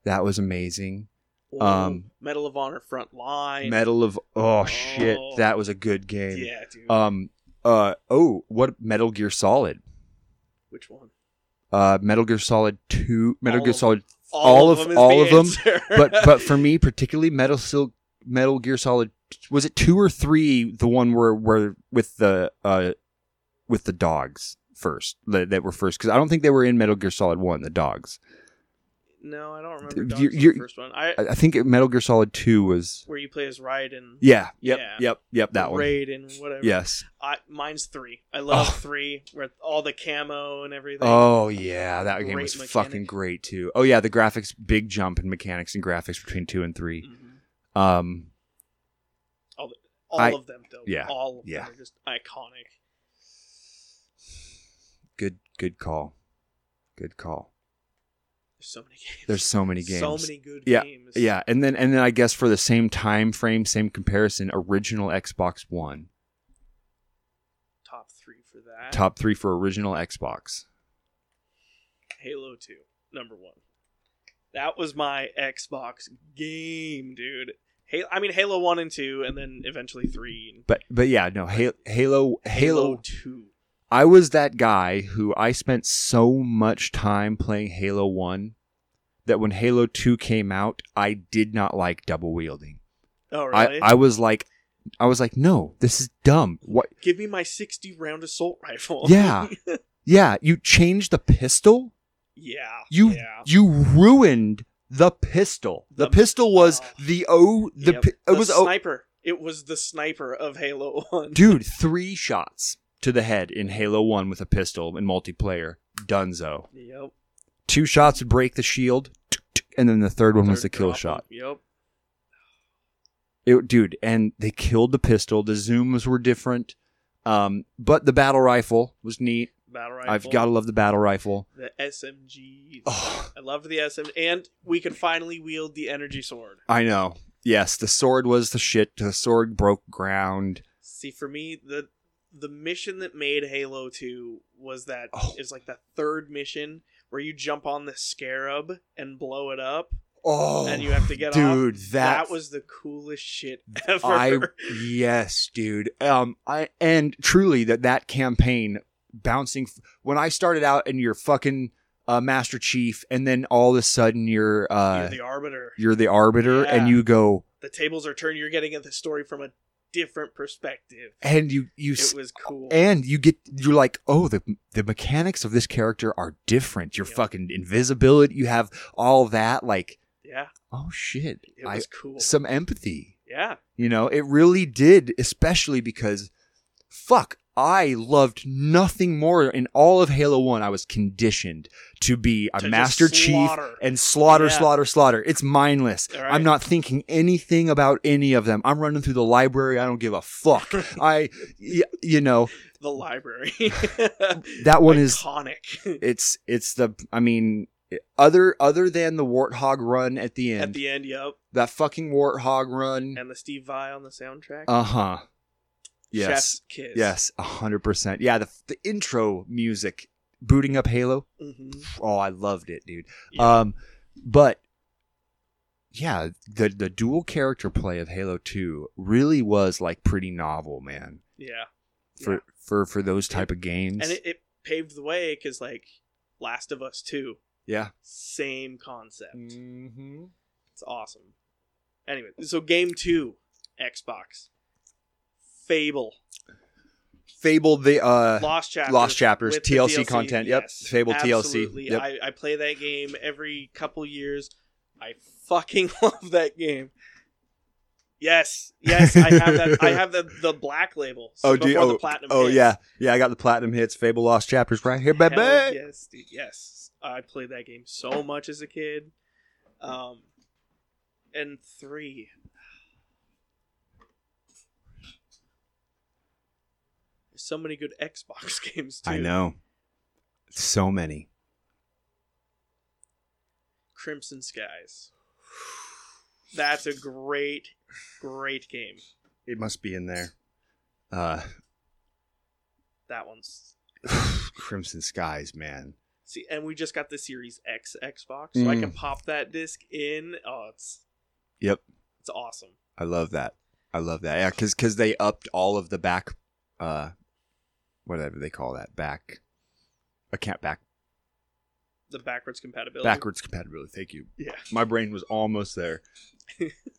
Speaker 1: That was amazing.
Speaker 4: Or
Speaker 1: Um,
Speaker 4: Medal of Honor Frontline.
Speaker 1: Medal of oh shit,
Speaker 4: Oh.
Speaker 1: that was a good game.
Speaker 4: Yeah, dude.
Speaker 1: Um. Uh. Oh, what Metal Gear Solid?
Speaker 4: Which one?
Speaker 1: Uh. Metal Gear Solid Two. Metal
Speaker 4: All
Speaker 1: Gear
Speaker 4: of-
Speaker 1: Solid. all of- all of them,
Speaker 4: answer. [LAUGHS]
Speaker 1: But but for me particularly, Metal Sil- Metal Gear Solid was it two or three? The one where where with the uh with the dogs first that, that were first because I don't think they were in Metal Gear Solid One. The dogs.
Speaker 4: no, I don't remember.
Speaker 1: You're-
Speaker 4: Dogs was the
Speaker 1: you're-
Speaker 4: first one. I
Speaker 1: I, I think it- Metal Gear Solid Two was.
Speaker 4: where you play as Raiden.
Speaker 1: Yeah. Yep.
Speaker 4: Yeah.
Speaker 1: Yep. Yep. That one.
Speaker 4: Raid and whatever.
Speaker 1: Yes.
Speaker 4: I, mine's three. I love
Speaker 1: Oh.
Speaker 4: three with all the camo and everything.
Speaker 1: Oh yeah, that game
Speaker 4: Great
Speaker 1: was
Speaker 4: mechanic.
Speaker 1: fucking great too. Oh yeah, the graphics, big jump in mechanics and graphics between two and three.
Speaker 4: Mhm.
Speaker 1: Um,
Speaker 4: All
Speaker 1: I-
Speaker 4: of them, though.
Speaker 1: yeah,
Speaker 4: All of
Speaker 1: yeah.
Speaker 4: them are just iconic.
Speaker 1: good, good call, good call.
Speaker 4: There's so many games.
Speaker 1: There's so many games.
Speaker 4: So many good
Speaker 1: Yeah,
Speaker 4: games.
Speaker 1: Yeah, and then and then I guess for the same time frame, same comparison, original Xbox One,
Speaker 4: Top three for that.
Speaker 1: top three for original Xbox.
Speaker 4: Halo 2, number one. That was my Xbox game, dude. Halo, I mean, Halo 1 and 2, and then eventually 3.
Speaker 1: But but yeah, no, Halo, Halo, Halo
Speaker 4: 2.
Speaker 1: I was that guy who I spent so much time playing Halo 1 that when Halo 2 came out, I did not like double wielding.
Speaker 4: Oh, really?
Speaker 1: I, I was like I was like, "No, this is dumb.
Speaker 4: [LAUGHS]
Speaker 1: What
Speaker 4: Give me my 60 round assault rifle.
Speaker 1: Yeah. Yeah, you changed the pistol?
Speaker 4: [LAUGHS] yeah.
Speaker 1: You
Speaker 4: Yeah.
Speaker 1: you ruined the pistol. The,
Speaker 4: The-
Speaker 1: pistol was
Speaker 4: oh.
Speaker 1: the O the
Speaker 4: Yep.
Speaker 1: pi- it
Speaker 4: The
Speaker 1: was o,
Speaker 4: sniper. It was the sniper of Halo [LAUGHS] 1.
Speaker 1: dude, 3 shots to the head in Halo 1 with a pistol in multiplayer. Dunzo.
Speaker 4: Yep.
Speaker 1: Two shots would break the shield. And then the third one was the
Speaker 4: Third
Speaker 1: kill
Speaker 4: drop.
Speaker 1: shot.
Speaker 4: Yep.
Speaker 1: It, dude, and they killed the pistol. The zooms were different, um, but the battle rifle was neat.
Speaker 4: Battle rifle.
Speaker 1: I've got to love the battle rifle.
Speaker 4: the SMG.
Speaker 1: Oh,
Speaker 4: I loved the SM, and we could finally wield the energy sword.
Speaker 1: I know. Yes, the sword was the shit. The sword broke ground.
Speaker 4: See, for me, the the mission that made Halo Two was that
Speaker 1: Oh.
Speaker 4: it was like the third mission where you jump on the scarab and blow it up,
Speaker 1: Oh,
Speaker 4: and you have to get off.
Speaker 1: dude,
Speaker 4: That,
Speaker 1: that,
Speaker 4: was the coolest shit [LAUGHS] ever.
Speaker 1: I yes, dude. Um, I and truly that that campaign bouncing f- when I started out and you're fucking uh, Master Chief, and then all of a sudden you're uh
Speaker 4: You're the arbiter.
Speaker 1: you're the Arbiter, and
Speaker 4: Yeah.
Speaker 1: you go
Speaker 4: The tables are turned. You're getting at the story from a different perspective.
Speaker 1: and you you
Speaker 4: It was cool.
Speaker 1: and you get you're like oh the the mechanics of this character are different your
Speaker 4: Yeah.
Speaker 1: fucking invisibility you have all that like
Speaker 4: yeah,
Speaker 1: oh shit
Speaker 4: it
Speaker 1: I,
Speaker 4: was cool.
Speaker 1: some empathy
Speaker 4: yeah,
Speaker 1: you know it really did especially because fuck i loved nothing more in all of halo 1 i was conditioned to be a
Speaker 4: To just
Speaker 1: master chief
Speaker 4: slaughter.
Speaker 1: and slaughter
Speaker 4: Yeah.
Speaker 1: slaughter slaughter it's mindless
Speaker 4: All right.
Speaker 1: i'm not thinking anything about any of them i'm running through the library i don't give a
Speaker 4: [LAUGHS]
Speaker 1: fuck i y- you know
Speaker 4: the library.
Speaker 1: [LAUGHS] that one is
Speaker 4: iconic.
Speaker 1: it's it's the I mean other other than the warthog run at the end,
Speaker 4: At the end, yep.
Speaker 1: that fucking warthog run.
Speaker 4: And the Steve Vai on the soundtrack.
Speaker 1: Uh huh. Yes.
Speaker 4: Chef's kiss.
Speaker 1: Yes. A hundred percent. Yeah. The the intro music, booting up Halo.
Speaker 4: hmm
Speaker 1: Oh, I loved it, dude.
Speaker 4: Yeah.
Speaker 1: Um, but yeah, the the dual character play of Halo Two really was like pretty novel, man.
Speaker 4: yeah.
Speaker 1: For
Speaker 4: Yeah.
Speaker 1: for for those type of games.
Speaker 4: And it, it paved the way because, like, Last of Us 2,
Speaker 1: yeah.
Speaker 4: same concept.
Speaker 1: Mm-hmm.
Speaker 4: It's awesome. Anyway, so game two, Xbox. Fable.
Speaker 1: Fable the uh
Speaker 4: Lost Chapters.
Speaker 1: Lost Chapters,
Speaker 4: with the
Speaker 1: TLC content, yep. Fable TLC,
Speaker 4: Absolutely.
Speaker 1: yep.
Speaker 4: I, I play that game every couple years. I fucking [LAUGHS] love that game. Yes, yes, I have that. I have the the black label.
Speaker 1: [LAUGHS] Oh, do you-
Speaker 4: before the platinum
Speaker 1: Oh
Speaker 4: hits.
Speaker 1: yeah, yeah. I got the platinum hits. Fable Lost Chapters right here, baby.
Speaker 4: Hell yes, dude, yes. I played that game so much as a kid. Um, and three. [SIGHS] There's so many good Xbox [LAUGHS] games too.
Speaker 1: I know. So many.
Speaker 4: Crimson Skies. That's a great, great game.
Speaker 1: It must be in there. Uh,
Speaker 4: [LAUGHS] That one's
Speaker 1: Crimson Skies, man.
Speaker 4: See, and we just got the Series X Xbox, so I
Speaker 1: Mm.
Speaker 4: can pop that disc in. Oh, it's
Speaker 1: Yep.
Speaker 4: it's awesome.
Speaker 1: I love that. I love that. Yeah, because they upped all of the back, uh, whatever they call that back, account back
Speaker 4: The backwards compatibility.
Speaker 1: backwards compatibility. Thank you.
Speaker 4: Yeah.
Speaker 1: My brain was almost
Speaker 4: [LAUGHS]
Speaker 1: there.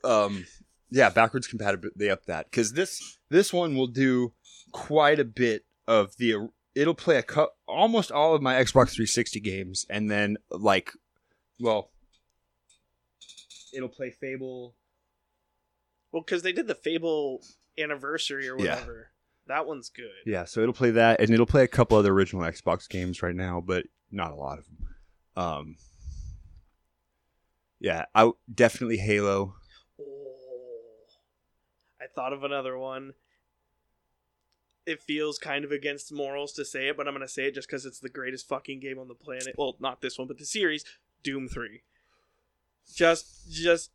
Speaker 1: um, yeah, backwards compatibility. They upped that because this this one will do quite a bit of the. It'll play a cu- almost all of my Xbox 360 games, and then like, well, it'll play Fable.
Speaker 4: Well, because they did the Fable anniversary or
Speaker 1: Yeah.
Speaker 4: whatever. That one's good.
Speaker 1: Yeah, so it'll play that, and it'll play a couple other original Xbox games right now, but not a lot of them. Um, yeah, I definitely Halo.
Speaker 4: Oh, I thought of another one. It feels kind of against morals to say it, but I'm going to say it just because it's the greatest fucking game on the planet. Well, not this one, but the series, Doom 3. Just, just,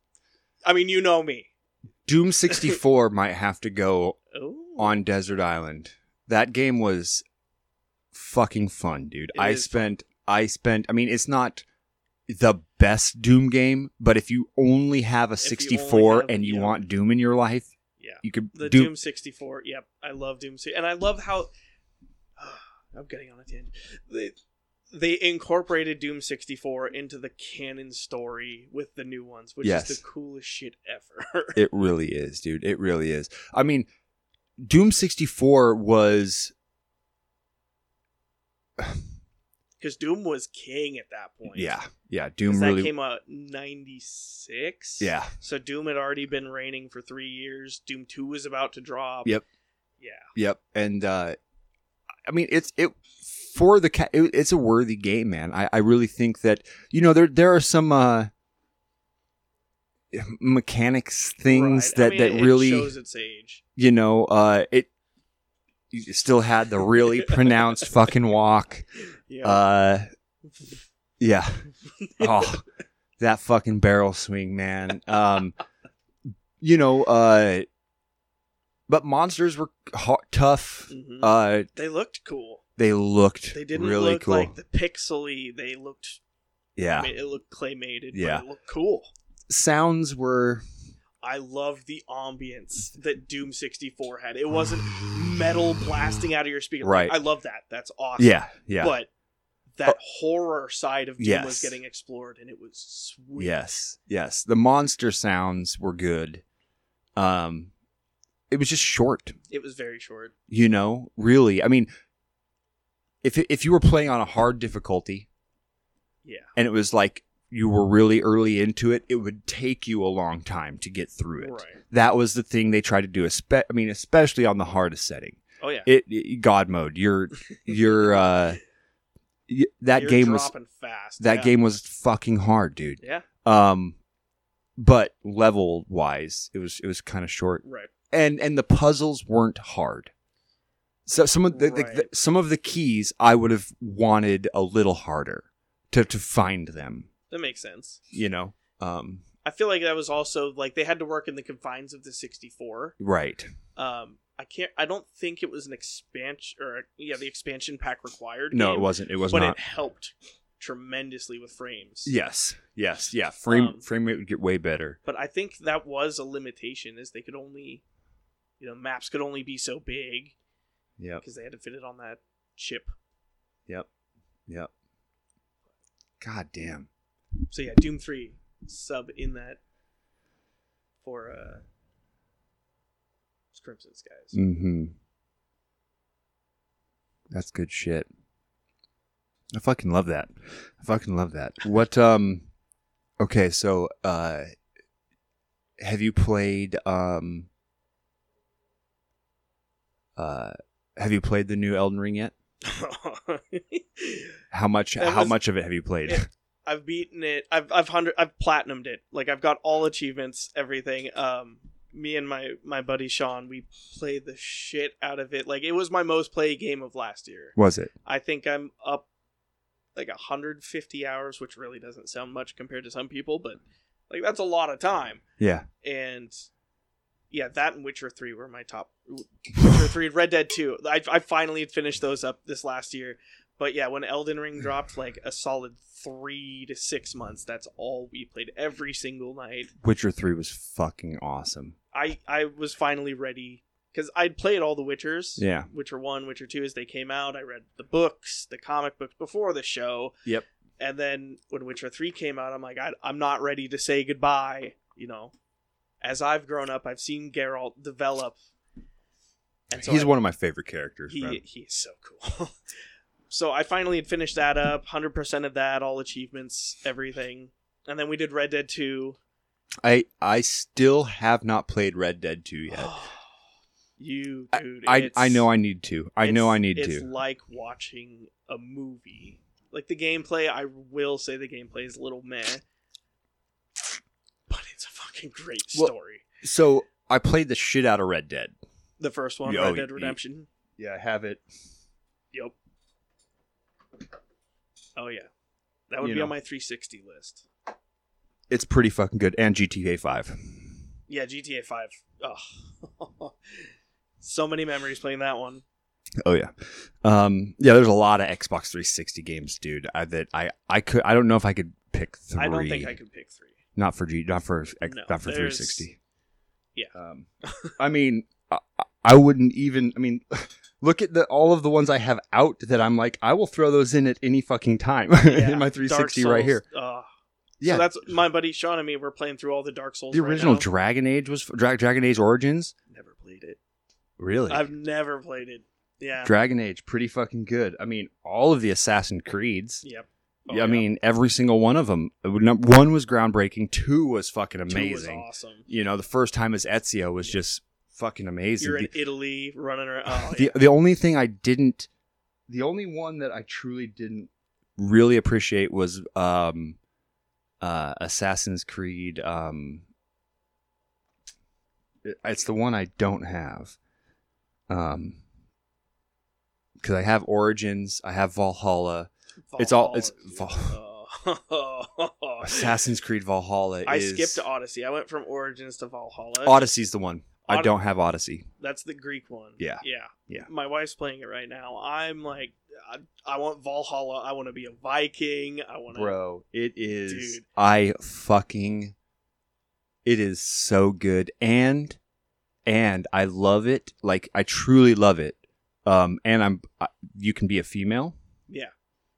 Speaker 4: I mean, you know me.
Speaker 1: Doom
Speaker 4: [LAUGHS]
Speaker 1: 64 might have to go
Speaker 4: Oh,
Speaker 1: on Desert Island. That game was fucking fun, dude.
Speaker 4: It
Speaker 1: I
Speaker 4: is
Speaker 1: spent I spent I mean, it's not the best Doom game, but if you only have a
Speaker 4: you only
Speaker 1: 64
Speaker 4: have-
Speaker 1: and you
Speaker 4: yeah.
Speaker 1: want Doom in your life,
Speaker 4: Yeah.
Speaker 1: you could
Speaker 4: the
Speaker 1: Doom,
Speaker 4: Doom, 64. Yep, I love Doom 64, and I love how [SIGHS] I'm getting on a tangent. They they incorporated Doom 64 into the canon story with the new ones, which
Speaker 1: Yes.
Speaker 4: is the coolest shit ever. [LAUGHS]
Speaker 1: It really is, dude. It really is. I mean, Doom 64 was
Speaker 4: Because Doom was king at that point.
Speaker 1: yeah, yeah,
Speaker 4: 'Cause
Speaker 1: Doom
Speaker 4: that
Speaker 1: really
Speaker 4: came out '96.
Speaker 1: yeah.
Speaker 4: So Doom had already been reigning for three years. Doom 2 was about to drop.
Speaker 1: Yep.
Speaker 4: Yeah.
Speaker 1: Yep. And uh I mean it's it for the ca- it, it's a worthy game, man. I I really think that you know there there are some uh mechanics things
Speaker 4: Right.
Speaker 1: that
Speaker 4: I mean,
Speaker 1: that
Speaker 4: it
Speaker 1: really
Speaker 4: shows its age.
Speaker 1: you know uh it you still had the really pronounced fucking walk.
Speaker 4: Yeah.
Speaker 1: Uh
Speaker 4: [LAUGHS]
Speaker 1: yeah. Oh, that fucking barrel swing, man. Um, you know, uh, but monsters were hot, tough.
Speaker 4: Mhm.
Speaker 1: Uh,
Speaker 4: they looked cool.
Speaker 1: they looked
Speaker 4: They didn't
Speaker 1: really
Speaker 4: look
Speaker 1: cool.
Speaker 4: like the pixely. They looked.
Speaker 1: yeah,
Speaker 4: I mean, it looked claymated.
Speaker 1: Yeah.
Speaker 4: But it looked cool.
Speaker 1: sounds were
Speaker 4: I love the ambience that Doom 64 had. It wasn't metal blasting out of your speaker.
Speaker 1: Right.
Speaker 4: I love that. That's awesome.
Speaker 1: yeah, yeah, Oh.
Speaker 4: But that horror side of Doom
Speaker 1: Yes.
Speaker 4: was getting explored, and it was sweet.
Speaker 1: yes, yes. The monster sounds were good. Um, it was just short.
Speaker 4: It was very short.
Speaker 1: You know, really. I mean, if if you were playing on a hard difficulty,
Speaker 4: Yeah.
Speaker 1: and it was like you were really early into it, it would take you a long time to get through it.
Speaker 4: Right.
Speaker 1: That was the thing they tried to do. Espe- I mean, especially on the hardest setting,
Speaker 4: Oh, yeah.
Speaker 1: it, it- God mode.
Speaker 4: [LAUGHS]
Speaker 1: Your your uh, y- that
Speaker 4: You're
Speaker 1: game was
Speaker 4: dropping fast.
Speaker 1: that
Speaker 4: yeah.
Speaker 1: game was fucking hard, dude.
Speaker 4: Yeah.
Speaker 1: Um, but level wise, it was it was kind of short,
Speaker 4: Right.
Speaker 1: and and the puzzles weren't hard. So some of the, the-
Speaker 4: Right.
Speaker 1: the some of the keys I would have wanted a little harder to to find them
Speaker 4: That makes sense.
Speaker 1: you know um
Speaker 4: I feel like that was also like they had to work in the confines of the 64.
Speaker 1: right
Speaker 4: Um, I can't. I don't think it was an expansion or yeah, the expansion pack required.
Speaker 1: no
Speaker 4: game,
Speaker 1: it wasn't it was
Speaker 4: but
Speaker 1: not
Speaker 4: it helped tremendously with frames.
Speaker 1: yes yes yeah frame
Speaker 4: Um,
Speaker 1: frame rate would get way better
Speaker 4: But I think that was a limitation, is they could only, you know, maps could only be so big
Speaker 1: yep
Speaker 4: because they had to fit it on that chip.
Speaker 1: yep yep god damn
Speaker 4: So yeah, Doom Three sub in that for uh,
Speaker 1: [LAUGHS]
Speaker 4: Crimson Skies.
Speaker 1: mm-hmm that's good shit i fucking love that i fucking love that what um okay so uh have you played um uh have you played the new elden ring yet How much?
Speaker 4: That
Speaker 1: how
Speaker 4: was-
Speaker 1: much of it have you played?
Speaker 4: Yeah. [LAUGHS] I've beaten it. I've I've hundred. I've platinumed it. Like I've got all achievements, everything. Um, me and my my buddy Sean, we played the shit out of it. Like it was my most played game of last year.
Speaker 1: [LAUGHS] Was it?
Speaker 4: I think I'm up like 150 hours, which really doesn't sound much compared to some people, but like that's a lot of time.
Speaker 1: Yeah.
Speaker 4: And yeah, that and Witcher 3 were my top. Witcher 3 and Red Dead 2. I, I finally finished those up this last year. But yeah, when Elden Ring dropped, like a solid three to six months, that's all we played every single night.
Speaker 1: Witcher 3 was fucking awesome.
Speaker 4: I I was finally ready because I'd played all the Witchers,
Speaker 1: Yeah.
Speaker 4: Witcher One, Witcher Two, as they came out. I read the books, the comic books before the show.
Speaker 1: Yep.
Speaker 4: And then when Witcher Three came out, I'm like, I, I'm not ready to say goodbye. You know, as I've grown up, I've seen Geralt develop, and so
Speaker 1: He's
Speaker 4: I-
Speaker 1: one of my favorite characters. man.
Speaker 4: he he is so cool. [LAUGHS] so I finally had finished that up, hundred percent of that, all achievements, everything, and then we did Red Dead Two.
Speaker 1: I I still have not played Red Dead 2 yet.
Speaker 4: [SIGHS] you dude,
Speaker 1: I,
Speaker 4: it's-
Speaker 1: I know I need to. I know
Speaker 4: it's-
Speaker 1: I need
Speaker 4: it's
Speaker 1: to.
Speaker 4: like watching a movie. Like the gameplay, I will say the gameplay is a little meh, but it's a fucking great
Speaker 1: Well-
Speaker 4: story.
Speaker 1: So I played the shit out of Red Dead.
Speaker 4: the first one,
Speaker 1: Yo,
Speaker 4: Red Dead
Speaker 1: y-
Speaker 4: Redemption.
Speaker 1: Yeah, I have it.
Speaker 4: Yep. Oh yeah, that would
Speaker 1: You
Speaker 4: be on
Speaker 1: know.
Speaker 4: my 360 list.
Speaker 1: It's pretty fucking good. And GTA 5.
Speaker 4: Yeah, GTA Five. Oh, [LAUGHS] so many memories playing that one.
Speaker 1: Oh yeah, um, yeah. There's a lot of Xbox 360 games, dude. I, that I I could I don't know if I could pick three.
Speaker 4: I don't think I could pick three.
Speaker 1: Not for G. Not for X,
Speaker 4: No,
Speaker 1: not for
Speaker 4: there's-
Speaker 1: 360.
Speaker 4: yeah.
Speaker 1: Um, I mean, I, I wouldn't even. I mean, [LAUGHS] look at the all of the ones I have out that I'm like, I will throw those in at any fucking time [LAUGHS] [LAUGHS]
Speaker 4: Yeah,
Speaker 1: in my
Speaker 4: Dark
Speaker 1: 360 right
Speaker 4: Souls,
Speaker 1: here.
Speaker 4: Uh,
Speaker 1: Yeah.
Speaker 4: so that's my buddy Sean and me. We're playing through all the Dark Souls.
Speaker 1: the
Speaker 4: right
Speaker 1: original
Speaker 4: now.
Speaker 1: Dragon Age was Dra- Dragon Age Origins.
Speaker 4: never played it.
Speaker 1: Really,
Speaker 4: I've never played it. Yeah.
Speaker 1: Dragon Age, pretty fucking good. I mean, all of the Assassin Creeds.
Speaker 4: yep.
Speaker 1: Yeah, I mean, every single one of them. One was groundbreaking. Two was fucking
Speaker 4: Two was
Speaker 1: amazing.
Speaker 4: awesome.
Speaker 1: You know, the first time as Ezio was just fucking amazing.
Speaker 4: You're in
Speaker 1: The-
Speaker 4: Italy running
Speaker 1: [LAUGHS]
Speaker 4: around. Oh,
Speaker 1: the, the only thing I didn't, the only one that I truly didn't really appreciate was um, uh, Assassin's Creed. Um, it- it's the one I don't have. Um, because I have Origins, I have [LAUGHS] Valhalla,
Speaker 4: yeah.
Speaker 1: it's all- it's
Speaker 4: Valhalla, dude. Oh. [LAUGHS]
Speaker 1: Assassin's Creed Valhalla.
Speaker 4: I
Speaker 1: is-
Speaker 4: skipped Odyssey. I went from Origins to Valhalla.
Speaker 1: Odyssey's the one. I
Speaker 4: Od-
Speaker 1: don't have Odyssey.
Speaker 4: That's the Greek one.
Speaker 1: Yeah.
Speaker 4: Yeah.
Speaker 1: Yeah.
Speaker 4: My wife's playing it right now. I'm like, I, I want Valhalla. I want to be a Viking. I want to.
Speaker 1: Bro, it is
Speaker 4: Dude.
Speaker 1: I fucking it is so good and and I love it. Like I truly love it. Um and I'm I, you can be a female.
Speaker 4: Yeah.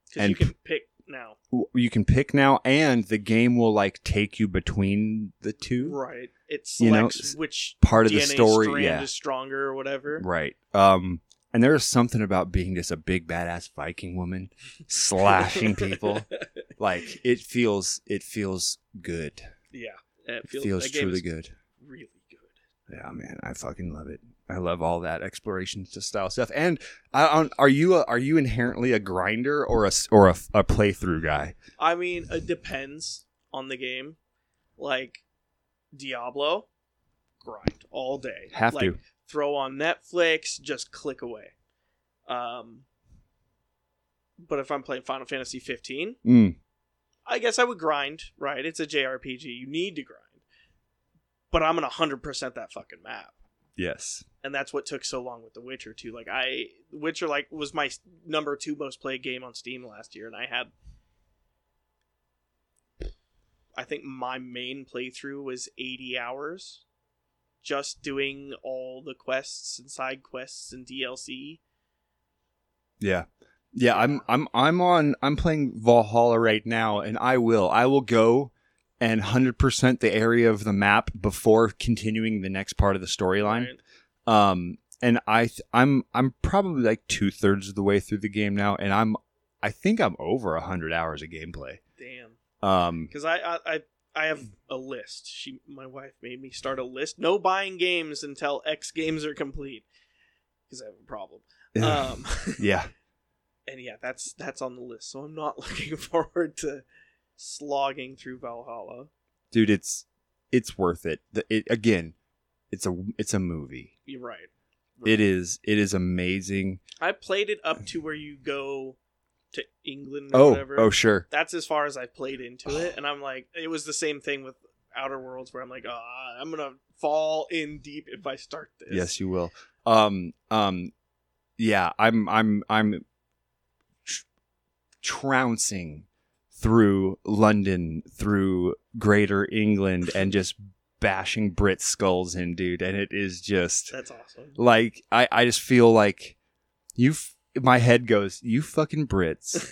Speaker 4: Because
Speaker 1: And-
Speaker 4: you can pick now.
Speaker 1: W- You can pick now and the game will like take you between the two.
Speaker 4: Right. It
Speaker 1: You know,
Speaker 4: selects
Speaker 1: s-
Speaker 4: which
Speaker 1: Part of
Speaker 4: DNA
Speaker 1: the story,
Speaker 4: strand
Speaker 1: yeah.
Speaker 4: is stronger or whatever.
Speaker 1: Right. Um and there's something about being just a big badass Viking
Speaker 4: [LAUGHS]
Speaker 1: woman slashing people. Like it feels it feels good.
Speaker 4: yeah. It
Speaker 1: It
Speaker 4: feels,
Speaker 1: feels,
Speaker 4: that game
Speaker 1: truly
Speaker 4: is
Speaker 1: good.
Speaker 4: Really good.
Speaker 1: Yeah, man, I fucking love it. I love all that exploration style stuff. And I, on, are you a, are you inherently a grinder or a s- or a, a playthrough guy?
Speaker 4: I mean, it depends on the game. Like Diablo, grind all day.
Speaker 1: Have
Speaker 4: like,
Speaker 1: to.
Speaker 4: throw on Netflix, just click away. Um, but if I'm playing Final Fantasy 15,
Speaker 1: Mm.
Speaker 4: I guess I would grind. Right, it's a JRPG. You need to grind. But I'm gonna hundred percent that fucking map,
Speaker 1: Yes.
Speaker 4: and that's what took so long with The Witcher too. Like I, Witcher like was my s- number two most played game on Steam last year, and I had. I think my main playthrough was 80 hours just doing all the quests and side quests and DLC.
Speaker 1: Yeah. Yeah, I'm I'm I'm on I'm playing Valhalla right now and I will I will go and 100% the area of the map before continuing the next part of the storyline.
Speaker 4: Right?
Speaker 1: um and i th- i'm i'm probably like two-thirds of the way through the game now and i'm i think i'm over a 100 hours of gameplay
Speaker 4: Damn.
Speaker 1: um
Speaker 4: Because I, I I I have a list. She my wife made me start a list. No buying games until X games are complete. Because I have a problem. Um,
Speaker 1: [LAUGHS] yeah
Speaker 4: and yeah, that's that's on the list. So I'm not [LAUGHS] looking forward to slogging through Valhalla.
Speaker 1: dude it's it's worth it. The, it again it's a it's a movie
Speaker 4: You're right.
Speaker 1: it is it is amazing
Speaker 4: I played it up to where you go to England or
Speaker 1: oh
Speaker 4: whatever.
Speaker 1: oh sure
Speaker 4: that's as far as I played into it, and I'm like, it was the same thing with Outer Worlds, where I'm like, ah, I'm gonna fall in deep if I start this.
Speaker 1: Yes, you will. Um, um, yeah, I'm, I'm, I'm trouncing through London, through Greater England, and just bashing Brit skulls in, dude. And it is just
Speaker 4: That's awesome.
Speaker 1: like I, I just feel like you. F- my head goes, you fucking
Speaker 4: [LAUGHS]
Speaker 1: Brits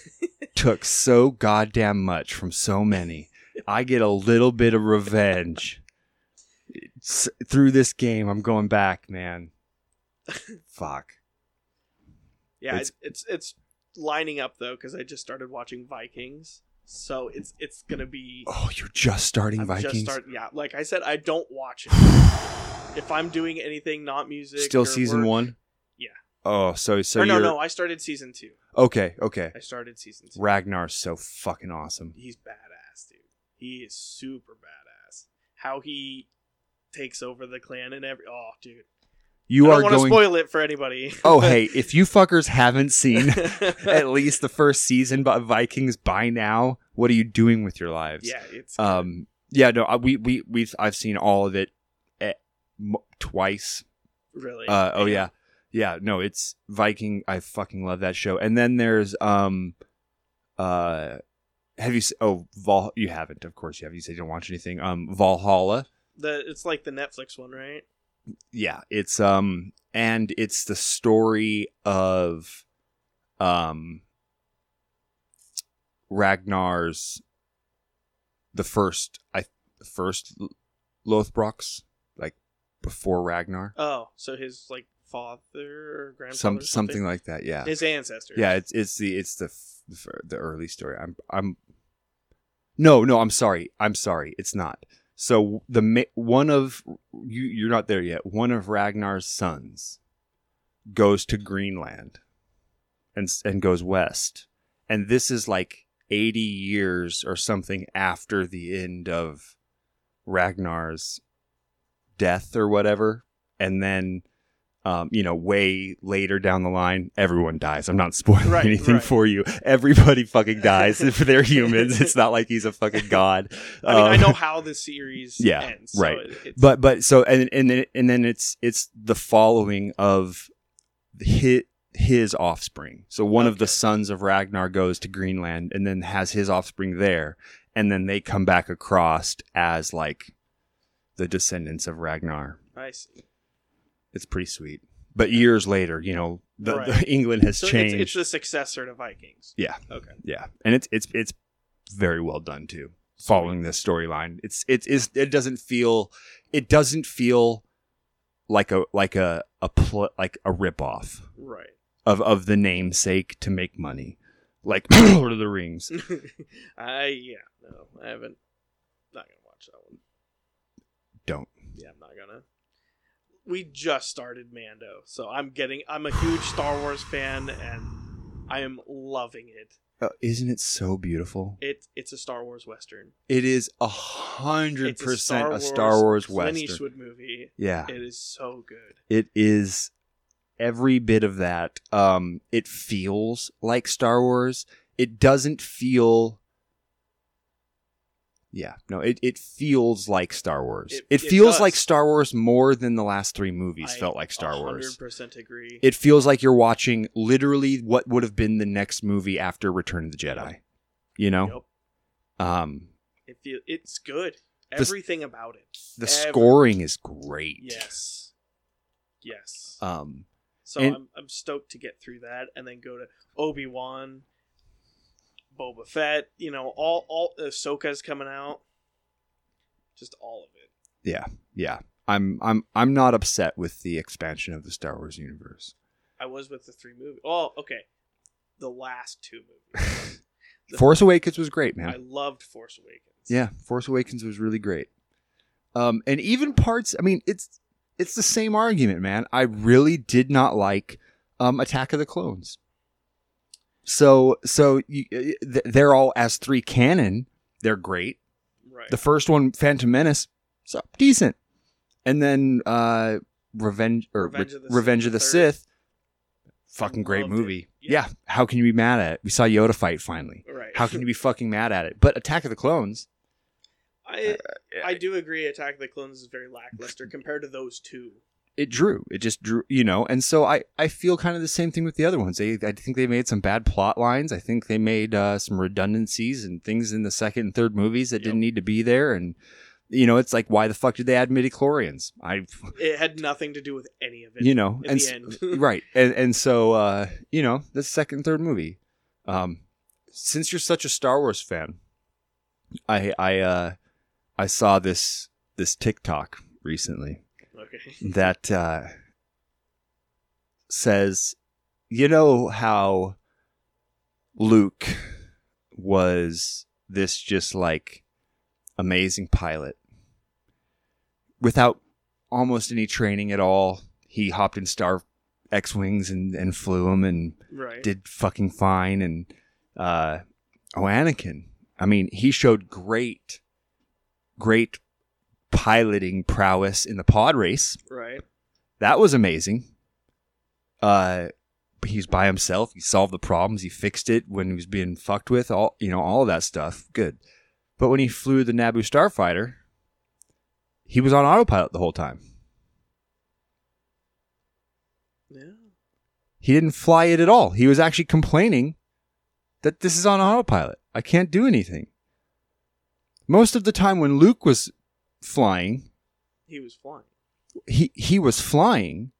Speaker 1: took so goddamn much from so many. I get a little bit of revenge It's- through this game. I'm going back,
Speaker 4: [LAUGHS]
Speaker 1: man. Fuck.
Speaker 4: Yeah,
Speaker 1: It's-
Speaker 4: it's it's, it's lining up though because I just started watching Vikings, so it's it's gonna be.
Speaker 1: Oh, you're just starting
Speaker 4: I'm
Speaker 1: Vikings.
Speaker 4: just start. Yeah, like I said, I don't watch it. if I'm doing anything, not music.
Speaker 1: Still
Speaker 4: or
Speaker 1: season
Speaker 4: work-
Speaker 1: one.
Speaker 4: Yeah.
Speaker 1: Oh, so so
Speaker 4: or no,
Speaker 1: you're
Speaker 4: no, I started season two.
Speaker 1: okay, okay.
Speaker 4: I started season two.
Speaker 1: Ragnar's so fucking awesome.
Speaker 4: He's badass, dude. He is super badass. How he takes over the clan and every. Oh, dude.
Speaker 1: You
Speaker 4: I
Speaker 1: are
Speaker 4: don't want to
Speaker 1: going.
Speaker 4: spoil it for anybody.
Speaker 1: oh,
Speaker 4: [LAUGHS]
Speaker 1: hey, if you fuckers haven't seen
Speaker 4: yeah,
Speaker 1: [LAUGHS] at least the first season by Vikings by now, what are you doing with your lives?
Speaker 4: it's
Speaker 1: Um. Yeah. No. I, we we we've I've seen all of it eh, m- twice.
Speaker 4: really.
Speaker 1: Uh. Oh yeah. Yeah. No. It's Viking. I fucking love that show. And then there's um, uh, have you? s- Oh, Val. You haven't. Of course you have. You said you don't watch anything. Um, Valhalla.
Speaker 4: The it's like the Netflix one, right?
Speaker 1: yeah it's um and it's the story of um ragnar's the first i first L- lothbrok's like before ragnar
Speaker 4: Oh, so his like father or grandfather,
Speaker 1: some
Speaker 4: or
Speaker 1: something like that yeah
Speaker 4: his ancestors.
Speaker 1: yeah it's it's the it's the f- the fir- the early story i'm i'm no no i'm sorry i'm sorry it's not so the ma- one of you you're not there yet one of ragnar's sons goes to greenland and s- and goes west and this is like 80 years or something after the end of ragnar's death or whatever and then um, you know, way later down the line, everyone dies. I'm not spoiling
Speaker 4: Right,
Speaker 1: anything
Speaker 4: right.
Speaker 1: for you. Everybody fucking dies if
Speaker 4: [LAUGHS]
Speaker 1: they're humans. It's not like he's a fucking god.
Speaker 4: I mean, I
Speaker 1: Um,
Speaker 4: know how the
Speaker 1: [LAUGHS]
Speaker 4: series
Speaker 1: yeah,
Speaker 4: ends.
Speaker 1: right.
Speaker 4: So it- it's,
Speaker 1: but but so and and then, and then it's it's the following of his, his offspring. So one of the
Speaker 4: Okay.
Speaker 1: sons of Ragnar goes to Greenland and then has his offspring there, and then they come back across as like the descendants of Ragnar.
Speaker 4: I see.
Speaker 1: It's pretty sweet. But years later, you know, the,
Speaker 4: Right.
Speaker 1: the [LAUGHS] England has
Speaker 4: So
Speaker 1: changed.
Speaker 4: it's, it's the successor to Vikings.
Speaker 1: yeah, and it's it's it's very well done too. Following this storyline, it's it is it doesn't feel it doesn't feel like a like a a pl- like a ripoff
Speaker 4: Right. [LAUGHS]
Speaker 1: of of the namesake to make money, like [CLEARS THROAT] Lord of the Rings.
Speaker 4: I yeah no I haven't. Not gonna watch that one.
Speaker 1: Don't.
Speaker 4: Yeah, I'm not gonna. We just started Mando, so I'm getting. I'm a huge Star Wars fan, and I am loving it.
Speaker 1: Uh, isn't it so beautiful?
Speaker 4: It it's a Star Wars western.
Speaker 1: It is a hundred percent a Star Wars
Speaker 4: Clint
Speaker 1: western.
Speaker 4: Eastwood movie.
Speaker 1: Yeah,
Speaker 4: It is so good.
Speaker 1: It is every bit of that. Um, it feels like Star Wars. It doesn't feel. Yeah, no, it, it feels like Star Wars. It,
Speaker 4: It- it
Speaker 1: feels
Speaker 4: does.
Speaker 1: like Star Wars more than the last three movies
Speaker 4: I
Speaker 1: felt like Star Wars.
Speaker 4: 100% agree.
Speaker 1: It feels like you're watching literally what would have been the next movie after Return of the Jedi. You know? Um,
Speaker 4: It feel, it's good.
Speaker 1: The s-
Speaker 4: Everything about it.
Speaker 1: the
Speaker 4: Every-
Speaker 1: scoring is great.
Speaker 4: Yes. Yes.
Speaker 1: Um,
Speaker 4: so
Speaker 1: and-
Speaker 4: I'm, I'm stoked to get through that and then go to Obi-Wan, Boba Fett, you know, all all Ahsoka's coming out. Just all of it.
Speaker 1: yeah. I'm I'm I'm not upset with the expansion of the Star Wars universe.
Speaker 4: I was with the three movies. Oh, okay. The last two
Speaker 1: [LAUGHS]
Speaker 4: movies. The-
Speaker 1: Force Awakens was great,
Speaker 4: I
Speaker 1: man.
Speaker 4: loved Force Awakens.
Speaker 1: Yeah, Force Awakens was really great. Um, and even parts. I mean, it's it's the same argument, man. I really did not like um, Attack of the Clones. So so you, uh, th- they're all as three canon. They're great.
Speaker 4: Right.
Speaker 1: The first one, Phantom Menace, so decent, and then uh, Revenge or Re-
Speaker 4: Revenge
Speaker 1: Revenge
Speaker 4: of
Speaker 1: of
Speaker 4: the
Speaker 1: the,
Speaker 4: Sith, the third.
Speaker 1: Sith. Fucking great
Speaker 4: Loved it.
Speaker 1: movie.
Speaker 4: Yeah.
Speaker 1: Yeah. How can you be mad at it? We saw Yoda fight finally.
Speaker 4: right.
Speaker 1: How can you be fucking mad at it? But Attack of the Clones, uh,
Speaker 4: I I do agree. Attack of the Clones is very lackluster compared to those two.
Speaker 1: it drew. It just drew, you know. And so I, I feel kind of the same thing with the other ones. They, I think they made some bad plot lines. I think they made uh, some redundancies and things in the second and third movies that
Speaker 4: Yep.
Speaker 1: didn't need to be there. And you know, it's like, why the fuck did they add midi chlorians? I,
Speaker 4: It had nothing to do with any of it.
Speaker 1: you know,
Speaker 4: in
Speaker 1: and
Speaker 4: the
Speaker 1: s-
Speaker 4: [LAUGHS]
Speaker 1: uh,
Speaker 4: end.
Speaker 1: right, and and so uh, you know, the second and third movie. Um, since you're such a Star Wars fan, I I uh, I saw this this TikTok recently
Speaker 4: okay.
Speaker 1: that uh, says, you know how Luke was this just like amazing pilot without almost any training at all. He hopped in Star X Wings and, and flew them and
Speaker 4: Right.
Speaker 1: did fucking fine and uh oh Anakin I mean he showed great great piloting prowess in the pod race
Speaker 4: right.
Speaker 1: that was amazing uh he's by himself he solved the problems he fixed it when he was being fucked with all you know all of that stuff good but when he flew the Naboo starfighter he was on autopilot the whole time
Speaker 4: Yeah.
Speaker 1: He didn't fly it at all. He was actually complaining that this is on autopilot. I can't do anything. Most of the time when Luke was flying,
Speaker 4: He was flying.
Speaker 1: he, he was flying,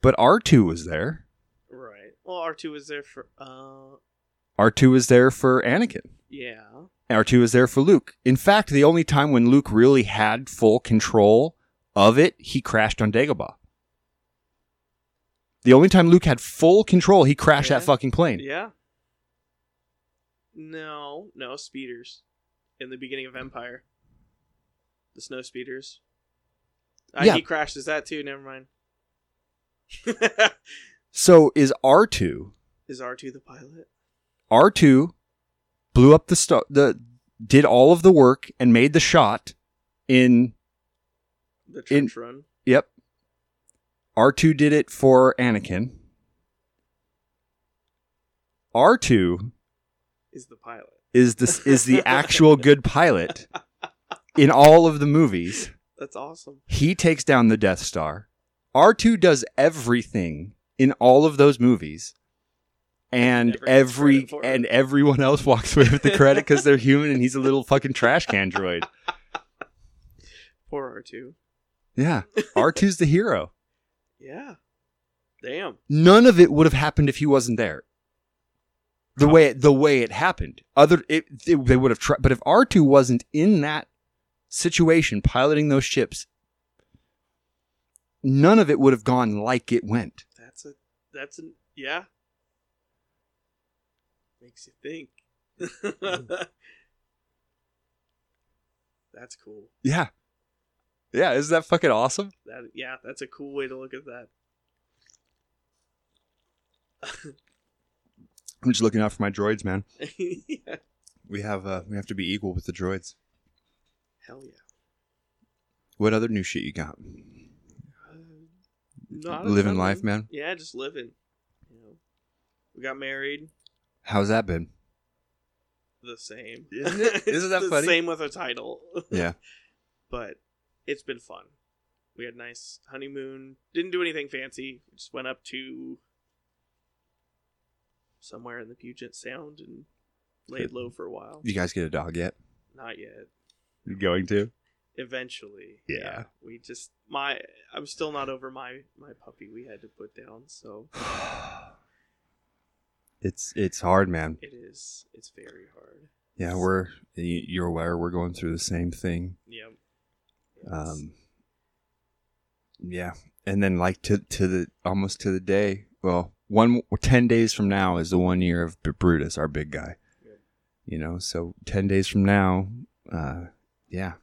Speaker 1: but R2 was there.
Speaker 4: Right. Well, R two was there for. Uh.
Speaker 1: R2 was there for Anakin.
Speaker 4: Yeah.
Speaker 1: R2 was there for Luke. In fact, the only time when Luke really had full control of it, he crashed on Dagobah. The only time Luke had full control, he crashed
Speaker 4: Yeah.
Speaker 1: that fucking plane.
Speaker 4: Yeah. No. No speeders. In the beginning of Empire. The snow speeders. Uh,
Speaker 1: Yeah.
Speaker 4: He crashes that too. Never mind. [LAUGHS]
Speaker 1: So is R2
Speaker 4: Is R two the pilot?
Speaker 1: R two blew up the star, the did all of the work and made the shot in
Speaker 4: The
Speaker 1: In-
Speaker 4: trench run.
Speaker 1: yep. R two did it for Anakin. R two
Speaker 4: Is the pilot.
Speaker 1: is the is the actual good pilot in all of the movies.
Speaker 4: That's awesome.
Speaker 1: He takes down the Death Star. R two does everything in all of those movies. And
Speaker 4: Never gets
Speaker 1: every
Speaker 4: credit for it.
Speaker 1: and everyone else walks away with the credit because they're human and he's a little fucking trash can droid.
Speaker 4: Poor R two.
Speaker 1: Yeah. R2's the hero.
Speaker 4: Yeah. Damn.
Speaker 1: None of it would have happened if he wasn't there. The way it, the way it happened. Other it, it- they would have tried but if R2 wasn't in that situation piloting those ships, none of it would have gone like it went.
Speaker 4: That's a that's an yeah. Makes you think. [LAUGHS] that's cool.
Speaker 1: Yeah. Yeah, isn't that fucking awesome?
Speaker 4: That yeah, that's a cool way to look at that. [LAUGHS]
Speaker 1: I'm just looking out for my droids, man.
Speaker 4: yeah.
Speaker 1: We have uh, we have to be equal with the droids.
Speaker 4: Hell yeah.
Speaker 1: What other new shit you got?
Speaker 4: Uh, not a
Speaker 1: Living
Speaker 4: ton,
Speaker 1: life, man.
Speaker 4: Yeah, just living. You know. We got married.
Speaker 1: How's that been?
Speaker 4: The same.
Speaker 1: Isn't it? [LAUGHS] Isn't that
Speaker 4: [LAUGHS] the
Speaker 1: funny?
Speaker 4: Same with a title. [LAUGHS]
Speaker 1: Yeah.
Speaker 4: but it's been fun. We had a nice honeymoon. Didn't do anything fancy. Just went up to somewhere in the Puget Sound and laid low for a while.
Speaker 1: You guys get a dog yet?
Speaker 4: Not yet.
Speaker 1: You going to?
Speaker 4: Eventually.
Speaker 1: Yeah.
Speaker 4: We just my I'm still not over my my puppy we had to put down, so
Speaker 1: [SIGHS] it's it's hard, man.
Speaker 4: it is it's very hard.
Speaker 1: Yeah, we're y- you're aware we're going through the same thing.
Speaker 4: Yeah. It's-
Speaker 1: Um, yeah, and then like to to the almost to the day. Well, one ten days from now is the one year of B- Brutus, our big guy.
Speaker 4: Yeah.
Speaker 1: You know, so ten days from now, uh, yeah,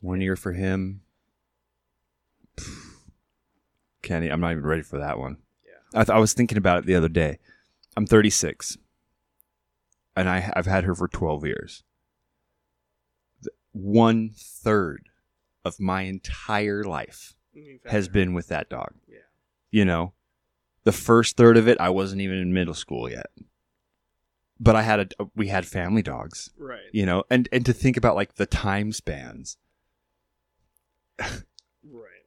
Speaker 1: one year for him. Kenny, I'm not even ready for that one.
Speaker 4: Yeah.
Speaker 1: I, th- I was thinking about it the other day. I'm 36, and I, I've had her for 12 years. Th- One third of my entire life
Speaker 4: you've had
Speaker 1: has
Speaker 4: her.
Speaker 1: been with that dog.
Speaker 4: Yeah.
Speaker 1: You know, the first third of it, I wasn't even in middle school yet. But I had a we had family dogs
Speaker 4: Right.
Speaker 1: you know and and to think about like the time spans
Speaker 4: Right.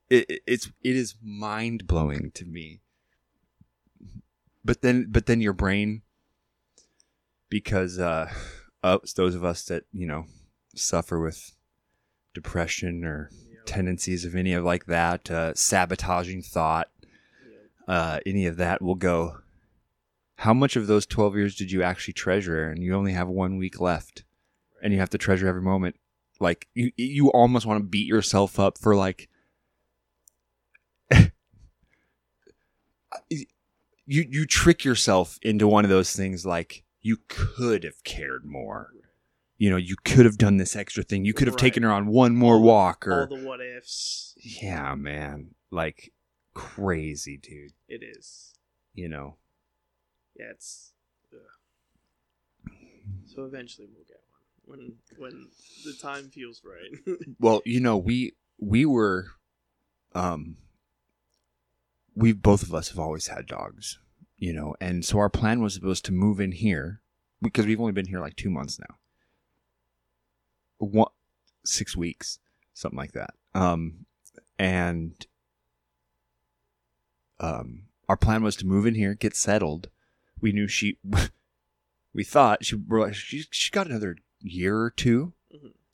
Speaker 1: it, it- it's it is mind blowing to me. But then, but then your brain, because uh, us those of us that you know suffer with depression or
Speaker 4: Yep.
Speaker 1: tendencies of any of like that, uh, sabotaging thought,
Speaker 4: Yep.
Speaker 1: uh, any of that, will go. How much of those twelve years did you actually treasure? And you only have one week left, and you have to treasure every moment. Like you, you almost want to beat yourself up for like. [LAUGHS] you you trick yourself into one of those things like you could have cared more. You know, you could have done this extra thing. You could have
Speaker 4: Right.
Speaker 1: taken her on one more walk or
Speaker 4: All the what ifs.
Speaker 1: yeah, man. Like crazy, dude.
Speaker 4: It is.
Speaker 1: You know.
Speaker 4: Yeah, it's. Ugh. So eventually we'll get one when when the time feels right. [LAUGHS]
Speaker 1: Well, you know, we we were um we both of us have always had dogs, you know, and so our plan was supposed to move in here because we've only been here like 2 months now. One 6 weeks, something like that. Um and um our plan was to move in here, get settled. We knew she [LAUGHS] we thought she we're like, she she got another year or two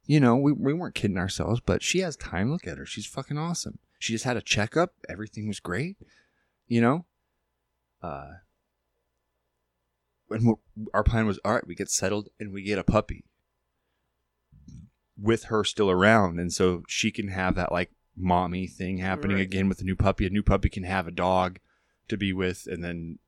Speaker 1: you know, we, we weren't kidding ourselves, but she has time. Look at her. She's fucking awesome. She just had a checkup. Everything was great. You know? Uh, and we our plan was all right, we get settled and we get a puppy with her still around. And so she can have that like mommy thing happening
Speaker 4: Right.
Speaker 1: again with a new puppy. A new puppy can have a dog to be with. And then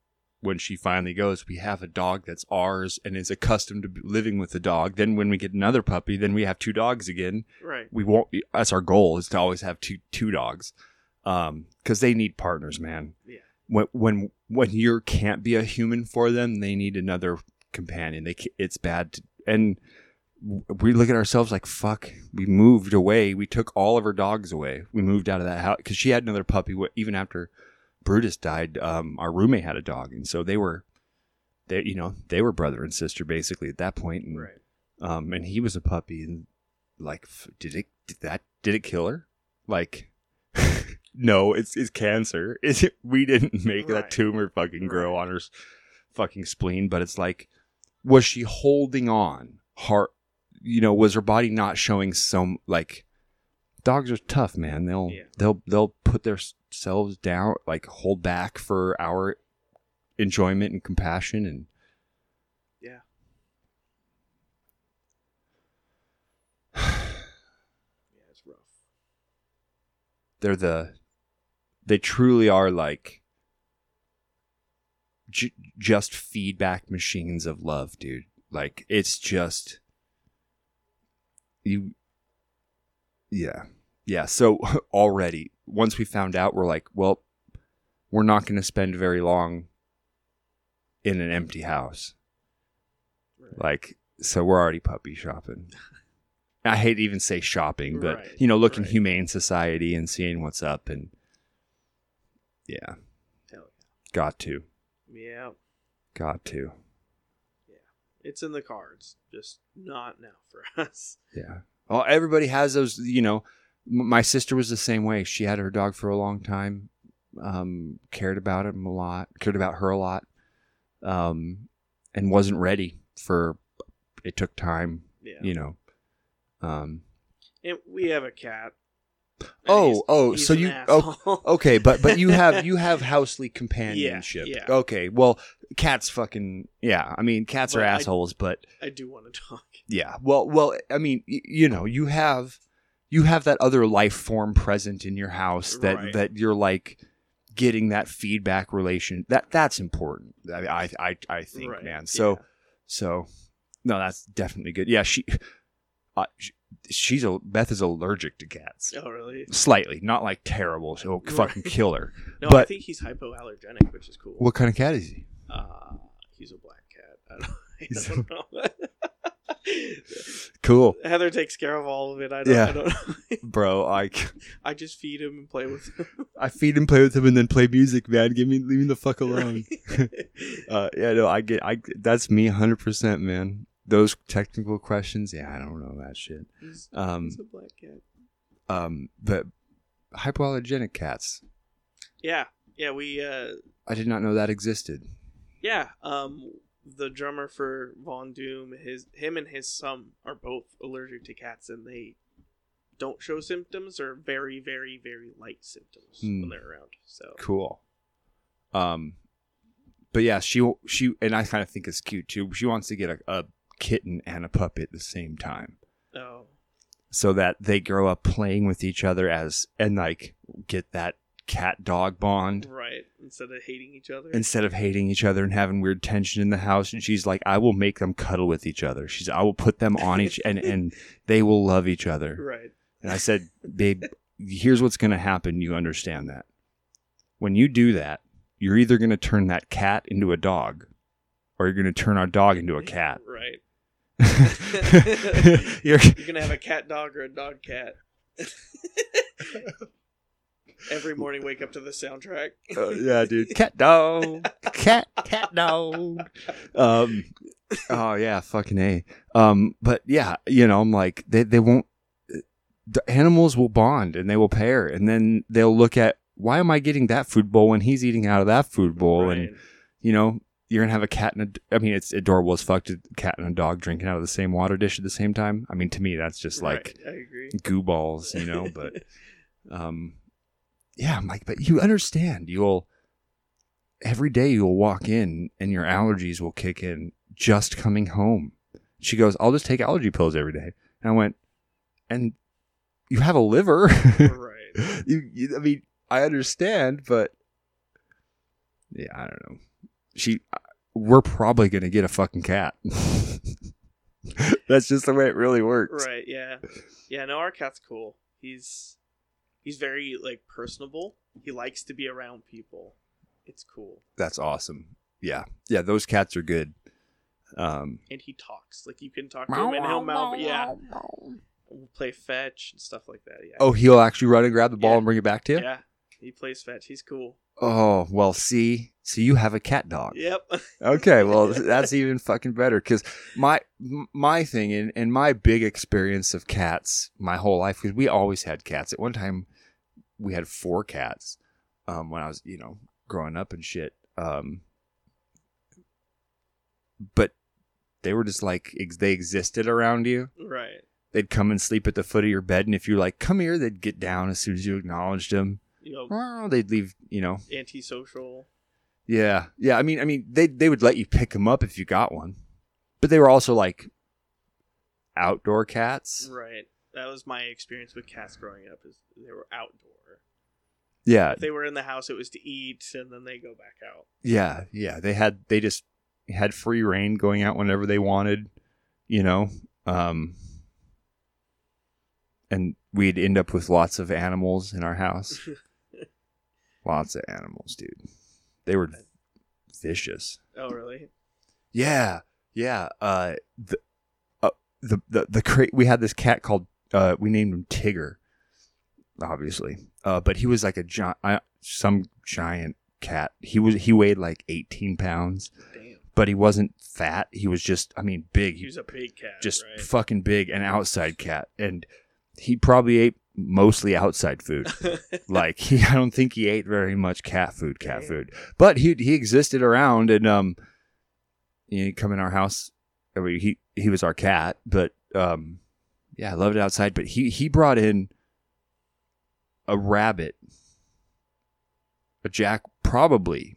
Speaker 1: when she finally goes, we have a dog that's ours and is accustomed to b- living with the dog. Then when we get another puppy, then we have two dogs again.
Speaker 4: right.
Speaker 1: We won't. That's our goal is to always have two two dogs, um, because they need partners, man.
Speaker 4: Yeah.
Speaker 1: When when when you can't be a human for them, they need another companion. They ca- it's bad, to, and w- we look at ourselves like fuck. We moved away. We took all of her dogs away. We moved out of that house because she had another puppy. wh- Even after Brutus died, um, our roommate had a dog, and so they were, they you know they were brother and sister basically at that point, and
Speaker 4: Right.
Speaker 1: um, and he was a puppy, and like, f- did it did that did it kill her? Like, [LAUGHS] no, it's it's cancer. [LAUGHS] Is it? We didn't make
Speaker 4: Right.
Speaker 1: that tumor fucking grow on her s- fucking spleen, but it's like, was she holding on? Heart, you know, was her body not showing some like? Dogs are tough, man. They'll
Speaker 4: Yeah.
Speaker 1: they'll they'll put themselves down, like hold back for our enjoyment and compassion, and
Speaker 4: Yeah, it's rough.
Speaker 1: they're the they truly are like ju- just feedback machines of love dude like it's just you yeah yeah so [LAUGHS] already once we found out we're like well we're not going to spend very long in an empty house
Speaker 4: Right.
Speaker 1: like so we're already puppy
Speaker 4: [LAUGHS]
Speaker 1: shopping i hate to even say shopping but
Speaker 4: Right,
Speaker 1: you know look in
Speaker 4: right.
Speaker 1: humane society and seeing what's up and yeah
Speaker 4: Hell
Speaker 1: got to
Speaker 4: yeah.
Speaker 1: got to
Speaker 4: It's in the cards, just not now for [LAUGHS] us.
Speaker 1: yeah well everybody has those you know m- my sister was the same way she had her dog for a long time um cared about him a lot cared about her a lot um and wasn't ready for it took time
Speaker 4: Yeah.
Speaker 1: you know um
Speaker 4: And we have a cat. And
Speaker 1: Oh,
Speaker 4: he's-
Speaker 1: oh,
Speaker 4: he's
Speaker 1: so
Speaker 4: an
Speaker 1: you-
Speaker 4: asshole.
Speaker 1: Okay, but but you
Speaker 4: [LAUGHS]
Speaker 1: have you have housely companionship.
Speaker 4: yeah.
Speaker 1: Okay, well, cats fucking yeah. I mean, cats are
Speaker 4: But I-
Speaker 1: assholes, but
Speaker 4: [LAUGHS] I do want to talk.
Speaker 1: yeah. Well, well, I mean, y- you know, you have you have that other life form present in your house that
Speaker 4: Right.
Speaker 1: that you're like getting that feedback relation. That that's important. I I I, I think,
Speaker 4: Right,
Speaker 1: man. So
Speaker 4: yeah.
Speaker 1: so no, that's definitely good. Yeah, she. Uh, sh she's a Beth is allergic to cats.
Speaker 4: Oh, really?
Speaker 1: Slightly, not like terrible. So it'll
Speaker 4: [LAUGHS] Right.
Speaker 1: fucking kill her.
Speaker 4: No, I
Speaker 1: But-
Speaker 4: think he's hypoallergenic, which is cool.
Speaker 1: kind of cat is he?
Speaker 4: Uh, he's a black cat. I
Speaker 1: He's-
Speaker 4: don't, [LAUGHS] I don't
Speaker 1: Cool,
Speaker 4: know. [LAUGHS] Heather takes care of all of it. I don't, I
Speaker 1: Yeah.
Speaker 4: don't
Speaker 1: bro. I,
Speaker 4: I just feed him and
Speaker 1: [LAUGHS]
Speaker 4: play with him.
Speaker 1: I feed and play with him, and then play music, man. Give me leave me the fuck [LAUGHS]
Speaker 4: [LAUGHS]
Speaker 1: alone. uh, yeah, no, I get. I that's me, hundred percent, man. Those technical questions, yeah, I don't know that shit.
Speaker 4: he's,
Speaker 1: Um,
Speaker 4: he's a black cat.
Speaker 1: um, but hypoallergenic cats.
Speaker 4: Yeah, yeah, we uh,
Speaker 1: I did not know that existed.
Speaker 4: yeah, um, the drummer for Von Doom, his him and his son are both allergic to cats, and they don't show symptoms or very, very, very light symptoms
Speaker 1: Hmm.
Speaker 4: when they're around. So
Speaker 1: Cool. Um, but yeah, she she and I kind of think it's cute too. She wants to get a, a kitten and a puppy at the same time,
Speaker 4: oh,
Speaker 1: so that they grow up playing with each other as and like get that cat dog bond
Speaker 4: right. Instead of hating each other,
Speaker 1: instead of hating each other and having weird tension in the house. And she's like, I will make them cuddle with each other. She's, I will put them on each and and they will love each other.
Speaker 4: right?
Speaker 1: And I said, babe, here's what's going to happen. You understand that. When you do that, you're either going to turn that cat into a dog or you're going to turn our dog into a cat. [LAUGHS]
Speaker 4: [LAUGHS] right?
Speaker 1: you're,
Speaker 4: You're gonna have a cat dog or a dog
Speaker 1: [LAUGHS]
Speaker 4: cat. [LAUGHS] Every morning, wake up to the soundtrack.
Speaker 1: uh, yeah, dude. Cat dog. Cat, cat dog. Um, oh, yeah, fucking A. Um, but yeah, you know, I'm like, they, they won't, the animals will bond and they will pair. And then they'll look at, why am I getting that food bowl when he's eating out of that food bowl? And
Speaker 4: Right.
Speaker 1: you know, you're gonna have a cat and a. I mean, it's adorable as fuck to cat and a dog drinking out of the same water dish at the same time. I mean, to me, that's just like
Speaker 4: Right, I agree.
Speaker 1: goo balls, you know. But um, yeah, I'm like, but you understand, you'll every day you'll walk in and your allergies will kick in just coming home. She goes, I'll just take allergy pills every day, and I went, and you have a liver.
Speaker 4: [LAUGHS]
Speaker 1: [LAUGHS]
Speaker 4: right.
Speaker 1: you, you, I mean, I understand, but yeah, I don't know. She, I- we're probably gonna get a fucking cat. [LAUGHS] That's just the way it really works.
Speaker 4: Right, yeah. Yeah, no, our cat's cool. He's he's very like personable. He likes to be around people. It's cool.
Speaker 1: That's awesome. Yeah, yeah, those cats are good. Um,
Speaker 4: And he talks. Like you can talk to him and he'll mouth yeah. We'll play fetch and stuff like that. Yeah.
Speaker 1: oh, he'll actually run and grab the ball
Speaker 4: Yeah.
Speaker 1: and bring it back to you.
Speaker 4: yeah. He plays fetch. He's cool.
Speaker 1: Oh, well, see, so you have a cat dog.
Speaker 4: [LAUGHS] Yep.
Speaker 1: Okay, well that's even fucking better because my m- my thing and, and my big experience of cats my whole life because we always had cats. At one time, we had four cats um, when I was you know growing up and shit. Um, but they were just like ex- they existed around you.
Speaker 4: right.
Speaker 1: They'd come and sleep at the foot of your bed, and if you're like come here, they'd get down as soon as you acknowledged them.
Speaker 4: You know,
Speaker 1: Well, they'd leave you know
Speaker 4: antisocial.
Speaker 1: yeah, yeah. I mean, I mean, they they would let you pick them up if you got one, but they were also like outdoor cats.
Speaker 4: Right. That was my experience with cats growing up is they were outdoor.
Speaker 1: Yeah,
Speaker 4: If they were in the house it was to eat and then they go back out.
Speaker 1: yeah, yeah. They had they just had free reign going out whenever they wanted, you know. Um, and we'd end up with lots of animals in our house. lots of animals, dude. They were vicious.
Speaker 4: Oh really?
Speaker 1: Yeah, yeah. Uh, the uh, the the the cra- we had this cat called uh, we named him Tigger, obviously. Uh, but he was like a giant, uh, some giant cat. He was he weighed like eighteen pounds,
Speaker 4: Damn.
Speaker 1: but he wasn't fat. He was just, I mean, big.
Speaker 4: He was a big cat.
Speaker 1: just
Speaker 4: right?
Speaker 1: fucking big, an outside cat, and he probably ate mostly outside food. like [LAUGHS] he, I don't think he ate very much cat food, cat
Speaker 4: Damn.
Speaker 1: food. But he he existed around, and um, he'd come in our house. I mean, he he was our cat, but um, yeah, I loved it outside. But he he brought in a rabbit, a jack, probably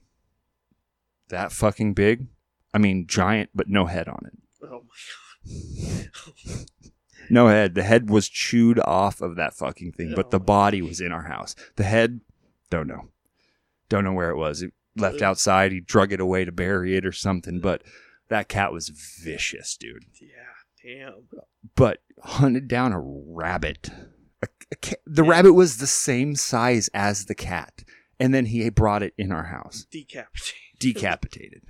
Speaker 1: that fucking big. I mean, giant, but no head on it.
Speaker 4: [LAUGHS] oh my
Speaker 1: No head. The head was chewed off of that fucking thing, but the
Speaker 4: Oh.
Speaker 1: body was in our house. The head, don't know. Don't know where it was. It left outside. He drug it away to bury it or something, but that cat was vicious, dude.
Speaker 4: Yeah, damn.
Speaker 1: But hunted down a rabbit. A, a ca- the rabbit was the same size as the cat. And then he brought it in our house,
Speaker 4: Decapitate.
Speaker 1: decapitated.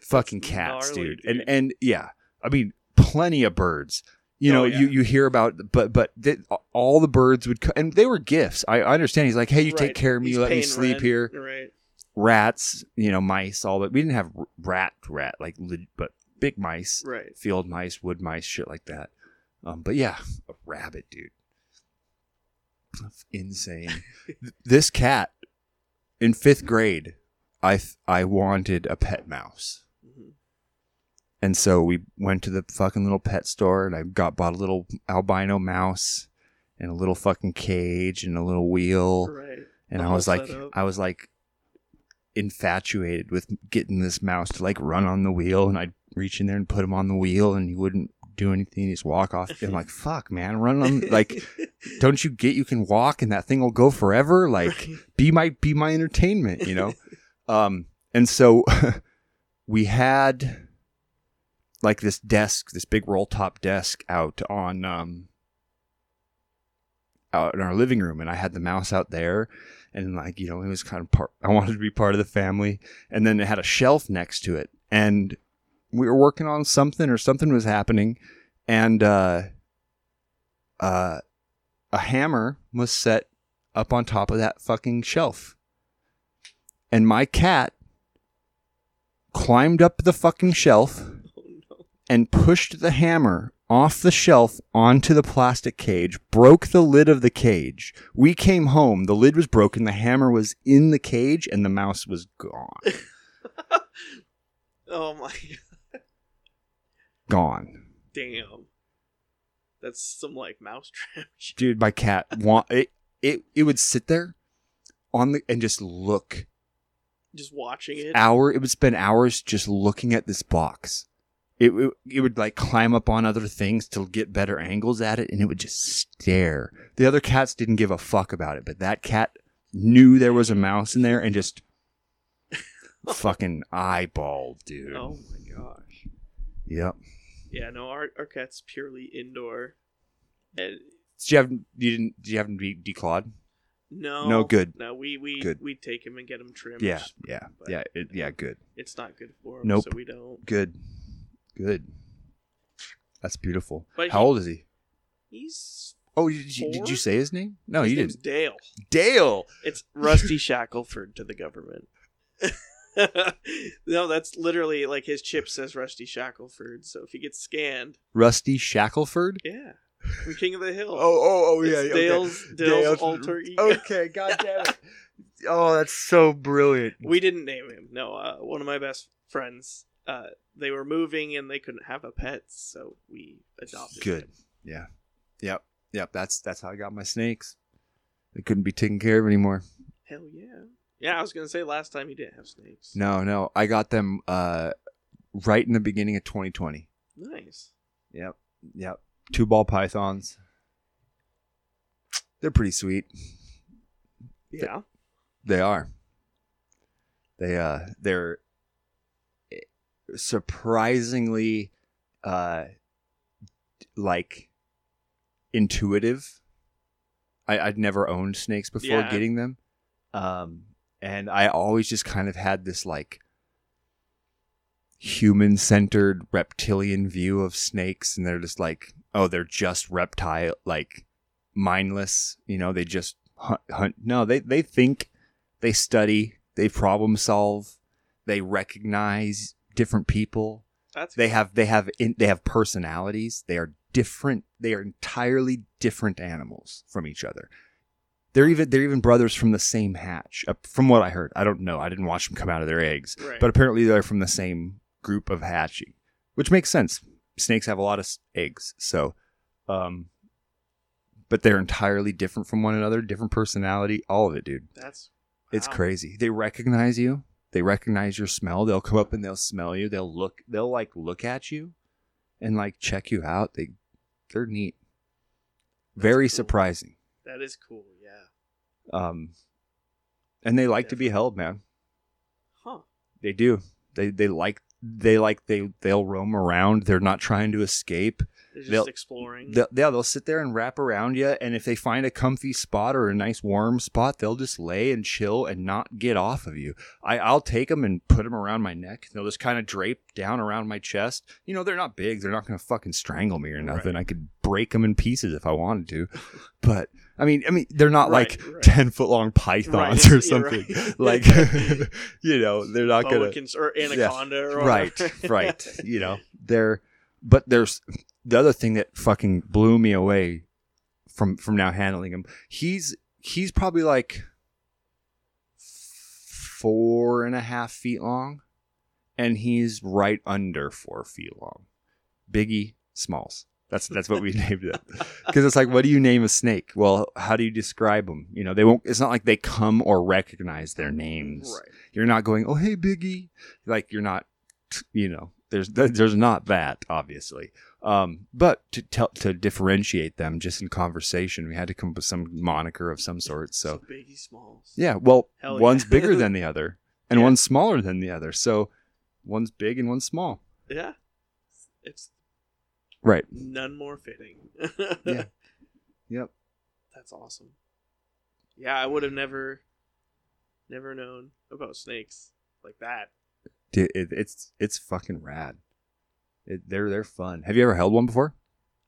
Speaker 1: Fucking cats,
Speaker 4: gnarly,
Speaker 1: dude.
Speaker 4: dude.
Speaker 1: And and yeah, I mean, plenty of birds. You
Speaker 4: Oh,
Speaker 1: know,
Speaker 4: yeah.
Speaker 1: you, you hear about, but but th- all the birds would, co- and they were gifts. I, I understand. He's like, hey, you take
Speaker 4: Right.
Speaker 1: care of me,
Speaker 4: He's
Speaker 1: let me
Speaker 4: paying
Speaker 1: sleep
Speaker 4: rent,
Speaker 1: here.
Speaker 4: Right.
Speaker 1: Rats, you know, mice, all that. We didn't have r- rat, rat like, lit- but big mice,
Speaker 4: Right.
Speaker 1: field mice, wood mice, shit like that. Um, but yeah, a rabbit, dude. insane.
Speaker 4: [LAUGHS]
Speaker 1: Th- this cat in fifth grade, I th- I wanted a pet mouse,
Speaker 4: Mhm.
Speaker 1: and so we went to the fucking little pet store, and I got bought a little albino mouse, and a little fucking cage, and a little wheel,
Speaker 4: Right.
Speaker 1: and
Speaker 4: the
Speaker 1: I
Speaker 4: whole
Speaker 1: was like,
Speaker 4: setup.
Speaker 1: I was like infatuated with getting this mouse to like run on the wheel, and I'd reach in there and put him on the wheel, and he wouldn't do anything, he'd just walk off. I'm
Speaker 4: [LAUGHS]
Speaker 1: like, fuck, man, run on like. don't you get you can walk and that thing will go forever like be my be my entertainment you know um and so [LAUGHS] we had like this desk this big roll top desk out on um out in our living room and i had the mouse out there and like you know it was kind of part i wanted to be part of the family and then it had a shelf next to it and we were working on something or something was happening and uh uh a hammer was set up on top of that fucking shelf. And my cat climbed up the fucking shelf
Speaker 4: oh no.
Speaker 1: and pushed the hammer off the shelf onto the plastic cage, broke the lid of the cage. We came home, the lid was broken, the hammer was in the cage, and the mouse was gone.
Speaker 4: Oh my [LAUGHS] god.
Speaker 1: Gone.
Speaker 4: Damn. That's some like [LAUGHS] mousetrap shit.
Speaker 1: dude my cat want it, it it would sit there on the and just look
Speaker 4: Just watching it.
Speaker 1: hour it would spend hours just looking at this box it, it it would like climb up on other things to get better angles at it and it would just stare the other cats didn't give a fuck about it but that cat knew there was a mouse in there and
Speaker 4: [LAUGHS]
Speaker 1: just fucking eyeball dude
Speaker 4: Oh my gosh.
Speaker 1: yep
Speaker 4: Yeah, no, our, our cat's purely indoor. And
Speaker 1: did you have you didn't did you have him de- declawed
Speaker 4: no,
Speaker 1: No, good.
Speaker 4: No, we we
Speaker 1: Good.
Speaker 4: we take him and get him trimmed.
Speaker 1: yeah yeah
Speaker 4: But-
Speaker 1: yeah it, yeah good
Speaker 4: it's not good for him.
Speaker 1: Nope.
Speaker 4: so we don't.
Speaker 1: Good. Good. That's beautiful.
Speaker 4: But
Speaker 1: How
Speaker 4: he-
Speaker 1: old is he?
Speaker 4: He's
Speaker 1: Oh, did you, did
Speaker 4: Four?
Speaker 1: you say his name? No,
Speaker 4: his
Speaker 1: Oh, you
Speaker 4: name's
Speaker 1: didn't.
Speaker 4: Dale.
Speaker 1: Dale.
Speaker 4: It's Rusty [LAUGHS] Shackleford to the government. [LAUGHS] no, that's literally like his chip says Rusty Shackleford. So if he gets scanned,
Speaker 1: Rusty Shackleford.
Speaker 4: yeah, from King of the Hill.
Speaker 1: oh,
Speaker 4: It's Dale's Dale's, alter ego.
Speaker 1: [LAUGHS] Okay, god damn it. [LAUGHS] Oh, that's so brilliant.
Speaker 4: We didn't name him. No, uh, one of my best friends. Uh, they were moving and they couldn't have a pet, so we adopted.
Speaker 1: Good.
Speaker 4: him.
Speaker 1: Yeah. Yep. Yep. That's that's how I got my snakes. They couldn't be taken care of anymore.
Speaker 4: Hell yeah. Yeah, I was gonna say last time he didn't have snakes.
Speaker 1: No, no. I got them uh right in the beginning of 2020.
Speaker 4: Nice.
Speaker 1: Yep. Yep. Two ball pythons. They're pretty sweet.
Speaker 4: Yeah.
Speaker 1: They are. They uh they're eh, surprisingly uh like intuitive. I I'd never owned snakes before
Speaker 4: Yeah.
Speaker 1: getting them. Um and I always just kind of had this like human-centered reptilian view of snakes and they're just like oh they're just reptile like mindless. You know, they just hunt. hunt. No, they they think, they study, they problem solve, they recognize different people.
Speaker 4: That's
Speaker 1: They have they have in, they have personalities. They are different. They are entirely different animals from each other. They're even they're even brothers from the same hatch. Uh, from what I heard, I don't know. I didn't watch them come out of their eggs,
Speaker 4: right.
Speaker 1: but apparently they're from the same group of hatching, which makes sense. Snakes have a lot of s- eggs, so, um, but they're entirely different from one another, different personality, all of it, dude.
Speaker 4: that's
Speaker 1: It's
Speaker 4: wow.
Speaker 1: crazy. They recognize you. They recognize your smell. They'll come up and they'll smell you. They'll look. They'll like look at you, and like check you out. They, they're neat. Very
Speaker 4: cool.
Speaker 1: surprising.
Speaker 4: That is cool. Yeah.
Speaker 1: Um, and they like to be held, man.
Speaker 4: Huh.
Speaker 1: They do. They they like they like they they'll roam around. They're not trying to escape.
Speaker 4: They're just
Speaker 1: They'll-
Speaker 4: exploring.
Speaker 1: They'll, yeah, they'll sit there and wrap around you. And if they find a comfy spot or a nice warm spot, they'll just lay and chill and not get off of you. I I'll take them and put them around my neck. They'll just kind of drape down around my chest. You know, they're not big. They're not gonna fucking strangle me or nothing. I could break them in pieces if I wanted to. [LAUGHS] But I mean, I mean, they're not
Speaker 4: Right,
Speaker 1: like
Speaker 4: right.
Speaker 1: ten foot long pythons or
Speaker 4: Right, [LAUGHS] you're
Speaker 1: something.
Speaker 4: right. [LAUGHS]
Speaker 1: Like, [LAUGHS] you know, they're not
Speaker 4: Boa
Speaker 1: gonna
Speaker 4: cons- or
Speaker 1: yeah.
Speaker 4: anaconda or
Speaker 1: right
Speaker 4: whatever. [LAUGHS]
Speaker 1: right you know they're but there's the other thing that fucking blew me away from from now handling him. He's he's probably like four and a half feet long, and he's right under four feet long. Biggie Smalls. That's that's what we [LAUGHS] named it because it's like, what do you name a snake? Well, how do you describe them? You know, they won't. It's not like they come or recognize their names.
Speaker 4: Right.
Speaker 1: You're not going, oh hey Biggie, like you're not, you know. There's there's not that obviously, um, but to tell to differentiate them just in conversation, we had to come up with some moniker of some sort. So
Speaker 4: Biggie Smalls.
Speaker 1: yeah, well,
Speaker 4: Hell yeah.
Speaker 1: one's
Speaker 4: [LAUGHS]
Speaker 1: bigger than the other, and
Speaker 4: Yeah.
Speaker 1: one's smaller than the other. So one's big and one's small.
Speaker 4: Yeah. It's
Speaker 1: Right.
Speaker 4: none more fitting. [LAUGHS]
Speaker 1: Yeah. Yep.
Speaker 4: That's awesome. Yeah, I would have never, never known about snakes like that.
Speaker 1: Dude, it, it's it's fucking rad. It, they're they're fun. Have you ever held one before?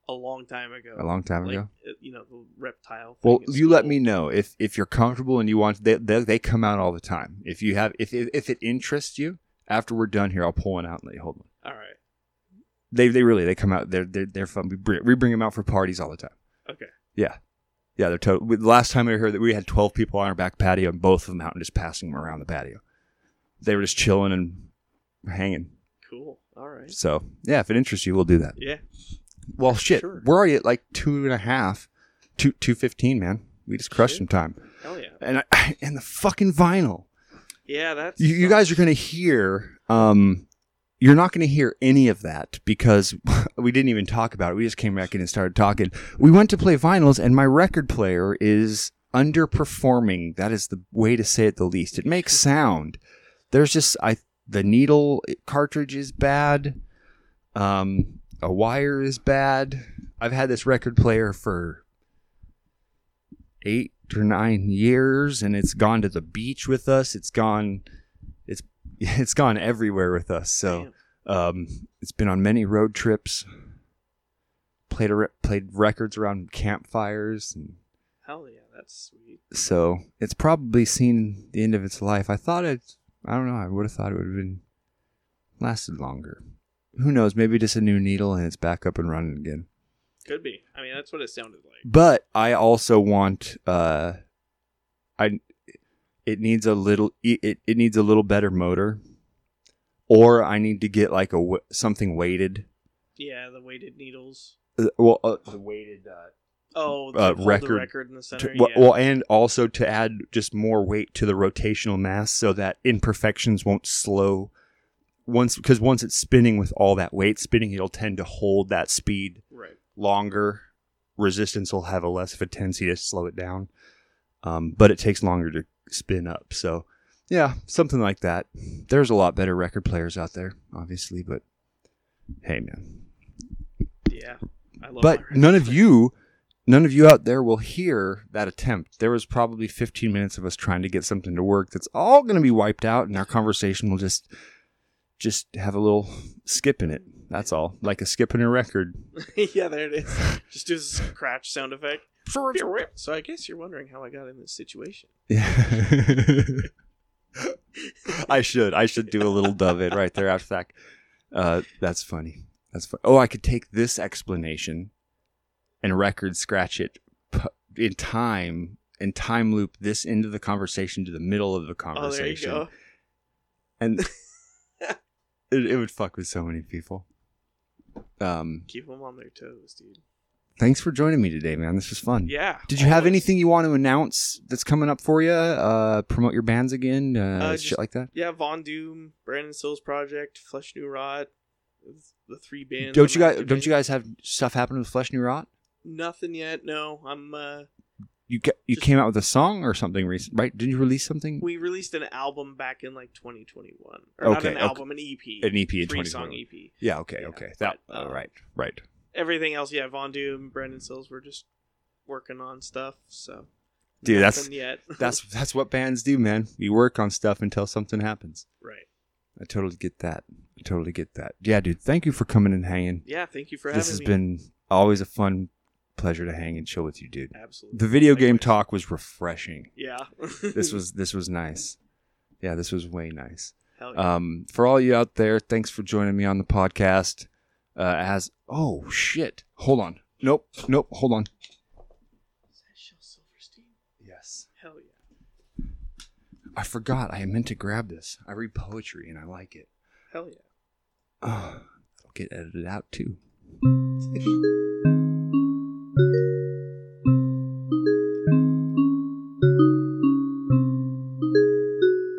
Speaker 4: A long time ago.
Speaker 1: A long time
Speaker 4: like,
Speaker 1: ago.
Speaker 4: uh, You know, the reptile. Thing
Speaker 1: Well,
Speaker 4: in
Speaker 1: you let
Speaker 4: school.
Speaker 1: me know if if you're comfortable and you want. They they, they come out all the time. If you have if, if if it interests you, after we're done here, I'll pull one out and let you hold one.
Speaker 4: All right.
Speaker 1: They they really they come out. They're they're, they're fun. We bring, we bring them out for parties all the time.
Speaker 4: Okay.
Speaker 1: Yeah, they're total. we- The last time I heard that we had twelve people on our back patio and both of them out and just passing them around the patio. They were just chilling and hanging.
Speaker 4: Cool. All right.
Speaker 1: So yeah, if it interests you, we'll do that.
Speaker 4: Yeah.
Speaker 1: Well, shit,
Speaker 4: Sure.
Speaker 1: we're already at like two and a half, two two fifteen, man. We just crushed
Speaker 4: Shit.
Speaker 1: some time,
Speaker 4: Hell yeah.
Speaker 1: and I, [CLEARS THROAT] and the fucking vinyl.
Speaker 4: Yeah, that's.
Speaker 1: You, you guys are gonna hear. Um, you're not gonna hear any of that because [LAUGHS] we didn't even talk about it. We just came back in and started talking. We went to play vinyls, and my record player is underperforming. That is the way to say it the least. It makes sound. There's just I the needle cartridge is bad. Um, a wire is bad. I've had this record player for eight or nine years, and it's gone to the beach with us. It's gone, it's [LAUGHS] it's gone everywhere with us. So
Speaker 4: Damn.
Speaker 1: um, it's been on many road trips. Played a re- played records around campfires, and
Speaker 4: Hell yeah, that's sweet.
Speaker 1: so it's probably seen the end of its life. I thought it. I don't know. I would have thought it would have been lasted longer. Who knows? Maybe just a new needle and it's back up and running again.
Speaker 4: Could be. I mean, that's what it sounded like.
Speaker 1: But I also want. Uh, I. It needs a little. It, it- it needs a little better motor, or I need to get like a w- something weighted.
Speaker 4: Yeah, the weighted needles.
Speaker 1: Uh, well, uh, the weighted. Uh,
Speaker 4: Oh,
Speaker 1: Uh,
Speaker 4: the, hold
Speaker 1: record-
Speaker 4: the record in the
Speaker 1: to-
Speaker 4: center.
Speaker 1: well,
Speaker 4: yeah.
Speaker 1: well, and also to add just more weight to the rotational mass so that imperfections won't slow once because once it's spinning with all that weight spinning it'll tend to hold that speed
Speaker 4: right.
Speaker 1: longer resistance will have a less of a tendency to slow it down um, but it takes longer to spin up so yeah something like that there's a lot better record players out there obviously but hey man
Speaker 4: Yeah. I love
Speaker 1: but
Speaker 4: my record
Speaker 1: none of
Speaker 4: player.
Speaker 1: you none of you out there will hear that attempt there was probably 15 minutes of us trying to get something to work that's all going to be wiped out and our conversation will just just have a little skip in it that's all like a skip in a record
Speaker 4: [LAUGHS] yeah, there it is. Just do this crash sound effect. So I guess you're wondering how I got in this situation.
Speaker 1: Yeah. [LAUGHS] i should i should do a little dove it right there after that uh, that's funny that's fun. oh i could take this explanation and record scratch it pu- in time and time loop this into the conversation to the middle of the
Speaker 4: Oh, there you
Speaker 1: conversation
Speaker 4: go. [LAUGHS]
Speaker 1: and it, it would fuck with so many people um
Speaker 4: Keep them on their toes, dude.
Speaker 1: thanks for joining me today man this was fun
Speaker 4: Yeah.
Speaker 1: did you have
Speaker 4: always.
Speaker 1: anything you want to announce that's coming up for you uh promote your bands again uh,
Speaker 4: Uh,
Speaker 1: shit
Speaker 4: just-
Speaker 1: like that
Speaker 4: Yeah, Von Doom, Brandon Sills Project, Flesh New Rot, the three bands.
Speaker 1: don't you
Speaker 4: I'm
Speaker 1: guys
Speaker 4: active
Speaker 1: don't you
Speaker 4: in.
Speaker 1: guys have stuff happening with flesh new rot
Speaker 4: Nothing yet. No, I'm. uh
Speaker 1: you ca- you
Speaker 4: Just-
Speaker 1: came out with a song or something recent right did you release something
Speaker 4: We released an album back in like 2021, or not
Speaker 1: Okay,
Speaker 4: an
Speaker 1: okay.
Speaker 4: album, an EP,
Speaker 1: an E ep in
Speaker 4: three song
Speaker 1: 2021.
Speaker 4: E EP.
Speaker 1: yeah okay
Speaker 4: Yeah,
Speaker 1: okay that
Speaker 4: but, uh,
Speaker 1: all right right
Speaker 4: Everything else, yeah, Von Doom, Brandon Sills, we're just working on stuff. So,
Speaker 1: Dude, that's-
Speaker 4: nothing yet.
Speaker 1: [LAUGHS] that's that's what bands do man you work on stuff until something happens
Speaker 4: [LAUGHS] right.
Speaker 1: i totally get that i totally get that yeah dude thank you for coming and hanging
Speaker 4: Yeah, thank you for
Speaker 1: this has
Speaker 4: having me.
Speaker 1: been always a fun pleasure to hang and chill with you dude
Speaker 4: absolutely
Speaker 1: the video game
Speaker 4: Likewise.
Speaker 1: talk was refreshing
Speaker 4: Yeah, [LAUGHS]
Speaker 1: this was this was nice yeah this was way nice
Speaker 4: Hell yeah.
Speaker 1: Um, for all you out there, thanks for joining me on the podcast. Uh, as oh shit, hold on, nope, nope, hold on. I forgot. I meant to grab this. I read poetry and I like it.
Speaker 4: Hell yeah.
Speaker 1: Oh, it'll get edited out too.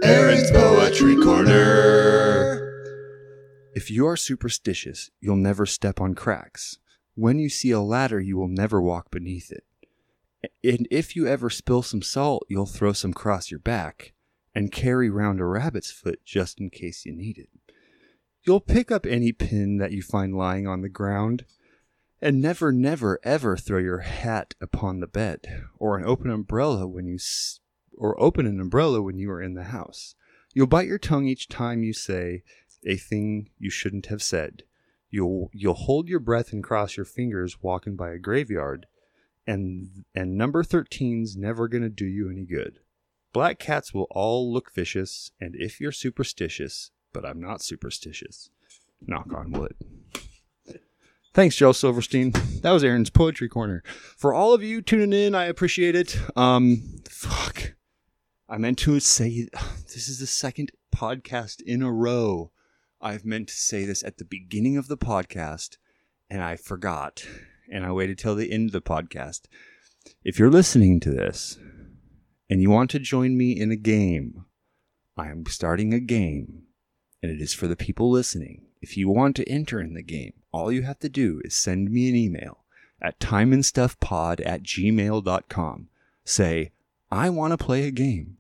Speaker 1: Aaron's Poetry Corner. If you are superstitious, you'll never step on cracks. When you see a ladder, you will never walk beneath it. And if you ever spill some salt, you'll throw some across your back and carry round a rabbit's foot just in case you need it. You'll pick up any pin that you find lying on the ground and never, never, ever throw your hat upon the bed or an open umbrella when you s- or open an umbrella when you are in the house. You'll bite your tongue each time you say a thing you shouldn't have said. You'll you'll hold your breath and cross your fingers walking by a graveyard, and and number thirteen's never gonna do you any good. Black cats will all look vicious, and if you're superstitious, but I'm not superstitious. Knock on wood. Thanks, Joe Silverstein. That was Aaron's Poetry Corner. For all of you tuning in, I appreciate it. Um, fuck. I meant to say this is the second podcast in a row. I've meant to say this at the beginning of the podcast, and I forgot. And I waited till the end of the podcast. If you're listening to this and you want to join me in a game, I am starting a game and it is for the people listening. If you want to enter in the game, all you have to do is send me an email at timeandstuffpod at gmail.com. Say, I want to play a game.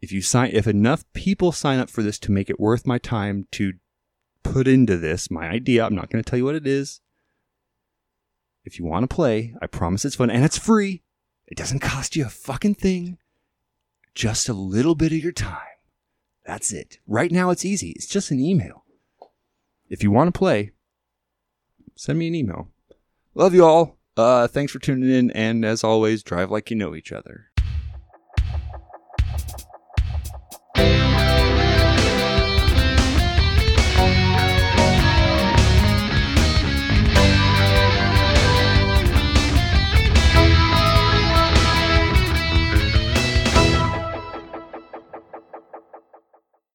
Speaker 1: If you sign if enough people sign up for this to make it worth my time to put into this, my idea, I'm not going to tell you what it is. If you want to play, I promise it's fun and it's free. It doesn't cost you a fucking thing. Just a little bit of your time. That's it. Right now, it's easy. It's just an email. If you want to play, send me an email. Love you all. Uh, thanks for tuning in. And as always, drive like you know each other.